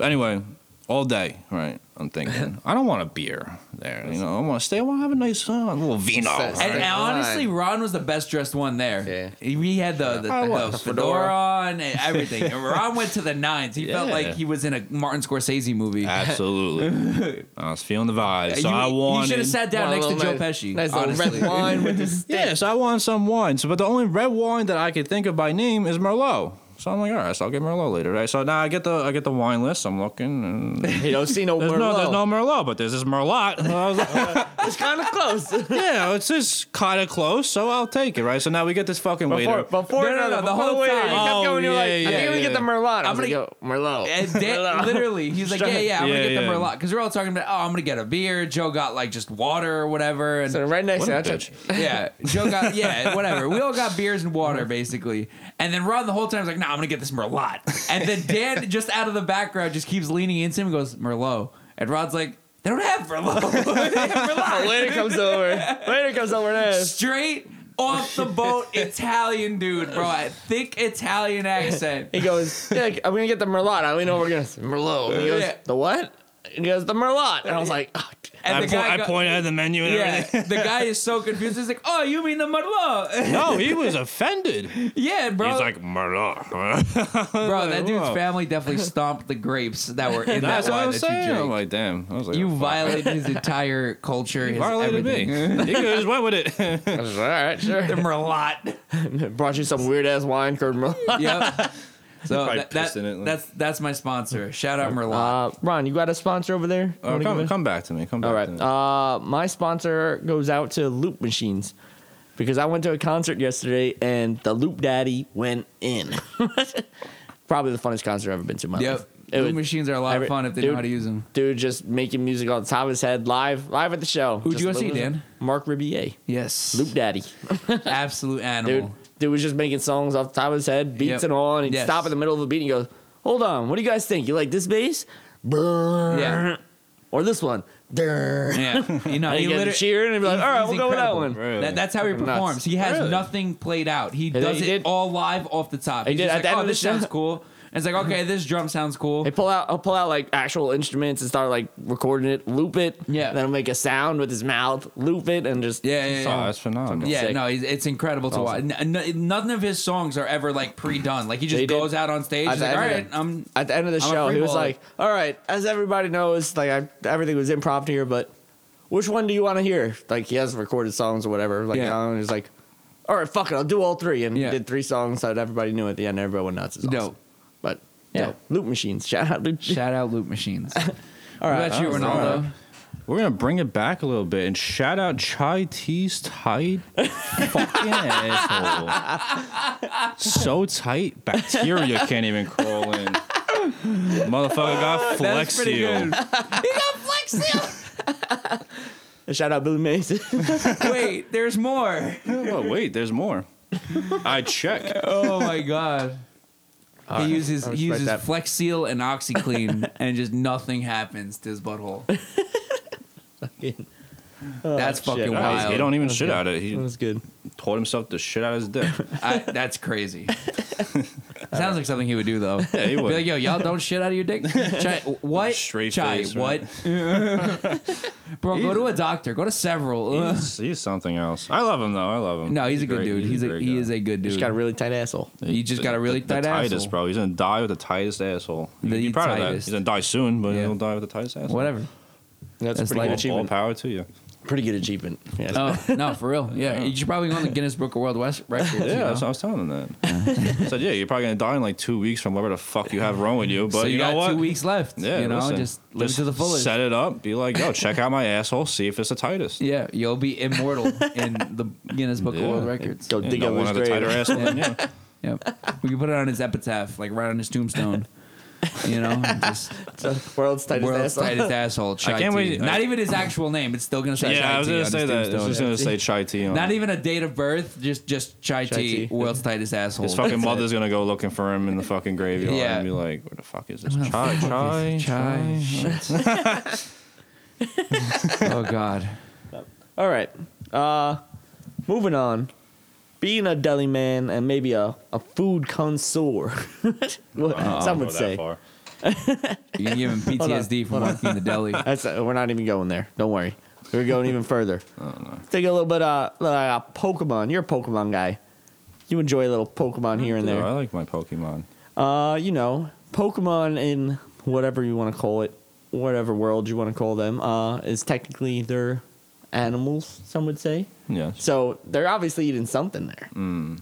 Speaker 4: Anyway, all day, right? I'm thinking, I don't want a beer there. You know, I want to stay. I want to have a nice uh, little vino.
Speaker 2: Set-
Speaker 4: right?
Speaker 3: And, and
Speaker 2: Right.
Speaker 3: honestly, Ron was the best dressed one there.
Speaker 2: Yeah.
Speaker 3: He He had the, the,
Speaker 4: I
Speaker 3: the
Speaker 4: was.
Speaker 3: fedora
Speaker 2: Fedora.
Speaker 3: on and everything. And Ron went to the nines. He felt
Speaker 4: Yeah.
Speaker 3: like he was in a Martin Scorsese movie.
Speaker 4: Absolutely. I was feeling the vibe. So
Speaker 3: you,
Speaker 4: I wanted.
Speaker 3: should have sat down
Speaker 2: Wanted
Speaker 3: next
Speaker 2: a
Speaker 3: to Joe
Speaker 2: little
Speaker 3: Pesci.
Speaker 2: nice little
Speaker 3: honestly.
Speaker 2: red wine with this.
Speaker 4: Yeah, so I want some wine. So, but the only red wine that I could think of by name is Merlot. So I'm like, all right, so I'll get Merlot later, right? So now I get the I get the wine list. I'm looking. And there's
Speaker 2: You don't see no Merlot.
Speaker 4: no, there's no Merlot, but there's this Merlot. So I was like,
Speaker 2: It's kind of close.
Speaker 4: yeah, it's just kind of close, so I'll take it, right? So now we get this fucking
Speaker 2: Before,
Speaker 4: waiter.
Speaker 2: before
Speaker 3: No, no, no, the
Speaker 2: before
Speaker 3: whole
Speaker 2: waiter,
Speaker 3: time.
Speaker 2: You kept
Speaker 4: Oh,
Speaker 2: going. You're
Speaker 4: yeah,
Speaker 2: like, I
Speaker 4: yeah,
Speaker 2: think we
Speaker 4: yeah.
Speaker 2: get the Merlot. I
Speaker 3: I'm
Speaker 2: was like,
Speaker 3: gonna-
Speaker 2: yo, Merlot.
Speaker 3: And Dan-
Speaker 2: Merlot.
Speaker 3: literally, he's like, yeah, yeah, I'm gonna
Speaker 4: Yeah,
Speaker 3: get the
Speaker 4: yeah.
Speaker 3: Merlot because we're all talking about, oh, I'm gonna get a beer. Joe got like just water or whatever, and
Speaker 2: So right next
Speaker 4: What
Speaker 2: to
Speaker 4: a
Speaker 2: that, I
Speaker 4: bitch.
Speaker 2: tried-
Speaker 3: yeah, Joe got yeah, whatever. We all got beers and water basically, and then Ron the whole time is like, nah, I'm gonna get this Merlot, and then Dan just out of the background just keeps leaning into him and goes Merlot, and Rod's like, they don't have Merlot, They have Merlot.
Speaker 2: Waiter comes over. Waiter comes over there.
Speaker 3: straight off the boat Italian dude, bro, I thick Italian accent.
Speaker 2: He goes, yeah, I'm gonna get the Merlot. I only know we're gonna say Merlot. And he goes,
Speaker 3: Yeah.
Speaker 2: the what?
Speaker 5: And he goes, the Merlot. And I was like, oh,
Speaker 3: And
Speaker 4: I,
Speaker 3: the
Speaker 4: po-
Speaker 3: guy
Speaker 4: I
Speaker 3: go-
Speaker 4: point at the menu and
Speaker 3: Yeah,
Speaker 4: everything.
Speaker 3: the guy is so confused. He's like, "Oh, you mean the Merlot?"
Speaker 4: No, he was offended. He's
Speaker 3: yeah, bro.
Speaker 4: like, Merlot.
Speaker 3: bro, that dude's
Speaker 4: Whoa.
Speaker 3: family definitely stomped the grapes that were in
Speaker 4: That's
Speaker 3: that
Speaker 4: what I
Speaker 3: wine
Speaker 4: was
Speaker 3: that you
Speaker 4: saying. I'm
Speaker 3: drank.
Speaker 4: like, damn. I was like,
Speaker 3: you
Speaker 4: oh, fuck.
Speaker 3: violated his entire culture. His
Speaker 4: Violated
Speaker 3: everything.
Speaker 4: me. He could have just went with it.
Speaker 5: I was like, all right, sure.
Speaker 3: The Merlot.
Speaker 5: Brought you some weird ass wine, curd Merlot.
Speaker 3: Yep. So
Speaker 4: Probably
Speaker 3: that, that,
Speaker 4: pissed in it, like-
Speaker 3: that's that's my sponsor. Shout out Merlot.
Speaker 2: Uh, Ron, you got a sponsor over there? You
Speaker 4: Oh,
Speaker 2: wanna give
Speaker 4: come,
Speaker 2: it-
Speaker 4: come back to me. Come back
Speaker 2: All right.
Speaker 4: to
Speaker 3: um,
Speaker 4: me.
Speaker 2: Uh, my sponsor goes out to Loop Machines because I went to a concert yesterday and the Loop Daddy went in. Probably the funnest concert I've ever been to in my life.
Speaker 3: yep.
Speaker 2: It
Speaker 3: Blue
Speaker 2: was-
Speaker 3: machines are a lot
Speaker 2: every-
Speaker 3: of fun if they
Speaker 2: dude,
Speaker 3: know how to use them.
Speaker 2: Dude, just making music on the top of his head, live, live at the show.
Speaker 3: Who'd you
Speaker 2: Just
Speaker 3: go see,
Speaker 2: literally-
Speaker 3: Dan? Oh.
Speaker 2: Mark Ribier,
Speaker 3: Yes.
Speaker 2: Loop Daddy.
Speaker 3: Absolute
Speaker 2: Dude,
Speaker 3: animal.
Speaker 2: dude was just making songs off the top of his head, beats
Speaker 3: Yep.
Speaker 2: and all, and he'd
Speaker 3: Yes.
Speaker 2: stop in the middle of a beat and go, "Hold on, what do you guys think? You like this bass?
Speaker 3: Yeah.
Speaker 2: Or this one?" Yeah.
Speaker 3: Yeah. You know,
Speaker 2: And
Speaker 3: he
Speaker 2: he'd get
Speaker 3: literally.
Speaker 2: cheer and he'd be like,
Speaker 3: he's-
Speaker 2: "All right,
Speaker 3: he's
Speaker 2: we'll go with that one."
Speaker 3: incredible.
Speaker 4: Really?
Speaker 3: That, that's how he performs. He has
Speaker 2: Really?
Speaker 3: nothing played out. He
Speaker 2: then
Speaker 3: does
Speaker 2: he
Speaker 3: it
Speaker 2: did-
Speaker 3: all live off the top.
Speaker 2: He
Speaker 3: He's
Speaker 2: did.
Speaker 3: just
Speaker 2: At
Speaker 3: like,
Speaker 2: the end
Speaker 3: oh,
Speaker 2: of the
Speaker 3: this sounds
Speaker 2: show-
Speaker 3: cool. And it's like, okay, this drum sounds cool.
Speaker 2: They pull out. I'll pull out like actual instruments and start like recording it, loop it.
Speaker 3: Yeah.
Speaker 2: Then I'll make a sound with his mouth, loop it, and just
Speaker 3: Yeah, yeah,
Speaker 4: oh,
Speaker 3: yeah.
Speaker 4: that's phenomenal.
Speaker 3: Yeah,
Speaker 2: sick.
Speaker 3: no, he's, it's incredible to watch. N- n- none of his songs are ever like pre-done. Like he just
Speaker 2: They did-
Speaker 3: goes out on stage.
Speaker 2: At
Speaker 3: He's
Speaker 2: the
Speaker 3: like, all
Speaker 2: end
Speaker 3: right,
Speaker 2: of the-
Speaker 3: I'm.
Speaker 2: At the end of the
Speaker 3: I'm a
Speaker 2: show,
Speaker 3: free
Speaker 2: he was
Speaker 3: baller.
Speaker 2: like, "All right, as everybody knows, like I, everything was impromptu here, but which one do you want to hear?" Like he has recorded songs or whatever. Like
Speaker 3: Yeah.
Speaker 2: I don't know, he's like, "All right, fuck it, I'll do all three. And he
Speaker 3: Yeah.
Speaker 2: did three songs that everybody knew at the end. Everybody went nuts. It's awesome.
Speaker 3: Dope.
Speaker 2: But
Speaker 3: Yeah.
Speaker 2: yeah, loop machines. Shout out loop.
Speaker 3: Shout out Loop Machines.
Speaker 2: all
Speaker 3: What
Speaker 2: right,
Speaker 3: about you,
Speaker 4: was
Speaker 3: Ronaldo?
Speaker 4: We're gonna bring it back a little bit and shout out Chai Tea's tight fucking asshole. So tight, bacteria can't even crawl in. Motherfucker got flex seal.
Speaker 2: shout out Billy Mays.
Speaker 3: Wait, there's more.
Speaker 4: Oh wait, there's more. I check.
Speaker 3: Oh my god. He uses
Speaker 2: I
Speaker 3: he
Speaker 2: respect
Speaker 3: uses
Speaker 2: that.
Speaker 3: Flex Seal and OxyClean, and just nothing happens to his butthole.
Speaker 4: Oh,
Speaker 3: that's fucking
Speaker 2: shit.
Speaker 4: Nah,
Speaker 3: wild.
Speaker 4: he don't even shit out of it.
Speaker 2: that
Speaker 4: He
Speaker 2: was good.
Speaker 4: tore himself the shit out of his dick.
Speaker 3: I- that's crazy. Sounds like something he would do though.
Speaker 4: Yeah, he
Speaker 3: Be
Speaker 4: would.
Speaker 3: like, yo, y'all don't shit out of your dick. Chai, what?
Speaker 4: Straight
Speaker 3: Chai,
Speaker 4: face,
Speaker 3: what?
Speaker 4: right?
Speaker 3: Bro, go to a doctor. Go to several. Ugh.
Speaker 4: He's, he's something else. I love him though. I love him.
Speaker 3: No, he's a good
Speaker 4: great-
Speaker 3: dude. He's a
Speaker 4: great
Speaker 3: he
Speaker 4: guy.
Speaker 3: is a good dude.
Speaker 2: Just got a really tight asshole.
Speaker 3: He just got a really
Speaker 4: the,
Speaker 3: tight
Speaker 4: the tightest,
Speaker 3: asshole.
Speaker 4: bro. He's gonna die with the tightest asshole. You
Speaker 3: The
Speaker 4: can be proud of that.
Speaker 3: tightest.
Speaker 4: He's gonna die soon, but
Speaker 3: Yeah.
Speaker 4: he'll die with the tightest asshole.
Speaker 3: Whatever.
Speaker 2: That's,
Speaker 3: That's
Speaker 2: a pretty
Speaker 3: like-
Speaker 2: good
Speaker 4: All, all
Speaker 2: achievement.
Speaker 4: power to you.
Speaker 2: Pretty good achievement. Yeah.
Speaker 3: Oh no, for real. Yeah, you should probably go on the Guinness Book of World West Records. you
Speaker 4: Yeah,
Speaker 3: know?
Speaker 4: that's what I was telling them that. I said, yeah, you're probably gonna die in like two weeks from whatever the fuck you have wrong with you. But
Speaker 3: so you,
Speaker 4: you,
Speaker 3: got
Speaker 4: know what?
Speaker 3: two weeks left.
Speaker 4: Yeah,
Speaker 3: you know,
Speaker 4: listen,
Speaker 3: just live it to the fullest.
Speaker 4: Set it up. Be like, yo, check out my asshole. See if it's the tightest.
Speaker 3: Yeah, you'll be immortal in the Guinness Book of
Speaker 4: Yeah.
Speaker 3: World Records.
Speaker 2: Go dig
Speaker 4: no
Speaker 2: up
Speaker 4: one
Speaker 2: his
Speaker 4: has a
Speaker 2: grave.
Speaker 4: tighter asshole than you.
Speaker 3: Yep. We can put it on his epitaph, like right on his tombstone. You know, just
Speaker 2: World's tightest
Speaker 3: world's
Speaker 2: asshole.
Speaker 3: tightest asshole. Chai
Speaker 4: can't
Speaker 3: T.
Speaker 4: wait- I-
Speaker 3: Not even his actual name. It's still gonna say.
Speaker 4: Yeah,
Speaker 3: Chai
Speaker 4: I was
Speaker 3: T
Speaker 4: gonna
Speaker 3: on
Speaker 4: say
Speaker 3: his
Speaker 4: that. I was
Speaker 3: tombstone.
Speaker 4: just gonna say chai tea. On
Speaker 3: Not
Speaker 4: it.
Speaker 3: even a date of birth. Just just Chai, T.
Speaker 2: T.
Speaker 3: World's tightest asshole.
Speaker 4: His fucking mother's gonna go looking for him in the fucking graveyard
Speaker 3: Yeah.
Speaker 4: and be like, where the fuck is this chai? Chai.
Speaker 3: Chai. Chai. shit. oh God.
Speaker 2: All right. Uh, moving on. Being a deli man and maybe a, a food connoisseur, Well, some would say.
Speaker 3: You can give him PTSD from working in the deli.
Speaker 2: That's uh, we're not even going there. Don't worry. We're going even further. Think a little bit uh like a Pokemon. You're a Pokemon guy. You enjoy a little Pokemon here and
Speaker 4: Dude, I
Speaker 2: there.
Speaker 4: like my Pokemon.
Speaker 2: Uh, you know, Pokemon in whatever you want to call it, whatever world you want to call them, uh, is technically their animals. Some would say.
Speaker 4: Yeah.
Speaker 2: So they're obviously eating something there.
Speaker 4: Mm.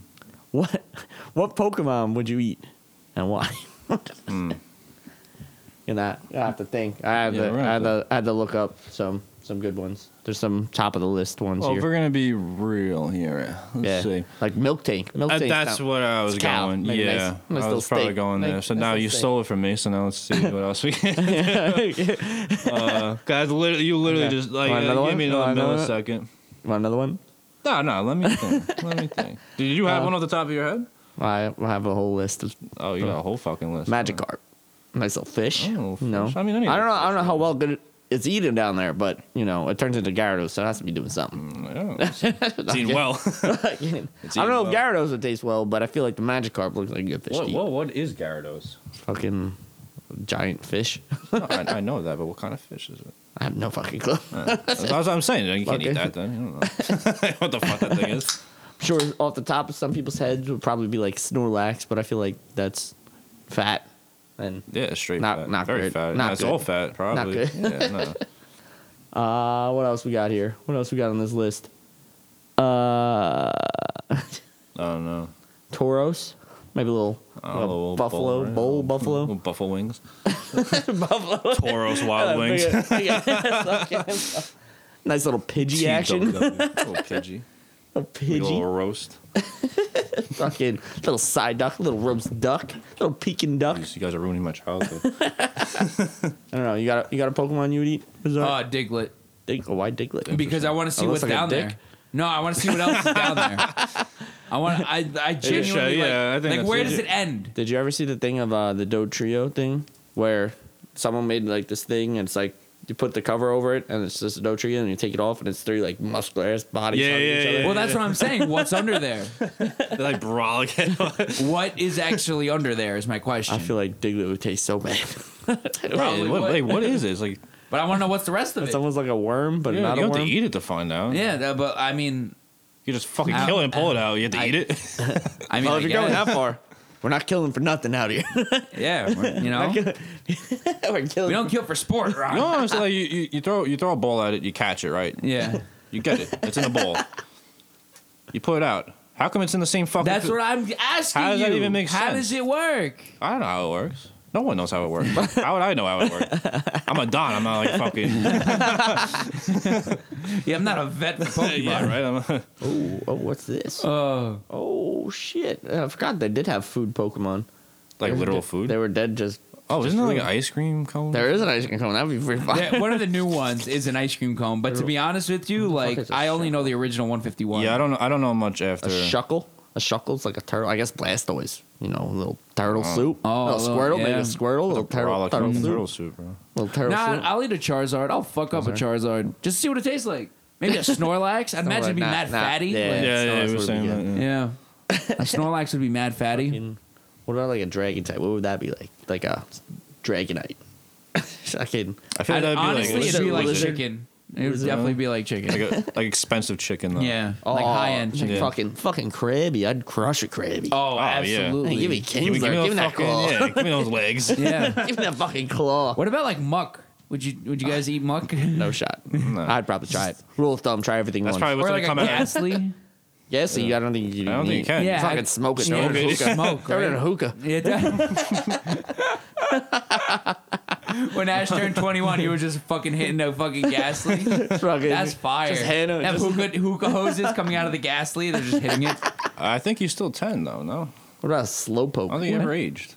Speaker 2: What what Pokemon would you eat and why? And I, I have to think. I have
Speaker 4: Mm. Yeah,
Speaker 2: to,
Speaker 4: we're
Speaker 2: I
Speaker 4: gonna
Speaker 2: had
Speaker 4: have
Speaker 2: to I had to look up some some good ones. There's some top of the list ones
Speaker 4: Well, if
Speaker 2: here.
Speaker 4: we're gonna be real here. Let's
Speaker 2: yeah.
Speaker 4: see.
Speaker 2: Like milk tank. Milk
Speaker 4: Uh,
Speaker 2: tank.
Speaker 4: that's what I was
Speaker 2: It's cow.
Speaker 4: going.
Speaker 2: Make a nice-
Speaker 4: Yeah,
Speaker 2: nice
Speaker 4: I
Speaker 2: little
Speaker 4: was probably
Speaker 2: steak.
Speaker 4: going
Speaker 2: Make
Speaker 4: there. So
Speaker 2: nice
Speaker 4: now
Speaker 2: little
Speaker 4: you
Speaker 2: steak.
Speaker 4: stole it from me. So now let's see what else we can. uh, guys, literally, you literally
Speaker 2: Okay.
Speaker 4: just like
Speaker 2: Want
Speaker 4: uh,
Speaker 2: another
Speaker 4: give
Speaker 2: one?
Speaker 4: me
Speaker 2: Want
Speaker 4: another
Speaker 2: another one?
Speaker 4: millisecond.
Speaker 2: Want another one?
Speaker 4: No, no, let me think. let me think. Did you have
Speaker 2: Uh,
Speaker 4: one off the top of your head?
Speaker 2: I I have a whole list of
Speaker 4: Oh, you got a whole fucking list.
Speaker 2: Magikarp. Nice little fish.
Speaker 4: Oh,
Speaker 2: No.
Speaker 4: fish. I mean, any
Speaker 2: I don't know I
Speaker 4: fish
Speaker 2: don't know how well good it, it's eating down there, but you know, it turns into Gyarados, so it has to be doing something.
Speaker 4: Mm, Yeah, it's it's eating well.
Speaker 2: I don't
Speaker 4: Mm. It's
Speaker 2: know
Speaker 4: eating
Speaker 2: if Gyarados would taste well, but I feel like the Magikarp looks like a good fish.
Speaker 4: what,
Speaker 2: to eat.
Speaker 4: what, what is Gyarados?
Speaker 2: Fucking giant fish.
Speaker 4: No, I, I know that, but what kind of fish is it?
Speaker 2: I have no fucking clue.
Speaker 4: That's what I'm saying. You can't
Speaker 2: Okay.
Speaker 4: eat that then. You don't know. what the fuck that thing is.
Speaker 2: sure, off the top of some people's heads would probably be like Snorlax, but I feel like that's fat. And
Speaker 4: Yeah, straight
Speaker 2: Not-
Speaker 4: fat.
Speaker 2: not
Speaker 4: Very
Speaker 2: good.
Speaker 4: fat.
Speaker 2: Not
Speaker 4: That's
Speaker 2: good.
Speaker 4: all fat, probably.
Speaker 2: good.
Speaker 4: Yeah, no.
Speaker 2: uh, what else we got here? What else we got on this list? Uh,
Speaker 4: I don't know.
Speaker 2: Toros, maybe a little
Speaker 4: I don't know,
Speaker 2: a
Speaker 4: little
Speaker 2: buffalo
Speaker 4: Oh, right?
Speaker 2: bowl, buffalo,
Speaker 4: Little buffalo wings.
Speaker 2: buffalo.
Speaker 4: Toros wild wings.
Speaker 2: nice little pidgey action.
Speaker 4: TWW, Little pidgey.
Speaker 2: A
Speaker 4: Big Little
Speaker 2: pidgey,
Speaker 4: roast.
Speaker 2: fucking little side duck, little roast duck, little peking duck.
Speaker 4: Jeez, You guys are ruining my childhood.
Speaker 2: I don't know. You got a, you got a Pokemon you would eat? Bizarre.
Speaker 3: Uh, Diglett.
Speaker 2: Dig- oh, why Diglett?
Speaker 3: Because I want to see
Speaker 2: It
Speaker 3: what's
Speaker 2: looks like a
Speaker 3: down there.
Speaker 2: dick.
Speaker 3: No, I want to see what else is down there. I want. I. I genuinely
Speaker 4: yeah,
Speaker 3: like.
Speaker 4: I think
Speaker 3: like,
Speaker 4: that's
Speaker 3: where does
Speaker 4: legit.
Speaker 3: it end?
Speaker 2: Did you ever see the thing of uh, the Do Trio thing where someone made like this thing and it's like you put the cover over it and it's just a Do Trio and you take it off and it's three like muscular ass bodies
Speaker 4: Yeah,
Speaker 2: hugging
Speaker 4: yeah,
Speaker 2: each other.
Speaker 4: yeah.
Speaker 3: Well, that's what I'm saying. What's under there?
Speaker 4: They're like brolic.
Speaker 3: What is actually under there is my question.
Speaker 2: I feel like Diglett would taste so bad.
Speaker 3: Probably
Speaker 4: what,
Speaker 3: would.
Speaker 4: wait, what is it? It's like
Speaker 3: but I want to know what's the rest of it.
Speaker 2: it's almost like a worm, but
Speaker 4: yeah,
Speaker 2: not
Speaker 4: you
Speaker 2: a
Speaker 4: don't have
Speaker 2: worm.
Speaker 4: to eat it to find out.
Speaker 3: Yeah, that- but I mean,
Speaker 4: You just fucking
Speaker 3: Ow,
Speaker 4: kill it and pull it out. You have to
Speaker 3: I-
Speaker 4: eat it.
Speaker 3: I mean,
Speaker 2: Well,
Speaker 3: I
Speaker 2: if you're going
Speaker 3: guess.
Speaker 2: that far, we're not killing for nothing out here.
Speaker 3: yeah, we're- you know,
Speaker 2: we're
Speaker 3: we
Speaker 2: killing.
Speaker 3: don't kill for sport, Ron.
Speaker 4: no, it's like you, you, you throw you throw a ball at it, you catch it, right?
Speaker 3: Yeah,
Speaker 4: You get it. It's in a bowl. You pull it out. How come it's in the same fucking?
Speaker 3: that's what I'm asking.
Speaker 4: How does that
Speaker 3: you.
Speaker 4: even make
Speaker 3: How
Speaker 4: sense?
Speaker 3: does it work?
Speaker 4: I don't know how it works. No one knows how it works. how would I know how it works? I'm a don. I'm not like fucking.
Speaker 3: Yeah, I'm not a vet for Pokemon.
Speaker 4: yeah, right. I'm a,
Speaker 2: Oh, oh, what's this?
Speaker 3: Oh,
Speaker 2: oh shit! I forgot they did have food Pokemon. They
Speaker 4: like
Speaker 2: were
Speaker 4: literal
Speaker 2: de-
Speaker 4: food.
Speaker 2: They were dead. Just
Speaker 4: oh, isn't there like an ice cream cone?
Speaker 2: there is an ice cream cone. That would be pretty fun.
Speaker 3: yeah, one of the new ones is an ice cream cone. But to be honest with you,
Speaker 2: is
Speaker 3: like
Speaker 2: a
Speaker 3: I only know the original 151.
Speaker 4: Yeah, I don't know. I don't know much after.
Speaker 2: A shuckle. A shuckle's like a turtle. I guess Blastoise. You know, a little turtle soup. little
Speaker 3: Oh, a little-
Speaker 2: squirtle, maybe
Speaker 3: yeah.
Speaker 2: a squirtle, little turtle,
Speaker 4: Brolic
Speaker 2: turtle
Speaker 4: fucking
Speaker 2: soup.
Speaker 4: turtle soup, bro.
Speaker 2: Little turtle
Speaker 3: Nah,
Speaker 2: soup.
Speaker 3: I'll eat a Charizard. I'll fuck up a Charizard just to see what it tastes like. Maybe a Snorlax. I'd imagine it'd be
Speaker 2: Nah,
Speaker 3: mad
Speaker 2: nah,
Speaker 3: fatty.
Speaker 2: yeah.
Speaker 4: Yeah,
Speaker 3: Like,
Speaker 4: yeah,
Speaker 2: Snorlax
Speaker 4: he was
Speaker 2: would be
Speaker 4: saying
Speaker 2: good.
Speaker 4: that. yeah.
Speaker 3: yeah. A Snorlax would be mad fatty.
Speaker 2: Fucking- What about like a dragon type? What would that be like? Like a dragonite. Fucking
Speaker 4: I feel like
Speaker 3: I'd-
Speaker 4: that'd be
Speaker 3: honestly,
Speaker 4: like,
Speaker 3: it'd be like
Speaker 2: lizard.
Speaker 3: chicken. It would
Speaker 2: Lizard.
Speaker 3: definitely be like chicken.
Speaker 4: like, a, like expensive chicken though.
Speaker 3: yeah, like
Speaker 2: Oh,
Speaker 3: high end chicken.
Speaker 4: Yeah.
Speaker 2: Fucking fucking crabby. I'd crush a crabby.
Speaker 3: Oh,
Speaker 4: yeah.
Speaker 3: absolutely.
Speaker 2: Hey, give me
Speaker 4: Give me,
Speaker 2: Kingsler.
Speaker 4: give me
Speaker 2: Give,
Speaker 4: those
Speaker 2: me that
Speaker 4: fucking,
Speaker 2: claw.
Speaker 4: yeah, give me those legs.
Speaker 3: yeah.
Speaker 2: give me that fucking claw.
Speaker 3: What about like muck? Would you would you guys eat muck?
Speaker 2: No shot.
Speaker 4: No.
Speaker 2: I'd probably try it. Rule of thumb: try everything
Speaker 4: That's
Speaker 2: once.
Speaker 4: probably what's
Speaker 3: or
Speaker 4: gonna
Speaker 3: like a
Speaker 4: come out.
Speaker 3: ghastly?
Speaker 2: yeah, so you, I don't think you.
Speaker 4: I don't think you
Speaker 2: need-
Speaker 4: can.
Speaker 3: Yeah.
Speaker 2: Fucking smoke it.
Speaker 3: Yeah,
Speaker 2: Throw it in a
Speaker 4: it's
Speaker 2: hookah.
Speaker 3: smoke.
Speaker 2: Throw it in a
Speaker 3: Right?
Speaker 2: hookah.
Speaker 3: Yeah, that- when Ash turned 21, he was just fucking hitting a fucking ghastly.
Speaker 2: Fucking-
Speaker 3: That's fire.
Speaker 2: Just hand him-
Speaker 3: that
Speaker 2: just-
Speaker 3: hookah, hookah hoses coming out of the ghastly, they're just hitting it.
Speaker 4: I think he's still ten though. No,
Speaker 2: What about a
Speaker 4: I don't
Speaker 2: slowpoke?
Speaker 4: think he ever aged.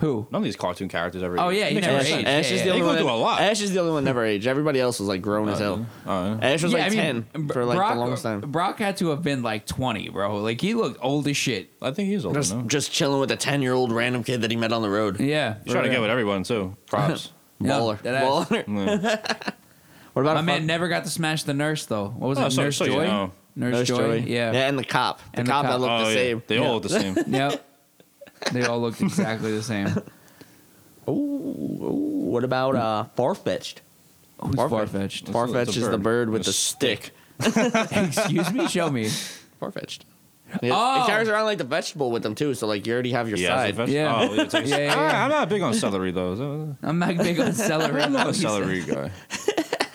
Speaker 3: Who?
Speaker 4: None of these cartoon characters ever.
Speaker 3: Oh,
Speaker 4: aged.
Speaker 3: yeah, he
Speaker 4: Makes
Speaker 3: never
Speaker 4: no
Speaker 2: Ash,
Speaker 3: aged.
Speaker 4: sense.
Speaker 2: Ash is
Speaker 3: Yeah,
Speaker 2: the
Speaker 4: yeah.
Speaker 2: only
Speaker 4: They go
Speaker 2: one.
Speaker 4: through a lot.
Speaker 2: Ash is the only one never aged. Everybody else was like grown as hell.
Speaker 4: Oh, yeah.
Speaker 2: Ash was
Speaker 3: Yeah,
Speaker 2: like
Speaker 3: I mean, um,
Speaker 2: ten
Speaker 3: Br-
Speaker 2: for like
Speaker 3: Brock,
Speaker 2: the longest time.
Speaker 3: Brock had to have been like 20, bro. Like, he looked old as shit.
Speaker 4: I think he's old
Speaker 2: Just,
Speaker 4: now.
Speaker 2: just chilling with a ten-year-old random kid that he met on the road.
Speaker 3: Yeah.
Speaker 4: Trying to get with everyone too. Props.
Speaker 3: Yeah,
Speaker 2: Baller,
Speaker 3: that ass.
Speaker 2: baller.
Speaker 4: Yeah.
Speaker 2: What about
Speaker 3: My
Speaker 2: a
Speaker 3: man
Speaker 2: fuck-
Speaker 3: never got to smash the nurse, though. What was
Speaker 4: Oh,
Speaker 3: it?
Speaker 4: so-
Speaker 3: nurse
Speaker 4: so you
Speaker 3: Joy?
Speaker 4: know.
Speaker 3: Nurse,
Speaker 2: Nurse
Speaker 3: Joy. Yeah.
Speaker 2: yeah, and the cop. The
Speaker 3: And the
Speaker 2: cop that
Speaker 3: cop.
Speaker 2: looked
Speaker 4: Oh,
Speaker 2: the
Speaker 4: yeah.
Speaker 2: same.
Speaker 4: They all look the same.
Speaker 3: Yep. They all looked exactly the same.
Speaker 2: Oh, what about uh, far-fetched?
Speaker 3: Who's far fetched?
Speaker 2: Oh, Farfetched is the bird with
Speaker 4: A
Speaker 2: the stick.
Speaker 3: Excuse me? Show me.
Speaker 2: Farfetched. It,
Speaker 3: Oh!
Speaker 2: it carries around like the vegetable with them too, so like you already have your
Speaker 4: Yeah,
Speaker 2: side.
Speaker 4: it's a veg-
Speaker 3: Yeah.
Speaker 4: Oh, it's like,
Speaker 3: Yeah, yeah,
Speaker 4: Ah,
Speaker 3: yeah.
Speaker 4: I'm not big on celery though. So-
Speaker 3: I'm not big on celery.
Speaker 4: I'm not a
Speaker 3: He said-
Speaker 4: celery guy.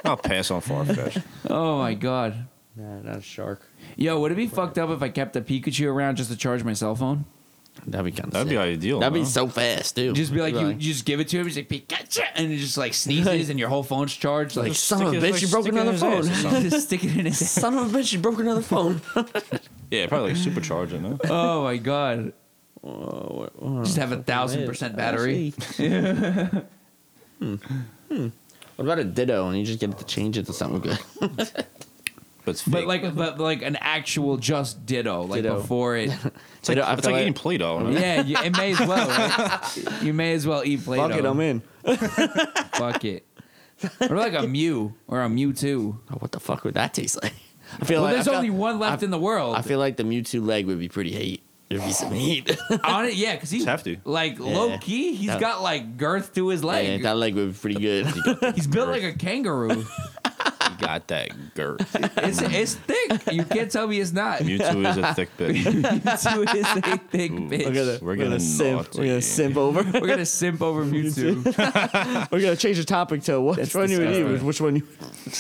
Speaker 4: I'll pass on farfetch.
Speaker 3: Oh my god.
Speaker 2: Nah, not a shark.
Speaker 3: Yo, would it be fucked up if I kept a Pikachu around just to charge my cell phone?
Speaker 2: That'd be kind of.
Speaker 4: That'd be ideal.
Speaker 2: That'd be
Speaker 4: no?
Speaker 2: so fast, dude.
Speaker 3: Just be like, you,
Speaker 2: Really.
Speaker 3: you just give it to him. He's like Pikachu, and it just like sneezes, and your whole phone's charged. Like,
Speaker 2: like son of a
Speaker 4: stick it-
Speaker 2: bitch,
Speaker 4: like,
Speaker 2: you broke
Speaker 4: stick it in
Speaker 2: another
Speaker 4: his ass or
Speaker 2: phone.
Speaker 4: something.
Speaker 3: just stick it in his. ass.
Speaker 2: Son of a bitch, you broke another phone.
Speaker 4: Yeah, probably like supercharger. No?
Speaker 3: Oh my god. Just have a thousand percent battery.
Speaker 2: Hmm. What about a ditto? And you just get it to change it to something good.
Speaker 4: But it's fake.
Speaker 3: But like, but like an actual just Ditto, like
Speaker 2: Ditto.
Speaker 3: before it.
Speaker 4: it's like,
Speaker 2: Ditto, I
Speaker 4: it's
Speaker 2: feel
Speaker 4: like
Speaker 2: like-
Speaker 4: eating Play-Doh. no?
Speaker 3: Yeah, you, it may as well. Right? You may as well eat Play-Doh.
Speaker 2: in.
Speaker 3: Fuck it. Or like a Mew or a Mewtwo.
Speaker 2: Oh, what the fuck would that taste like? I feel
Speaker 3: Well,
Speaker 2: like
Speaker 3: there's
Speaker 2: I feel,
Speaker 3: only one left in the world.
Speaker 2: I feel like the Mewtwo leg would be pretty hate. Give me some heat.
Speaker 3: On it, yeah, because he's
Speaker 4: hefty.
Speaker 3: Like low key, he's
Speaker 2: That-
Speaker 3: got like girth to his
Speaker 2: yeah,
Speaker 3: leg.
Speaker 2: that leg was pretty good.
Speaker 3: he's built like a kangaroo.
Speaker 4: You got that girth.
Speaker 3: it's it's thick. You can't tell me it's not.
Speaker 4: Mewtwo is a thick bitch.
Speaker 3: Mewtwo is a thick bitch.
Speaker 2: We're gonna,
Speaker 4: We're
Speaker 2: we're
Speaker 4: getting
Speaker 2: gonna simp.
Speaker 4: naughty.
Speaker 2: We're gonna simp over.
Speaker 3: We're gonna simp over Mewtwo.
Speaker 2: we're gonna change the topic to what, which one you would
Speaker 3: disgusting.
Speaker 2: use. Which one you?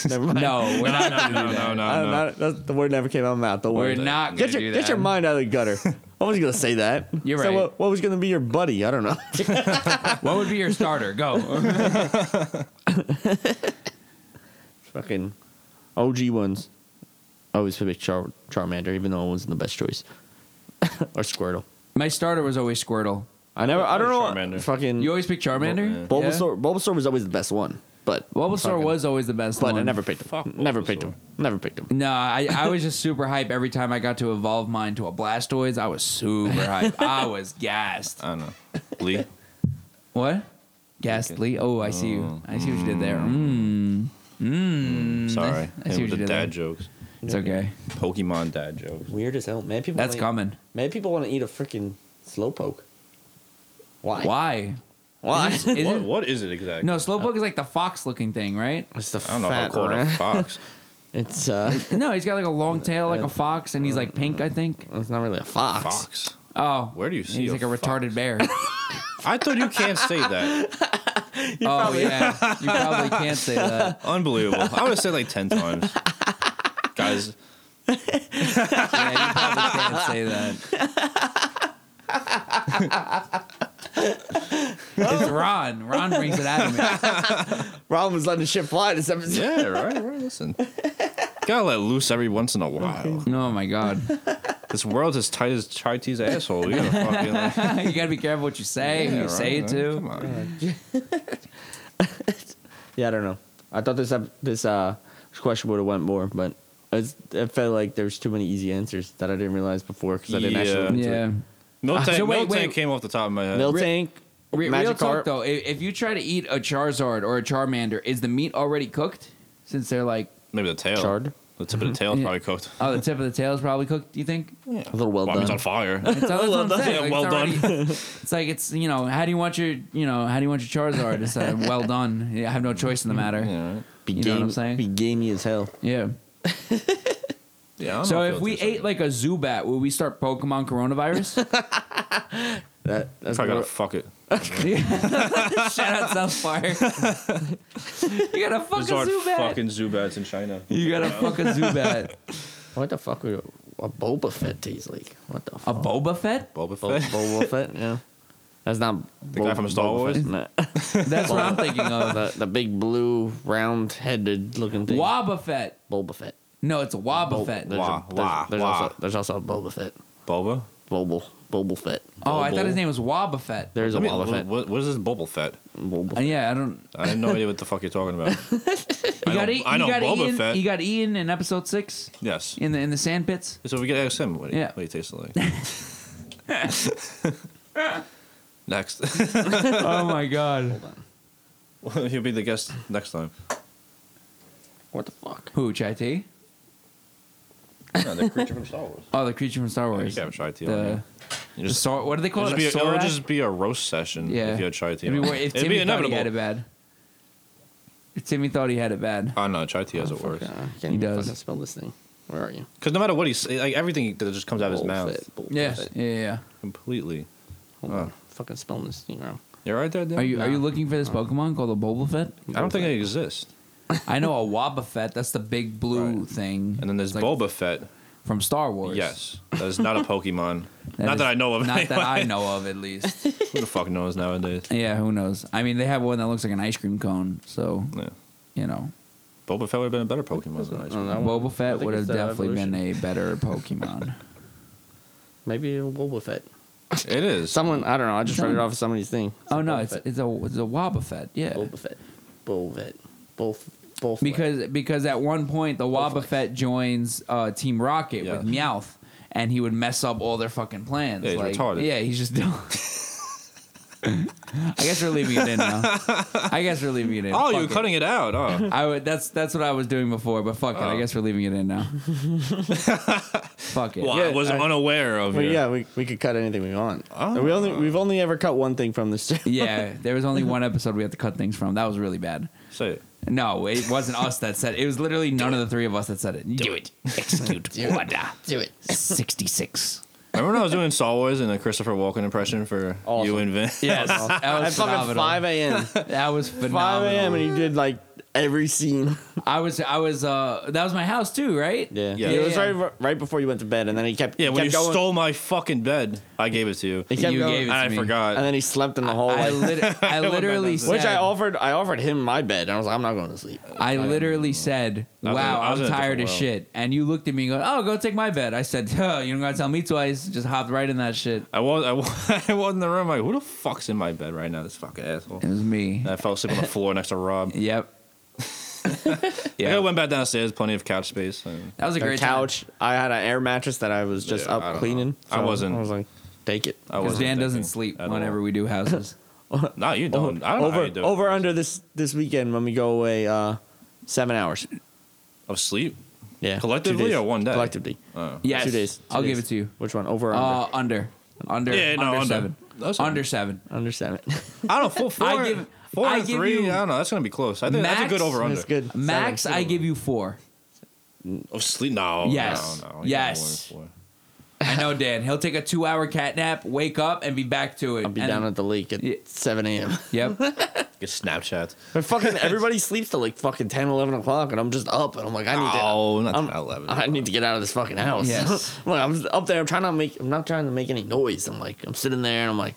Speaker 2: Never mind.
Speaker 3: No, we're not gonna do
Speaker 4: no,
Speaker 3: that.
Speaker 4: no, no,
Speaker 2: I
Speaker 4: no,
Speaker 2: don't
Speaker 4: no.
Speaker 2: know. That's, the word never came out of my mouth. Don't
Speaker 3: We're
Speaker 2: worry.
Speaker 3: not
Speaker 2: Get
Speaker 3: gonna
Speaker 2: your
Speaker 3: do
Speaker 2: get your
Speaker 3: that.
Speaker 2: mind out of the gutter. I was gonna say that.
Speaker 3: You're
Speaker 2: so
Speaker 3: right.
Speaker 2: What, what was gonna be your buddy? I don't know.
Speaker 3: What would be your starter? Go.
Speaker 2: Fucking OG ones. I always pick Char- Charmander, even though it wasn't the best choice. or Squirtle.
Speaker 3: My starter was always Squirtle.
Speaker 2: I never. I don't know.
Speaker 4: Charmander.
Speaker 2: Fucking
Speaker 3: You always pick Charmander.
Speaker 2: Bulbasaur. Bulbasaur was always the best one, but
Speaker 3: Yeah? Bulbasaur
Speaker 2: fucking-
Speaker 3: was always the best
Speaker 2: But
Speaker 3: one.
Speaker 2: I never picked him. never picked him. Never picked him.
Speaker 3: No, I, I was just super hype every time I got to evolve mine to a Blastoise. I was super hype. I was gassed.
Speaker 4: I don't know. Lee?
Speaker 3: What? Ghastly. Oh, I see you. I see what you did there. Mm. Mm.
Speaker 4: Sorry.
Speaker 3: I
Speaker 4: Hit
Speaker 3: see what
Speaker 4: with
Speaker 3: you
Speaker 4: the
Speaker 3: did
Speaker 4: dad
Speaker 3: there.
Speaker 4: jokes.
Speaker 3: It's okay.
Speaker 4: Pokemon dad jokes.
Speaker 2: Weird as hell. Man, people.
Speaker 3: That's coming.
Speaker 2: Man, people want to eat a freaking slowpoke. Why?
Speaker 3: Why?
Speaker 2: Why?
Speaker 3: Is it- is
Speaker 4: What,
Speaker 3: it-
Speaker 4: what is it exactly?
Speaker 3: no, Slowpoke is like the fox looking thing, right?
Speaker 2: It's the
Speaker 4: I don't know if I
Speaker 2: fat
Speaker 4: call it a
Speaker 2: one.
Speaker 4: fox.
Speaker 2: It's uh,
Speaker 3: No, he's got like a long tail, like a fox, and he's like pink, I think.
Speaker 2: it's not really a fox.
Speaker 4: Fox.
Speaker 3: Oh,
Speaker 4: Where do you see
Speaker 3: he's like a
Speaker 4: fox?
Speaker 3: retarded bear.
Speaker 4: I thought you can't say that.
Speaker 3: oh yeah, you probably can't say that.
Speaker 4: Unbelievable. I would have said like 10 times. Guys,
Speaker 3: Yeah, you probably can't say that. it's Ron. Ron brings it out of me.
Speaker 2: Robin was letting the shit fly this episode.
Speaker 4: yeah, right, right. Listen. Gotta let loose every once in a while.
Speaker 3: Oh my god,
Speaker 4: This world's as tight as Chai T's asshole. You gotta fucking like,
Speaker 3: you gotta be careful what you say, who
Speaker 4: yeah,
Speaker 3: you
Speaker 4: right,
Speaker 3: say it
Speaker 4: right.
Speaker 3: to.
Speaker 4: Come on.
Speaker 2: Yeah, I don't know. I thought this ep- this uh question would have went more, but it's, it felt like there's too many easy answers that I didn't realize before because I didn't actually.
Speaker 4: Yeah.
Speaker 2: look into
Speaker 3: Yeah.
Speaker 2: it.
Speaker 4: Miltank,
Speaker 3: Uh, So wait,
Speaker 4: Miltank
Speaker 3: wait.
Speaker 4: came off the top of my head.
Speaker 2: Miltank,
Speaker 3: Re-
Speaker 2: tank,
Speaker 3: Re- real talk
Speaker 2: Magikarp.
Speaker 3: though, i- if you try to eat a Charizard or a Charmander, is the meat already cooked? Since they're like,
Speaker 4: Maybe the tail.
Speaker 2: Chard.
Speaker 4: The
Speaker 3: Mm-hmm.
Speaker 4: tip of the tail is probably cooked.
Speaker 3: oh, the tip of the tail is probably cooked. Do you think?
Speaker 4: Yeah.
Speaker 2: A little well
Speaker 4: I mean, it's
Speaker 2: done.
Speaker 4: on fire.
Speaker 3: It's, that's what I'm
Speaker 4: done.
Speaker 3: saying,
Speaker 4: Yeah,
Speaker 3: like,
Speaker 4: well
Speaker 3: it's
Speaker 4: done.
Speaker 3: already- it's like it's you know how do you want your you know how do you want your Charizard? It's uh, well done. Yeah, I have no choice in the matter. Yeah.
Speaker 4: yeah, right.
Speaker 2: Be
Speaker 3: You know what I'm saying?
Speaker 2: Be gamey as hell.
Speaker 4: yeah I don't
Speaker 3: So
Speaker 4: know
Speaker 3: if we
Speaker 4: it's-
Speaker 3: ate like a Zubat, would we start Pokemon coronavirus?
Speaker 2: That that's
Speaker 4: Probably
Speaker 2: more,
Speaker 4: gotta fuck it.
Speaker 3: Shout out South Park. you gotta fuck
Speaker 4: Bizarre
Speaker 3: a Zubat.
Speaker 4: fucking Zubats in China.
Speaker 3: You gotta fuck a Zubat.
Speaker 2: what the fuck would a, a Boba Fett taste like? What the
Speaker 3: A
Speaker 2: fuck?
Speaker 3: Boba Fett?
Speaker 4: Boba
Speaker 2: Bo-
Speaker 4: Fett.
Speaker 2: Boba Fett, yeah. That's not the
Speaker 4: guy from Star Wars?
Speaker 3: That's what I'm thinking of.
Speaker 2: the, the big blue round headed looking thing.
Speaker 3: Wobba Fett.
Speaker 2: Boba Fett.
Speaker 3: No, it's a Wobba
Speaker 2: Bo-
Speaker 3: Fett.
Speaker 2: There's,
Speaker 4: Wah,
Speaker 2: a, there's,
Speaker 4: wah,
Speaker 2: there's,
Speaker 4: wah.
Speaker 2: Also, there's also a Boba Fett.
Speaker 4: Boba?
Speaker 2: Boba. Boba Fett.
Speaker 3: Oh, I thought
Speaker 2: Boba.
Speaker 3: his name was Wobba Fett.
Speaker 2: There's a
Speaker 4: I mean,
Speaker 2: Boba Fett.
Speaker 4: what, what, what is this Boba Fett?
Speaker 2: Boba
Speaker 3: Uh,
Speaker 2: Fett.
Speaker 3: yeah, I don't.
Speaker 4: I have no idea what the fuck you're talking about.
Speaker 3: You
Speaker 4: I
Speaker 3: got,
Speaker 4: know,
Speaker 3: e-
Speaker 4: I
Speaker 3: you
Speaker 4: know
Speaker 3: got
Speaker 4: Boba
Speaker 3: Ian,
Speaker 4: Fett.
Speaker 3: You got Ian in episode six
Speaker 4: yes.
Speaker 3: in the in the sand pits.
Speaker 4: So we could ask him what he,
Speaker 3: Yeah.
Speaker 4: what he tastes like. next.
Speaker 3: oh my god.
Speaker 4: He'll be the guest next time.
Speaker 2: What the fuck?
Speaker 3: Who? Chai T?
Speaker 4: Yeah, the creature from Star Wars.
Speaker 3: Oh, the creature from Star
Speaker 4: You
Speaker 3: Wars.
Speaker 4: can have chai tea on
Speaker 3: the,
Speaker 4: there. You
Speaker 3: the
Speaker 4: just-
Speaker 3: sor- what do they call
Speaker 4: It'll
Speaker 3: it?
Speaker 4: just, be
Speaker 3: A
Speaker 4: a, it'll
Speaker 3: Sorak?
Speaker 4: just be a roast session
Speaker 3: yeah.
Speaker 4: if you had chai tea.
Speaker 3: It'd be,
Speaker 4: on
Speaker 3: wor-
Speaker 4: it.
Speaker 3: if
Speaker 4: It'd
Speaker 3: Timmy
Speaker 4: be
Speaker 3: thought he had it
Speaker 4: inevitable.
Speaker 3: bad. If Timmy thought he had it bad.
Speaker 4: Oh no, chai tea has it worse.
Speaker 2: Uh, I can't
Speaker 3: He
Speaker 2: even
Speaker 3: does.
Speaker 2: fucking spell this thing. Where are you?
Speaker 4: Because no matter what he's like, everything that just comes out of his
Speaker 2: Boba
Speaker 4: mouth
Speaker 2: Fett, Boba
Speaker 3: Yeah,
Speaker 2: Fett.
Speaker 3: yeah, yeah.
Speaker 4: completely.
Speaker 2: Hold
Speaker 4: Oh.
Speaker 2: on. Fucking spelling this thing wrong.
Speaker 4: You're right there, Dan?
Speaker 3: Are you are you
Speaker 2: Nah.
Speaker 3: looking for this Pokemon called a Boba Fett?
Speaker 4: I don't think it exists.
Speaker 3: I know a Wobba Fett. That's the big blue
Speaker 4: Right.
Speaker 3: thing.
Speaker 4: And then there's
Speaker 3: Like-
Speaker 4: Boba Fett.
Speaker 3: from Star Wars.
Speaker 4: Yes, that is not a Pokemon. not
Speaker 3: is-
Speaker 4: that I know of.
Speaker 3: Not that I know of, at least.
Speaker 4: Who the fuck knows nowadays?
Speaker 3: yeah, who knows? I mean, they have one that looks like an ice cream cone, so
Speaker 4: Yeah.
Speaker 3: you know,
Speaker 4: Boba Fett would have been a better Pokemon than I
Speaker 3: Oh,
Speaker 2: I don't know.
Speaker 3: Boba Fett
Speaker 2: think
Speaker 3: would
Speaker 2: it's
Speaker 3: have
Speaker 2: the
Speaker 3: definitely been a
Speaker 2: evolution.
Speaker 3: better Pokemon.
Speaker 2: Maybe a Boba Fett.
Speaker 4: It is.
Speaker 2: Someone, I don't know. I just read it off of somebody's thing.
Speaker 3: oh no,
Speaker 2: Boba
Speaker 3: it's
Speaker 2: Fett.
Speaker 3: it's a it's a Wobba Fett. Yeah,
Speaker 2: Boba Fett. Boba Fett. Both. Both.
Speaker 3: because because at one point the Wobba Fett joins uh, Team Rocket with Meowth, and he would mess up all their fucking plans.
Speaker 4: Yeah, he's
Speaker 3: like,
Speaker 4: retarded.
Speaker 3: Yeah, he's just. I guess we're leaving it in now. I guess we're leaving it in.
Speaker 4: Oh,
Speaker 3: Fuck
Speaker 4: you're
Speaker 3: it.
Speaker 4: cutting it out. Oh.
Speaker 3: I would. That's that's what I was doing before, but fuck it. I
Speaker 4: Oh.
Speaker 3: guess we're leaving it in now. fuck it.
Speaker 4: Well, I was
Speaker 2: I-
Speaker 4: unaware of
Speaker 2: Well,
Speaker 4: your-
Speaker 2: yeah, we, we could cut anything we want.
Speaker 4: Oh.
Speaker 2: We only we've only ever cut one thing from this. show.
Speaker 3: Yeah, there was only one episode we had to cut things from. That was really bad.
Speaker 4: Say it.
Speaker 3: No, it wasn't us that said it. It was literally none of the three of us that said it. Do it. Execute order. Do it. 66.
Speaker 4: Remember when I was doing Star Wars and the Christopher Walken impression for you
Speaker 2: Awesome.
Speaker 4: and Vince?
Speaker 3: Yes. That
Speaker 2: At
Speaker 3: was
Speaker 2: fucking
Speaker 3: phenomenal.
Speaker 2: five a.m.
Speaker 3: That was phenomenal.
Speaker 2: five a.m. and he did like every scene.
Speaker 3: I was, I was, uh, that was my house too, right?
Speaker 2: Yeah,
Speaker 4: Yeah.
Speaker 2: It was
Speaker 3: Yeah.
Speaker 2: right right before you went to bed, and then he kept
Speaker 4: Yeah,
Speaker 2: he
Speaker 4: when
Speaker 2: kept
Speaker 4: you
Speaker 2: going,
Speaker 4: stole my fucking bed, I gave it to you.
Speaker 2: he
Speaker 4: And
Speaker 2: kept
Speaker 3: You
Speaker 2: going,
Speaker 3: gave it to
Speaker 4: I
Speaker 3: me.
Speaker 4: forgot.
Speaker 2: and then he slept in the hallway.
Speaker 3: I, lit- I literally said,
Speaker 2: Which I offered, I offered him my bed, and I was like, I'm not going to sleep.
Speaker 3: I literally
Speaker 4: I
Speaker 3: said,
Speaker 4: was in-
Speaker 3: wow,
Speaker 4: I was
Speaker 3: I'm
Speaker 4: in a
Speaker 3: tired
Speaker 4: different
Speaker 3: as
Speaker 4: world.
Speaker 3: shit. And you looked at me and go, oh, go take my bed. I said, huh, you don't gotta tell me twice. Just hopped right in that shit.
Speaker 4: I was I was, I was in the room like, who the fuck's in my bed right now? This fucking asshole.
Speaker 3: It was me.
Speaker 4: And I fell asleep on the floor next to Rob.
Speaker 3: Yep.
Speaker 4: I
Speaker 3: yeah.
Speaker 4: went back downstairs, plenty of couch space. and-
Speaker 3: That was a
Speaker 2: The
Speaker 3: great time.
Speaker 2: couch. I had an air mattress that I was just
Speaker 4: Yeah, I don't
Speaker 2: up
Speaker 4: know.
Speaker 2: cleaning.
Speaker 4: I wasn't-
Speaker 2: I was like, take it.
Speaker 4: I
Speaker 3: Because
Speaker 4: wasn't
Speaker 3: Dan doesn't
Speaker 4: thinking
Speaker 3: sleep
Speaker 4: at
Speaker 3: whenever
Speaker 4: all.
Speaker 3: we do houses.
Speaker 4: No, you don't. I don't know
Speaker 2: over,
Speaker 4: how you do it.
Speaker 2: over under this this weekend when we go away, uh, seven hours.
Speaker 4: of sleep.
Speaker 2: Yeah,
Speaker 4: Collectively
Speaker 2: two days.
Speaker 4: or one day?
Speaker 2: Collectively,
Speaker 4: Oh.
Speaker 3: yes.
Speaker 2: two days. Two
Speaker 3: I'll
Speaker 2: days.
Speaker 3: give it to you.
Speaker 2: Which one? Over or
Speaker 3: Uh,
Speaker 2: under?
Speaker 3: under. Under.
Speaker 4: Yeah, no,
Speaker 3: under,
Speaker 4: under.
Speaker 3: seven.
Speaker 4: That's fine.
Speaker 3: under seven.
Speaker 2: under seven.
Speaker 4: I don't know. Four, four,
Speaker 3: I give-
Speaker 4: four
Speaker 3: I
Speaker 4: and
Speaker 3: give
Speaker 4: three.
Speaker 3: you-
Speaker 4: I don't know. That's gonna be close. I think that's a
Speaker 3: Max-
Speaker 4: good over under.
Speaker 2: That's good.
Speaker 3: Max,
Speaker 2: Seven.
Speaker 3: I give you four.
Speaker 4: Of sleep? No.
Speaker 3: Yes.
Speaker 4: No, no. You
Speaker 3: Yes.
Speaker 4: don't want four.
Speaker 3: I know Dan. He'll take a two hour cat nap, wake up, and be back to it.
Speaker 2: I'll be
Speaker 3: And-
Speaker 2: down at the lake at
Speaker 3: Yeah.
Speaker 2: seven a.m.
Speaker 3: Yep.
Speaker 4: Get Snapchats.
Speaker 2: But fucking everybody sleeps till like fucking 10, 11 o'clock, and I'm just up, and I'm like, I need to.
Speaker 4: Oh, not
Speaker 2: I'm-
Speaker 4: till eleven.
Speaker 2: I need to get out of this fucking house.
Speaker 3: Yes.
Speaker 2: Look, I'm just up there. I'm trying to make. I'm not trying to make any noise. I'm like, I'm sitting there and I'm like,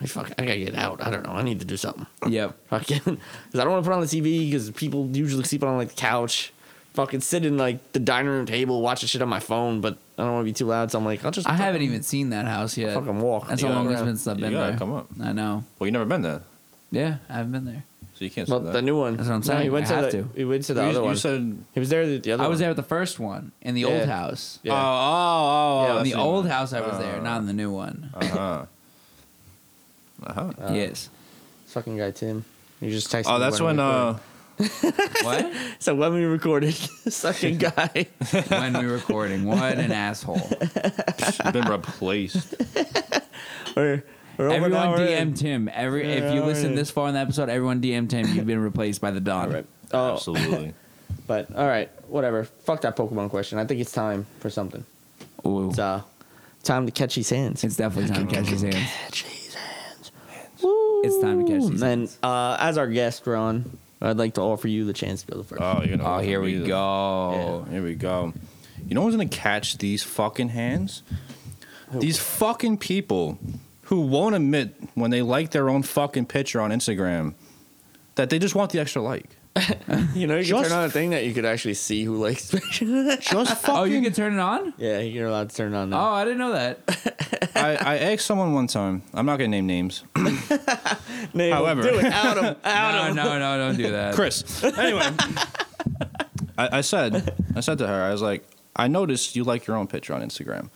Speaker 2: I fuck. I gotta get out. I don't know. I need to do something.
Speaker 3: yep.
Speaker 2: Fucking, because I don't want to put on the TV because people usually sleep on like the couch. Fucking sit in like the dining room table, watching shit on my phone, but I don't want to be too loud. So I'm like, I'll just.
Speaker 3: I haven't even seen that house yet.
Speaker 2: Fucking walk.
Speaker 3: That's
Speaker 2: You
Speaker 3: how
Speaker 2: gotta
Speaker 3: long it's
Speaker 2: grab-
Speaker 3: been slept
Speaker 4: you
Speaker 3: in
Speaker 4: gotta
Speaker 3: there.
Speaker 4: come up.
Speaker 3: I know.
Speaker 4: Well, you never been there,
Speaker 3: Yeah, I haven't been there.
Speaker 4: so you can't.
Speaker 2: Well,
Speaker 4: say
Speaker 2: the
Speaker 4: that.
Speaker 2: new one.
Speaker 3: That's what I'm saying.
Speaker 2: he went
Speaker 3: You have
Speaker 2: to the,
Speaker 3: to.
Speaker 2: He went to the
Speaker 4: you,
Speaker 2: other
Speaker 4: you
Speaker 2: one.
Speaker 4: said.
Speaker 2: he was there at the other
Speaker 3: I was
Speaker 2: one.
Speaker 3: there at the first one in the
Speaker 2: Yeah.
Speaker 3: old house.
Speaker 4: Oh,
Speaker 2: Yeah.
Speaker 4: oh, oh.
Speaker 2: Yeah,
Speaker 4: I
Speaker 3: in the
Speaker 4: see.
Speaker 3: old house, I was there,
Speaker 4: Uh,
Speaker 3: not in the new one.
Speaker 4: Uh-huh. Uh-huh.
Speaker 2: Uh,
Speaker 3: yes.
Speaker 2: Fucking guy Tim. He just texted.
Speaker 4: Oh,
Speaker 2: me
Speaker 4: that's
Speaker 2: I
Speaker 4: when.
Speaker 2: recorded.
Speaker 4: Uh,
Speaker 3: What?
Speaker 2: So when we recorded, second guy.
Speaker 3: when we were recording. What an asshole.
Speaker 4: you've been replaced.
Speaker 2: We're, we're over an
Speaker 3: Everyone
Speaker 2: hour in.
Speaker 3: DM'd him. Every if you
Speaker 2: Yeah,
Speaker 3: listen
Speaker 2: alright.
Speaker 3: this far in the episode, everyone DM'd him. You've been replaced by the Don.
Speaker 2: Oh,
Speaker 4: Absolutely.
Speaker 2: but all right, whatever. Fuck that Pokemon question. I think it's time for something.
Speaker 3: Ooh.
Speaker 2: It's uh, time to catch these hands.
Speaker 3: It's definitely time to catch these hands.
Speaker 2: Catch these hands.
Speaker 3: It's time to catch
Speaker 2: Ooh,
Speaker 3: these
Speaker 2: And
Speaker 3: hands.
Speaker 2: uh, as our guest, Ron, I'd like to offer you the chance to go first.
Speaker 4: Oh, you're gonna
Speaker 3: Oh,
Speaker 4: love
Speaker 3: here
Speaker 4: me
Speaker 3: we
Speaker 4: then.
Speaker 3: go.
Speaker 4: Here we go. You know who's gonna catch these fucking hands? These fucking people who won't admit when they like their own fucking picture on Instagram that they just want the extra like.
Speaker 2: you know, you
Speaker 4: can turn on
Speaker 2: a thing that you could actually see who likes.
Speaker 4: Just fucking.
Speaker 3: Oh, you can turn it on?
Speaker 2: yeah, you're allowed to turn on.
Speaker 3: Oh,
Speaker 2: Now.
Speaker 3: I didn't know that.
Speaker 4: I, I asked someone one time. I'm not gonna name names.
Speaker 2: Name,
Speaker 4: however-
Speaker 2: do it. Out him.
Speaker 3: No, no, no, don't do that.
Speaker 4: Chris. Anyway, I, I said, I said to her, I was like, I noticed you like your own picture on Instagram,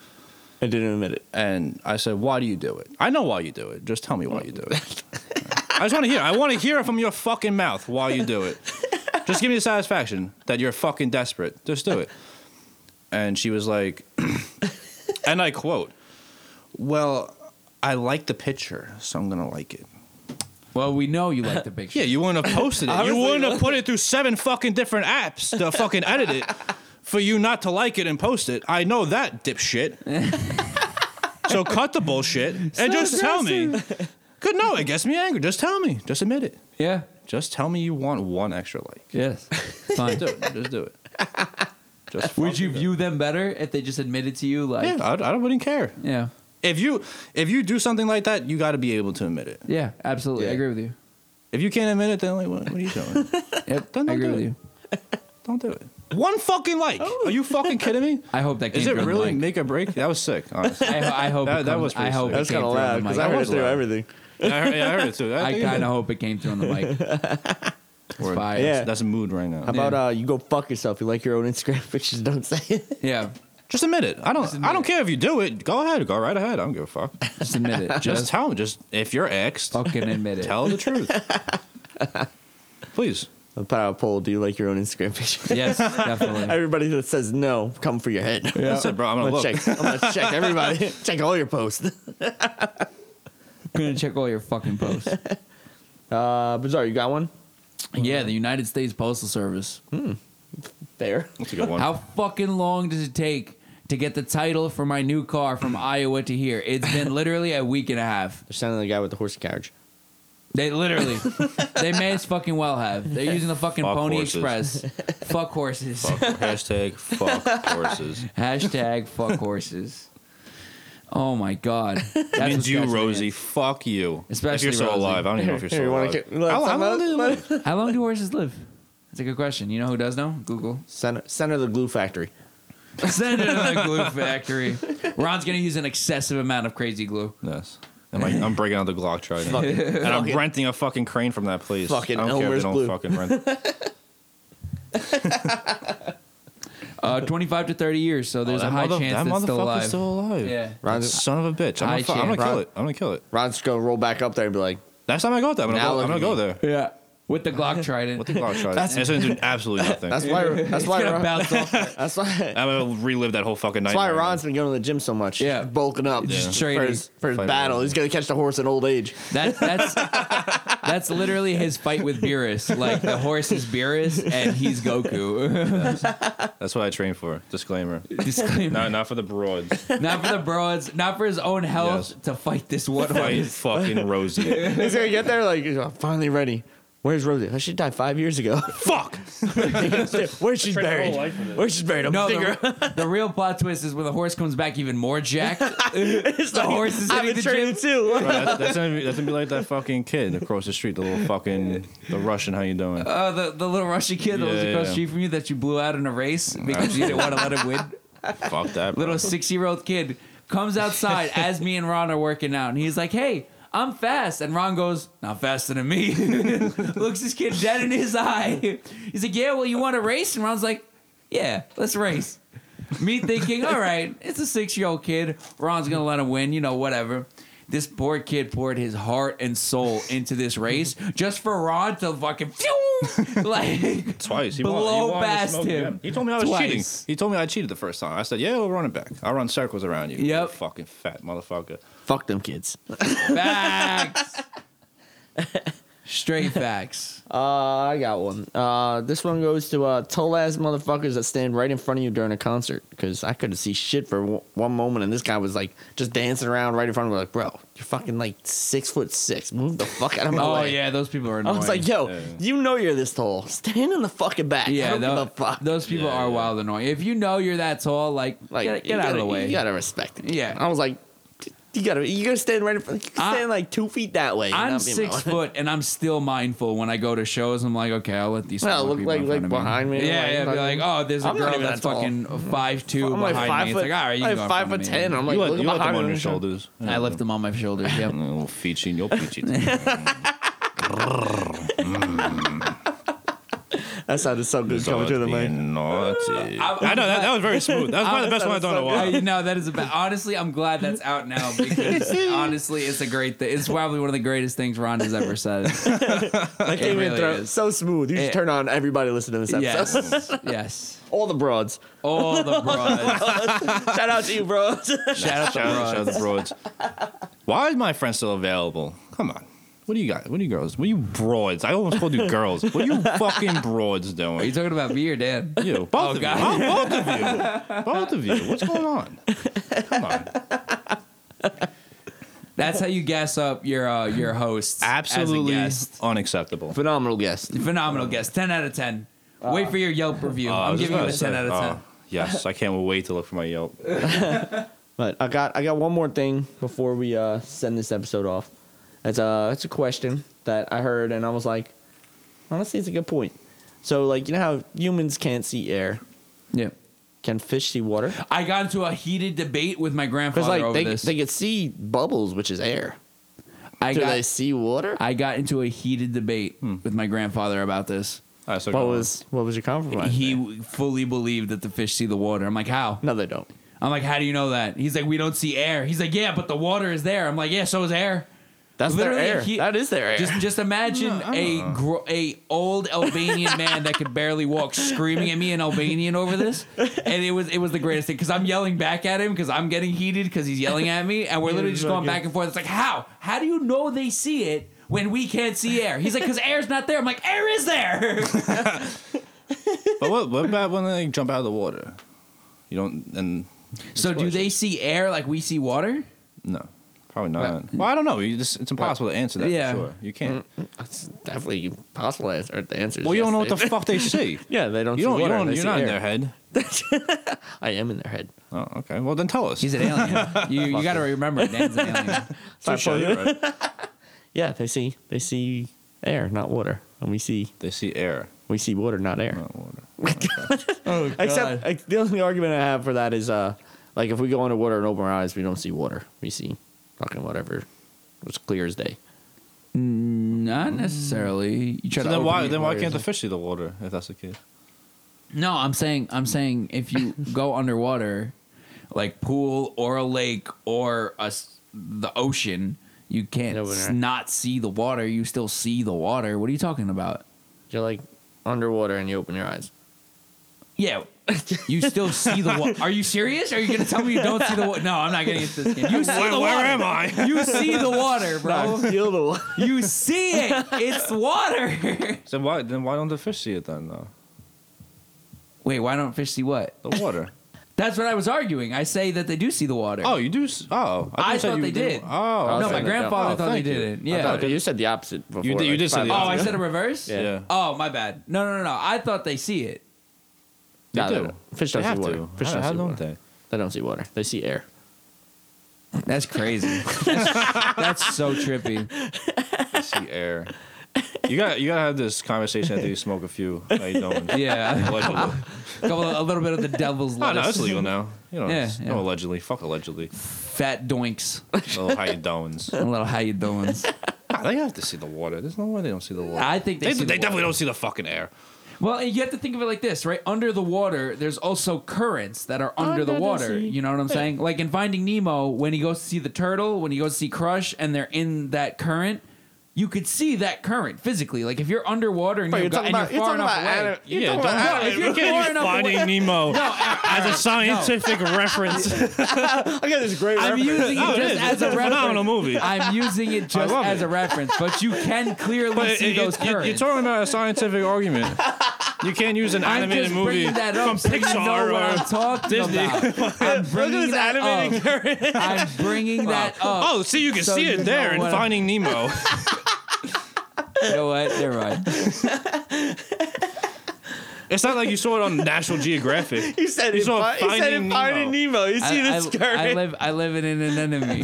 Speaker 2: I didn't admit it.
Speaker 4: and I said, why do you do it? I know why you do it. Just tell me why you do it. I just want to hear. I want to hear it from your fucking mouth why you do it. Just give me the satisfaction that you're fucking desperate. Just do it. And she was like, and I quote, "Well, I like the picture, so I'm gonna like it."
Speaker 3: Well, we know you like the picture.
Speaker 4: Yeah, you wouldn't have posted it. you wouldn't have put it through seven fucking different apps to fucking edit it for you not to like it and post it. I know that, dipshit. so cut the bullshit and just tell me. Good, no, it gets me angry. Just tell me. Just admit it.
Speaker 3: Yeah.
Speaker 4: Just tell me you want one extra like.
Speaker 3: Yes. Fine.
Speaker 4: Do it. Just do it. Just
Speaker 3: Would you
Speaker 4: fucking do
Speaker 3: view them better if they just admitted to you,
Speaker 4: it.
Speaker 3: like,
Speaker 4: Yeah, I, I wouldn't care.
Speaker 3: yeah,
Speaker 4: If you if you do something like that, you got to be able to admit it.
Speaker 3: yeah, absolutely, I
Speaker 2: Yeah.
Speaker 3: agree with you.
Speaker 4: If you can't admit it, then like, what, what are you doing?
Speaker 3: Yep,
Speaker 4: Then
Speaker 3: I
Speaker 4: don't
Speaker 3: agree
Speaker 4: do
Speaker 3: with
Speaker 4: it.
Speaker 3: you.
Speaker 4: Don't do it. One fucking like.
Speaker 3: Oh.
Speaker 4: Are you fucking kidding me?
Speaker 3: I hope that came
Speaker 4: Is it
Speaker 3: through on the
Speaker 4: really
Speaker 3: mic.
Speaker 4: make or break? That was sick. Honestly,
Speaker 3: I, ho- I hope
Speaker 4: That-
Speaker 3: it
Speaker 4: that
Speaker 3: comes-
Speaker 4: was pretty
Speaker 3: I hope
Speaker 4: sick.
Speaker 2: That
Speaker 3: it
Speaker 2: was
Speaker 3: came
Speaker 2: kind of
Speaker 3: through on
Speaker 2: loud
Speaker 3: the
Speaker 2: because
Speaker 3: mic.
Speaker 2: I
Speaker 4: That
Speaker 2: heard it
Speaker 4: was
Speaker 2: through
Speaker 4: loud.
Speaker 2: everything.
Speaker 4: I heard, yeah, I heard it too.
Speaker 3: I
Speaker 4: think
Speaker 3: kind of hope it came through on the mic. It's
Speaker 4: Word.
Speaker 3: fire.
Speaker 2: Yeah.
Speaker 4: that's a mood right now.
Speaker 2: How about uh, you go fuck yourself? You like your own Instagram pictures? Don't say it.
Speaker 3: Yeah.
Speaker 4: Just admit it. I don't. I don't care if you do it. Go ahead. Go right ahead. I don't give a fuck.
Speaker 3: Just admit it.
Speaker 4: Just tell him. Just if you're exed,
Speaker 3: fucking admit it.
Speaker 4: tell the truth. Please.
Speaker 2: I'll put out a poll. Do you like your own Instagram picture?
Speaker 3: Yes, definitely.
Speaker 2: Everybody that says no, come for your head.
Speaker 4: I said, bro, I'm
Speaker 2: I'm
Speaker 4: gonna
Speaker 2: gonna
Speaker 4: look.
Speaker 2: check. I'm gonna check everybody. check all your posts.
Speaker 3: I'm gonna check all your fucking posts.
Speaker 2: Uh, Bizarre, you got one?
Speaker 3: Yeah, the United States Postal Service.
Speaker 2: There.
Speaker 4: That's a good one.
Speaker 3: How fucking long does it take to get the title for my new car from Iowa to here? It's been literally a week and a half.
Speaker 2: They're sounding the guy with the horse and carriage.
Speaker 3: They literally, they may as fucking well have. They're using the fucking
Speaker 4: Fuck
Speaker 3: Pony
Speaker 4: horses.
Speaker 3: Express. fuck horses.
Speaker 4: Fuck. Hashtag fuck horses.
Speaker 3: Hashtag fuck horses. Oh my god. That's
Speaker 4: I mean,
Speaker 3: what's
Speaker 4: you,
Speaker 3: got
Speaker 4: Rosie. Fuck you. if
Speaker 3: Especially
Speaker 4: you're still
Speaker 3: Rosie.
Speaker 4: alive, I don't even know if you're still
Speaker 2: Here, you wanna
Speaker 4: alive.
Speaker 2: ki- let
Speaker 4: How- how
Speaker 2: some
Speaker 4: long
Speaker 2: out?
Speaker 4: did it live?
Speaker 3: in it. How long do horses live? That's a good question. You know who does know? Google.
Speaker 2: Center, center of the glue factory.
Speaker 3: Send it to the glue factory. Ron's gonna use an excessive amount of crazy glue.
Speaker 4: Yes. I'm, like, I'm breaking out the Glock trident. and I'm renting a fucking crane from that place.
Speaker 2: Fucking
Speaker 4: I don't care
Speaker 2: Elmer's
Speaker 4: if they
Speaker 2: glue.
Speaker 4: don't fucking rent.
Speaker 3: Uh, 25 to 30 years, so there's a high chance
Speaker 4: Oh, that
Speaker 3: it's still
Speaker 4: motherfucker's
Speaker 3: alive.
Speaker 4: still alive.
Speaker 3: Yeah.
Speaker 2: Ron's-
Speaker 4: Son of a bitch. I'm
Speaker 3: High
Speaker 4: gonna, fu- I'm
Speaker 3: chance.
Speaker 4: gonna kill
Speaker 2: Ron-
Speaker 4: it. I'm gonna kill it.
Speaker 2: Ron's gonna roll back up there and be like,
Speaker 4: Next time I go out there, I'm gonna,
Speaker 2: Now
Speaker 4: go,
Speaker 2: look
Speaker 4: I'm gonna
Speaker 2: at
Speaker 4: go
Speaker 2: me.
Speaker 4: there.
Speaker 3: yeah. With the Glock trident.
Speaker 4: With the Glock trident. That's, it's gonna do absolutely nothing.
Speaker 2: "That's why. That's
Speaker 3: it's
Speaker 2: why.
Speaker 3: gonna
Speaker 2: Ron,
Speaker 3: bounce off.
Speaker 2: that's why.
Speaker 4: I'm gonna relive that whole fucking
Speaker 2: That's why
Speaker 4: nightmare.
Speaker 2: Ron's been going to the gym so much.
Speaker 3: Yeah.
Speaker 2: bulking up
Speaker 3: Just
Speaker 2: for
Speaker 3: training.
Speaker 2: his, for his
Speaker 4: Fighting.
Speaker 2: battle. He's gonna catch the horse in old age.
Speaker 3: That, that's that's literally his fight with Beerus. Like the horse is Beerus and he's Goku.
Speaker 4: That's what I train for. Disclaimer.
Speaker 3: Disclaimer.
Speaker 4: no, not for the broads.
Speaker 3: Not for the broads, not for his own health
Speaker 4: Yes.
Speaker 3: to fight this one
Speaker 4: Fight
Speaker 3: horse.
Speaker 4: fucking Rosie.
Speaker 2: He's gonna get there like he's like, finally ready. Where's Rosie? Oh, She died five years ago.
Speaker 4: Fuck.
Speaker 2: Where she's
Speaker 4: tried my whole
Speaker 2: buried?
Speaker 4: life for this.
Speaker 2: Where she's buried? I'm
Speaker 3: No,
Speaker 2: figure
Speaker 3: the, the real plot twist is when the horse comes back even more jacked. the horse is
Speaker 2: I've
Speaker 3: hitting
Speaker 2: been
Speaker 3: the gym.
Speaker 2: training too.
Speaker 4: Bro, that's, that's, gonna be, that's gonna be like that fucking kid across the street, the little fucking the Russian. How you doing?
Speaker 3: Oh, the, the little Russian kid that lives
Speaker 4: Yeah,
Speaker 3: across the
Speaker 4: yeah.
Speaker 3: street from you that you blew out in a race because you didn't want to let him win.
Speaker 4: Fuck that. Bro.
Speaker 3: Little six year old kid comes outside as me and Ron are working out, and he's like, "Hey, I'm fast," and Ron goes, "Not faster than me." Looks this kid dead in his eye. He's like, "Yeah, well, you want to race?" And Ron's like, "Yeah, let's race." Me thinking, all right, it's a six year old kid. Ron's gonna let him win, you know, whatever. This poor kid poured his heart and soul into this race just for Ron to fucking phew, like
Speaker 4: Twice. He won, he
Speaker 3: blow
Speaker 4: won the
Speaker 3: past
Speaker 4: smoke
Speaker 3: him.
Speaker 4: again. He told me I was
Speaker 3: Twice.
Speaker 4: cheating. He told me I cheated the first time. I said, "Yeah, we'll run it back. I'll run circles around you." you
Speaker 3: Yep.
Speaker 4: fucking fat motherfucker.
Speaker 2: Fuck them kids.
Speaker 3: Facts. Straight facts.
Speaker 2: Uh, I got one. Uh, this one goes to uh, tall ass motherfuckers that stand right in front of you during a concert because I couldn't see shit for w- one moment, and this guy was like just dancing around right in front of me, like, bro, you're fucking like six foot six. Move the fuck out of my
Speaker 3: Oh
Speaker 2: way.
Speaker 3: yeah, those people are
Speaker 2: I
Speaker 3: annoying.
Speaker 2: was like, yo,
Speaker 4: Yeah.
Speaker 2: you know you're this tall. Stand in the fucking back. Yeah, I
Speaker 3: yeah,
Speaker 2: don't
Speaker 3: tho-
Speaker 2: give a fuck.
Speaker 3: those people
Speaker 4: Yeah,
Speaker 3: are
Speaker 4: yeah.
Speaker 3: wild annoying. If you know you're that tall, like,
Speaker 2: like,
Speaker 3: get, get
Speaker 2: you
Speaker 3: out of
Speaker 2: gotta-
Speaker 3: the way.
Speaker 2: You gotta respect it.
Speaker 3: Yeah.
Speaker 2: I was like, you gotta, you gotta stand right in front. You can
Speaker 3: I-
Speaker 2: stand like two feet that way. and
Speaker 3: I'm
Speaker 2: not be
Speaker 3: six
Speaker 2: annoying.
Speaker 3: foot, and I'm still mindful when I go to shows. I'm like, okay, I'll let these.
Speaker 2: Well,
Speaker 3: smaller
Speaker 2: look
Speaker 3: people
Speaker 2: like
Speaker 3: in
Speaker 2: like
Speaker 3: front of
Speaker 2: behind me.
Speaker 3: Yeah,
Speaker 2: like,
Speaker 3: yeah. Be like,
Speaker 2: fucking-
Speaker 3: oh, there's a
Speaker 2: I'm not
Speaker 3: girl
Speaker 2: even
Speaker 3: that's
Speaker 2: that tall.
Speaker 3: fucking five two
Speaker 2: I'm like
Speaker 3: behind
Speaker 2: five
Speaker 3: me.
Speaker 2: foot.
Speaker 3: it's like, all right, you
Speaker 2: I'm
Speaker 3: can go in
Speaker 2: five
Speaker 3: front
Speaker 2: foot
Speaker 3: of me.
Speaker 2: ten. I'm like,
Speaker 4: you let,
Speaker 2: look
Speaker 4: you let
Speaker 2: behind
Speaker 4: them on
Speaker 2: me.
Speaker 4: your shoulders.
Speaker 3: I left them on my shoulders. Yep.
Speaker 4: A little peachy, you'll peachy.
Speaker 2: That sounded so good coming through the mic.
Speaker 4: Naughty.
Speaker 3: I-
Speaker 4: I know that, that was very smooth. That was probably the best one I've done in a
Speaker 3: Uh,
Speaker 4: while.
Speaker 3: you know that is about. Honestly, I'm glad that's out now because honestly, it's a great thing. It's probably one of the greatest things Ron has ever said.
Speaker 2: I came in
Speaker 3: really
Speaker 2: through
Speaker 3: is.
Speaker 2: so smooth. You
Speaker 3: It-
Speaker 2: should turn on everybody listening to this episode.
Speaker 3: Yes, yes.
Speaker 2: All the broads.
Speaker 3: All the broads.
Speaker 2: Shout out to you, bros.
Speaker 3: Shout out to
Speaker 4: Shout out, shout out to
Speaker 3: broads.
Speaker 4: broads. Why is my friend still available? Come on. What do you got? What are you girls? What are you broads? I almost called you girls. What are you fucking broads
Speaker 3: Are you
Speaker 4: doing?
Speaker 3: talking about me or Dan?
Speaker 4: You, both
Speaker 3: Oh,
Speaker 4: of
Speaker 3: God.
Speaker 4: you, both both of you, both of you. What's going on? Come on.
Speaker 3: That's how you gas up your uh, your hosts. as a
Speaker 4: Absolutely
Speaker 3: guest.
Speaker 4: unacceptable.
Speaker 2: Phenomenal guest.
Speaker 3: phenomenal guest. Ten out of ten. Wait for your Yelp review.
Speaker 4: Uh, I
Speaker 3: I'm
Speaker 4: was just
Speaker 3: giving you
Speaker 4: about
Speaker 3: a
Speaker 4: to
Speaker 3: ten
Speaker 4: say,
Speaker 3: out of
Speaker 2: Oh.
Speaker 3: ten.
Speaker 4: uh, yes, I can't wait to look for my Yelp.
Speaker 2: But I got I got one more thing before we uh, send this episode off. It's a it's a question that I heard and I was like, honestly, it's a good point. So like you know how humans can't see air,
Speaker 3: yeah.
Speaker 2: can fish see water?
Speaker 3: I got into a heated debate with my
Speaker 2: Because
Speaker 3: grandfather
Speaker 2: like
Speaker 3: over
Speaker 2: they
Speaker 3: this.
Speaker 2: they could see bubbles, which is air.
Speaker 3: I
Speaker 2: Do
Speaker 3: got
Speaker 2: they see water?
Speaker 3: I got into a heated debate with my grandfather about this.
Speaker 4: All right, so go
Speaker 2: What
Speaker 4: on.
Speaker 2: was what was your compromise?
Speaker 3: He fully believed that the fish see the water. I'm like, how?
Speaker 2: no, they don't.
Speaker 3: I'm like, how do you know that? He's like, we don't see air. He's like, yeah, but the water is there. I'm like, yeah, so is air.
Speaker 2: That's
Speaker 3: Literally,
Speaker 2: their air.
Speaker 3: he-
Speaker 2: that is their air.
Speaker 3: Just, just imagine a gro- a old Albanian man that could barely walk screaming at me in Albanian over this, and it was it was the greatest thing because I'm yelling back at him because I'm getting heated because he's yelling at me, and we're literally just going back and forth. It's like how how do you know they see it when we can't see air? He's like because air's not there. I'm like air is there.
Speaker 4: But what, what about when they jump out of the water? You don't, and
Speaker 3: so do they see air like we see water?
Speaker 4: no, probably not. Well, I don't know. You just, it's impossible to answer that
Speaker 3: Yeah.
Speaker 4: for sure. You can't.
Speaker 2: That's definitely possible. as- or The answer. is
Speaker 4: Well, you
Speaker 2: yes,
Speaker 4: don't know what
Speaker 2: they-
Speaker 4: the fuck they see.
Speaker 2: Yeah, they don't.
Speaker 4: You
Speaker 2: see
Speaker 4: don't, you
Speaker 2: water,
Speaker 4: don't,
Speaker 2: they
Speaker 4: you're
Speaker 2: see
Speaker 4: not in
Speaker 2: air.
Speaker 4: their head.
Speaker 2: I am in their head.
Speaker 4: Oh, okay. Well, then tell us.
Speaker 3: He's an alien. you you got to remember Dan's an alien.
Speaker 4: So sure, you're right.
Speaker 2: Yeah, they see. They see air, not water, and we see
Speaker 4: They see air,
Speaker 2: we see water, not air.
Speaker 4: not water.
Speaker 2: Except like, the only argument I have for that is uh, like if we go underwater and open our eyes, we don't see water. We see fucking whatever. It's clear as day.
Speaker 3: Not necessarily. You try
Speaker 4: So
Speaker 3: to
Speaker 4: then
Speaker 3: open
Speaker 4: why
Speaker 3: it,
Speaker 4: then why
Speaker 3: where
Speaker 4: can't
Speaker 3: is
Speaker 4: the
Speaker 3: it?
Speaker 4: fish see the water if that's the case?
Speaker 3: No, I'm saying I'm saying if you go underwater, like pool or a lake or a s the ocean, you can't
Speaker 2: No, but
Speaker 3: s-
Speaker 2: I-
Speaker 3: not see the water. You still see the water. What are you talking about?
Speaker 2: You're like underwater and you open your eyes.
Speaker 3: Yeah. You still see the water. Are you serious? Are you going to tell me you don't see the water? No, I'm not getting into this. Game. You see the water.
Speaker 4: I?
Speaker 3: You see the water, bro.
Speaker 2: feel the water.
Speaker 3: You see it. It's water.
Speaker 4: So why then why don't the fish see it then though?
Speaker 3: Wait, why don't fish see what?
Speaker 4: The water.
Speaker 3: That's what I was arguing. I say that they do see the water.
Speaker 4: oh, you do. s- Oh,
Speaker 3: I
Speaker 4: thought
Speaker 3: thought
Speaker 4: you
Speaker 3: they did.
Speaker 4: Oh,
Speaker 3: no,
Speaker 2: okay.
Speaker 3: my
Speaker 4: okay.
Speaker 3: grandfather
Speaker 4: Oh,
Speaker 3: thought they
Speaker 4: thank you.
Speaker 3: did it.
Speaker 4: I
Speaker 3: Yeah.
Speaker 4: thought
Speaker 2: you said the opposite before.
Speaker 4: did- you
Speaker 2: like,
Speaker 4: did say
Speaker 2: five
Speaker 4: the
Speaker 3: Oh,
Speaker 2: minutes
Speaker 3: I
Speaker 2: ago.
Speaker 3: said a reverse?
Speaker 2: Yeah.
Speaker 4: Yeah.
Speaker 3: Oh, my bad. No, no, no, no. I thought they see it.
Speaker 4: They
Speaker 2: No,
Speaker 4: do.
Speaker 2: no, no. Fish
Speaker 4: They
Speaker 2: don't see
Speaker 4: have
Speaker 2: water.
Speaker 4: to.
Speaker 2: Fish
Speaker 4: How-
Speaker 2: don't
Speaker 4: how
Speaker 2: see
Speaker 4: don't
Speaker 2: water.
Speaker 4: they?
Speaker 2: They don't see water. They see air.
Speaker 3: That's crazy. that's, that's so trippy.
Speaker 4: They see air. You got you gotta have this conversation after you smoke a few. How you doing?
Speaker 3: Yeah.
Speaker 4: Allegedly.
Speaker 3: Couple of- a little bit of the devil's
Speaker 4: Oh, no,
Speaker 3: lettuce.
Speaker 4: it's legal now. You know,
Speaker 3: Yeah,
Speaker 4: it's-
Speaker 3: yeah.
Speaker 4: no allegedly. Fuck allegedly.
Speaker 3: Fat doinks.
Speaker 4: Oh, how you doings?
Speaker 3: A little how you doing.
Speaker 4: Nah, Ah, they have to see the water. There's no way they don't see the water.
Speaker 3: I think they,
Speaker 4: They,
Speaker 3: see
Speaker 4: they
Speaker 3: the
Speaker 4: definitely
Speaker 3: water.
Speaker 4: don't see the fucking air.
Speaker 3: Well, and you have to think of it like this, right? Under the water, there's also currents that are under, the water. You know what I'm saying? Like in Finding Nemo, when he goes to see the turtle, when he goes to see Crush, and they're in that current, you could see that current physically. Like if you're underwater and,
Speaker 2: But
Speaker 3: you're,
Speaker 2: you're
Speaker 3: go-
Speaker 2: talking
Speaker 3: and
Speaker 2: about-
Speaker 3: you're
Speaker 2: you're
Speaker 3: far
Speaker 2: talking
Speaker 3: enough
Speaker 2: about
Speaker 3: away.
Speaker 2: anim-
Speaker 4: Yeah, don't.
Speaker 3: about- if you're far enough
Speaker 4: finding
Speaker 3: away-
Speaker 4: Nemo as a
Speaker 3: no.
Speaker 4: scientific reference.
Speaker 2: I got this great.
Speaker 3: I'm using it
Speaker 4: Oh, it
Speaker 3: just
Speaker 4: is.
Speaker 3: as
Speaker 4: It's
Speaker 3: a
Speaker 4: a
Speaker 3: reference.
Speaker 4: phenomenal movie.
Speaker 3: I'm using it just
Speaker 4: love
Speaker 3: as
Speaker 4: it.
Speaker 3: a reference, but you can clearly
Speaker 4: But
Speaker 3: see
Speaker 4: it-
Speaker 3: those
Speaker 4: it- you-
Speaker 3: currents.
Speaker 4: you're talking about a scientific argument. You can't use an
Speaker 3: I'm
Speaker 4: animated
Speaker 3: just
Speaker 4: movie
Speaker 3: bringing that
Speaker 4: from
Speaker 3: up so you
Speaker 4: Pixar
Speaker 3: know what I'm
Speaker 4: or.
Speaker 3: talking
Speaker 4: Disney.
Speaker 3: about. I'm bringing that up. I'm bringing that up.
Speaker 4: Oh, see, you can
Speaker 3: So
Speaker 4: see
Speaker 3: you
Speaker 4: it there
Speaker 3: know
Speaker 4: in
Speaker 3: what I'm-
Speaker 4: Finding Nemo.
Speaker 3: You know what? Never mind.
Speaker 4: it's not like you saw it on National Geographic.
Speaker 2: He said
Speaker 4: You
Speaker 2: it.
Speaker 4: saw
Speaker 2: fi- He said
Speaker 4: Finding
Speaker 2: it. Finding Nemo. You see
Speaker 3: I,
Speaker 2: this
Speaker 3: I- I
Speaker 2: current?
Speaker 3: live. I live in an anemone.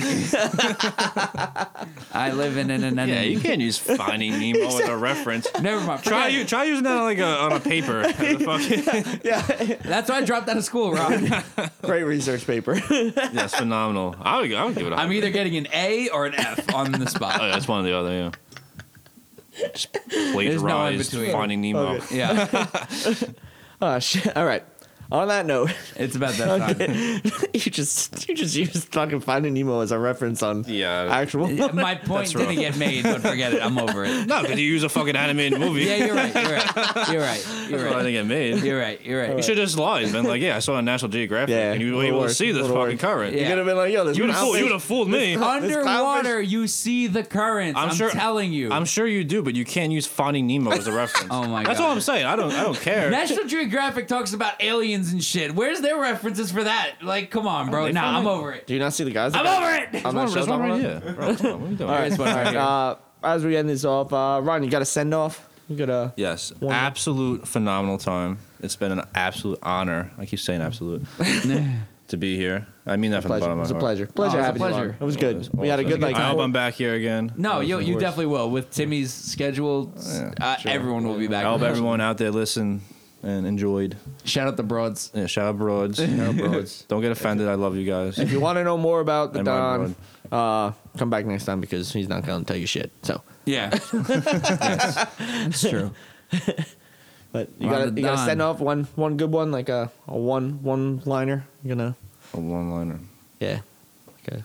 Speaker 3: I live in an anemone.
Speaker 4: Yeah, you can't use Finding Nemo as a reference.
Speaker 3: Never mind.
Speaker 4: Try
Speaker 3: Forget
Speaker 4: you try using that on like a, on a paper. Fucking-
Speaker 3: it. That's why I dropped out of school, Rob.
Speaker 2: Great research paper.
Speaker 4: yeah, it's phenomenal. I would, I would give it. a
Speaker 3: I'm
Speaker 4: hundred.
Speaker 3: either getting an A or an F on the
Speaker 4: Oh,
Speaker 3: spot.
Speaker 4: yeah, it's one or the other. Yeah. Just plagiarized
Speaker 3: between.
Speaker 4: Finding Nemo.
Speaker 3: Yeah,
Speaker 2: oh shit! All right. On that note,
Speaker 3: it's about that time.
Speaker 2: you just you just used fucking Finding Nemo as a reference on
Speaker 4: Yeah.
Speaker 2: actual.
Speaker 3: My point
Speaker 4: That's rough.
Speaker 3: didn't get made, but forget it. I'm over it.
Speaker 4: No, because you use a fucking animated movie.
Speaker 3: Yeah, you're right. You're right. You're right. You're
Speaker 4: That's why I
Speaker 3: right.
Speaker 4: didn't get made.
Speaker 3: You're right. You're right.
Speaker 4: You should just lie. Been like, yeah, I saw it on National Geographic,
Speaker 2: Yeah,
Speaker 4: and you were
Speaker 2: would've
Speaker 4: able to
Speaker 2: worked,
Speaker 4: see this
Speaker 2: would've
Speaker 4: fucking
Speaker 2: worked.
Speaker 4: current.
Speaker 3: Yeah.
Speaker 2: You could have been like, yo, this
Speaker 4: You would have
Speaker 2: mountain-
Speaker 4: fooled, you would've fooled me.
Speaker 3: Underwater, you see the currents. I'm,
Speaker 4: I'm sure-
Speaker 3: telling you.
Speaker 4: I'm sure you do, but you can't use Finding Nemo as a reference.
Speaker 3: Oh my
Speaker 4: That's
Speaker 3: God.
Speaker 4: all I'm saying. I don't. I don't care.
Speaker 3: National Geographic talks about aliens and shit. Where's their references for that? Like, come on, bro.
Speaker 4: they
Speaker 3: Nah,
Speaker 4: found
Speaker 3: I'm
Speaker 4: it.
Speaker 3: over it.
Speaker 2: Do you not see the guys?
Speaker 3: I'm over it.
Speaker 2: On that
Speaker 4: There's
Speaker 2: show, talking
Speaker 4: one right
Speaker 2: about-
Speaker 4: here. Bro, come on, what are you doing?
Speaker 2: All right, Uh, as we end this off, uh, Ron, you got a send off. You got a
Speaker 4: Yes,
Speaker 2: One-
Speaker 4: absolute phenomenal time. It's been an absolute honor. I keep saying absolute to be here. I mean that from the
Speaker 2: pleasure.
Speaker 4: bottom
Speaker 2: It
Speaker 4: of
Speaker 2: was a
Speaker 4: my heart.
Speaker 2: pleasure. Pleasure
Speaker 3: it was a
Speaker 2: having you.
Speaker 3: pleasure.
Speaker 2: Ron. It was good. We had a good like.
Speaker 4: I hope I'm back here again.
Speaker 3: No,
Speaker 4: That was
Speaker 3: you
Speaker 4: the
Speaker 3: you
Speaker 4: worst.
Speaker 3: definitely will. With Timmy's schedule, uh, everyone will be back.
Speaker 4: I hope everyone out there listened and enjoyed.
Speaker 3: Shout out the broads.
Speaker 4: Yeah, shout out broads. Don't get offended. I love you guys.
Speaker 2: If you want to know more about the
Speaker 4: I'm on
Speaker 2: Don, uh, come back next time because he's not going to tell you shit. So,
Speaker 3: Yeah, that's true.
Speaker 2: but you
Speaker 3: Ron
Speaker 2: got
Speaker 3: the
Speaker 2: to you got to
Speaker 3: Don.
Speaker 2: send off one one good one like a, a one one liner. You gonna
Speaker 4: A one liner.
Speaker 2: Yeah. Okay.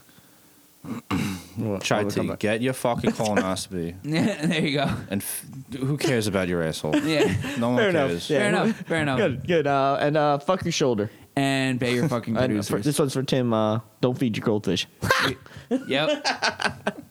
Speaker 2: Well,
Speaker 4: Try
Speaker 2: we'll come
Speaker 4: to
Speaker 2: back.
Speaker 4: get your fucking colonoscopy,
Speaker 3: Yeah, there you go.
Speaker 4: and f- who cares about your asshole?
Speaker 3: Yeah.
Speaker 4: No one
Speaker 2: Fair enough,
Speaker 4: cares.
Speaker 2: yeah.
Speaker 3: Fair enough. Fair enough.
Speaker 2: Good, good. Uh, and uh, fuck your shoulder.
Speaker 3: And pay your fucking
Speaker 2: And uh, for,
Speaker 3: producers.
Speaker 2: this one's for Tim. Uh, don't feed your goldfish.
Speaker 3: yep.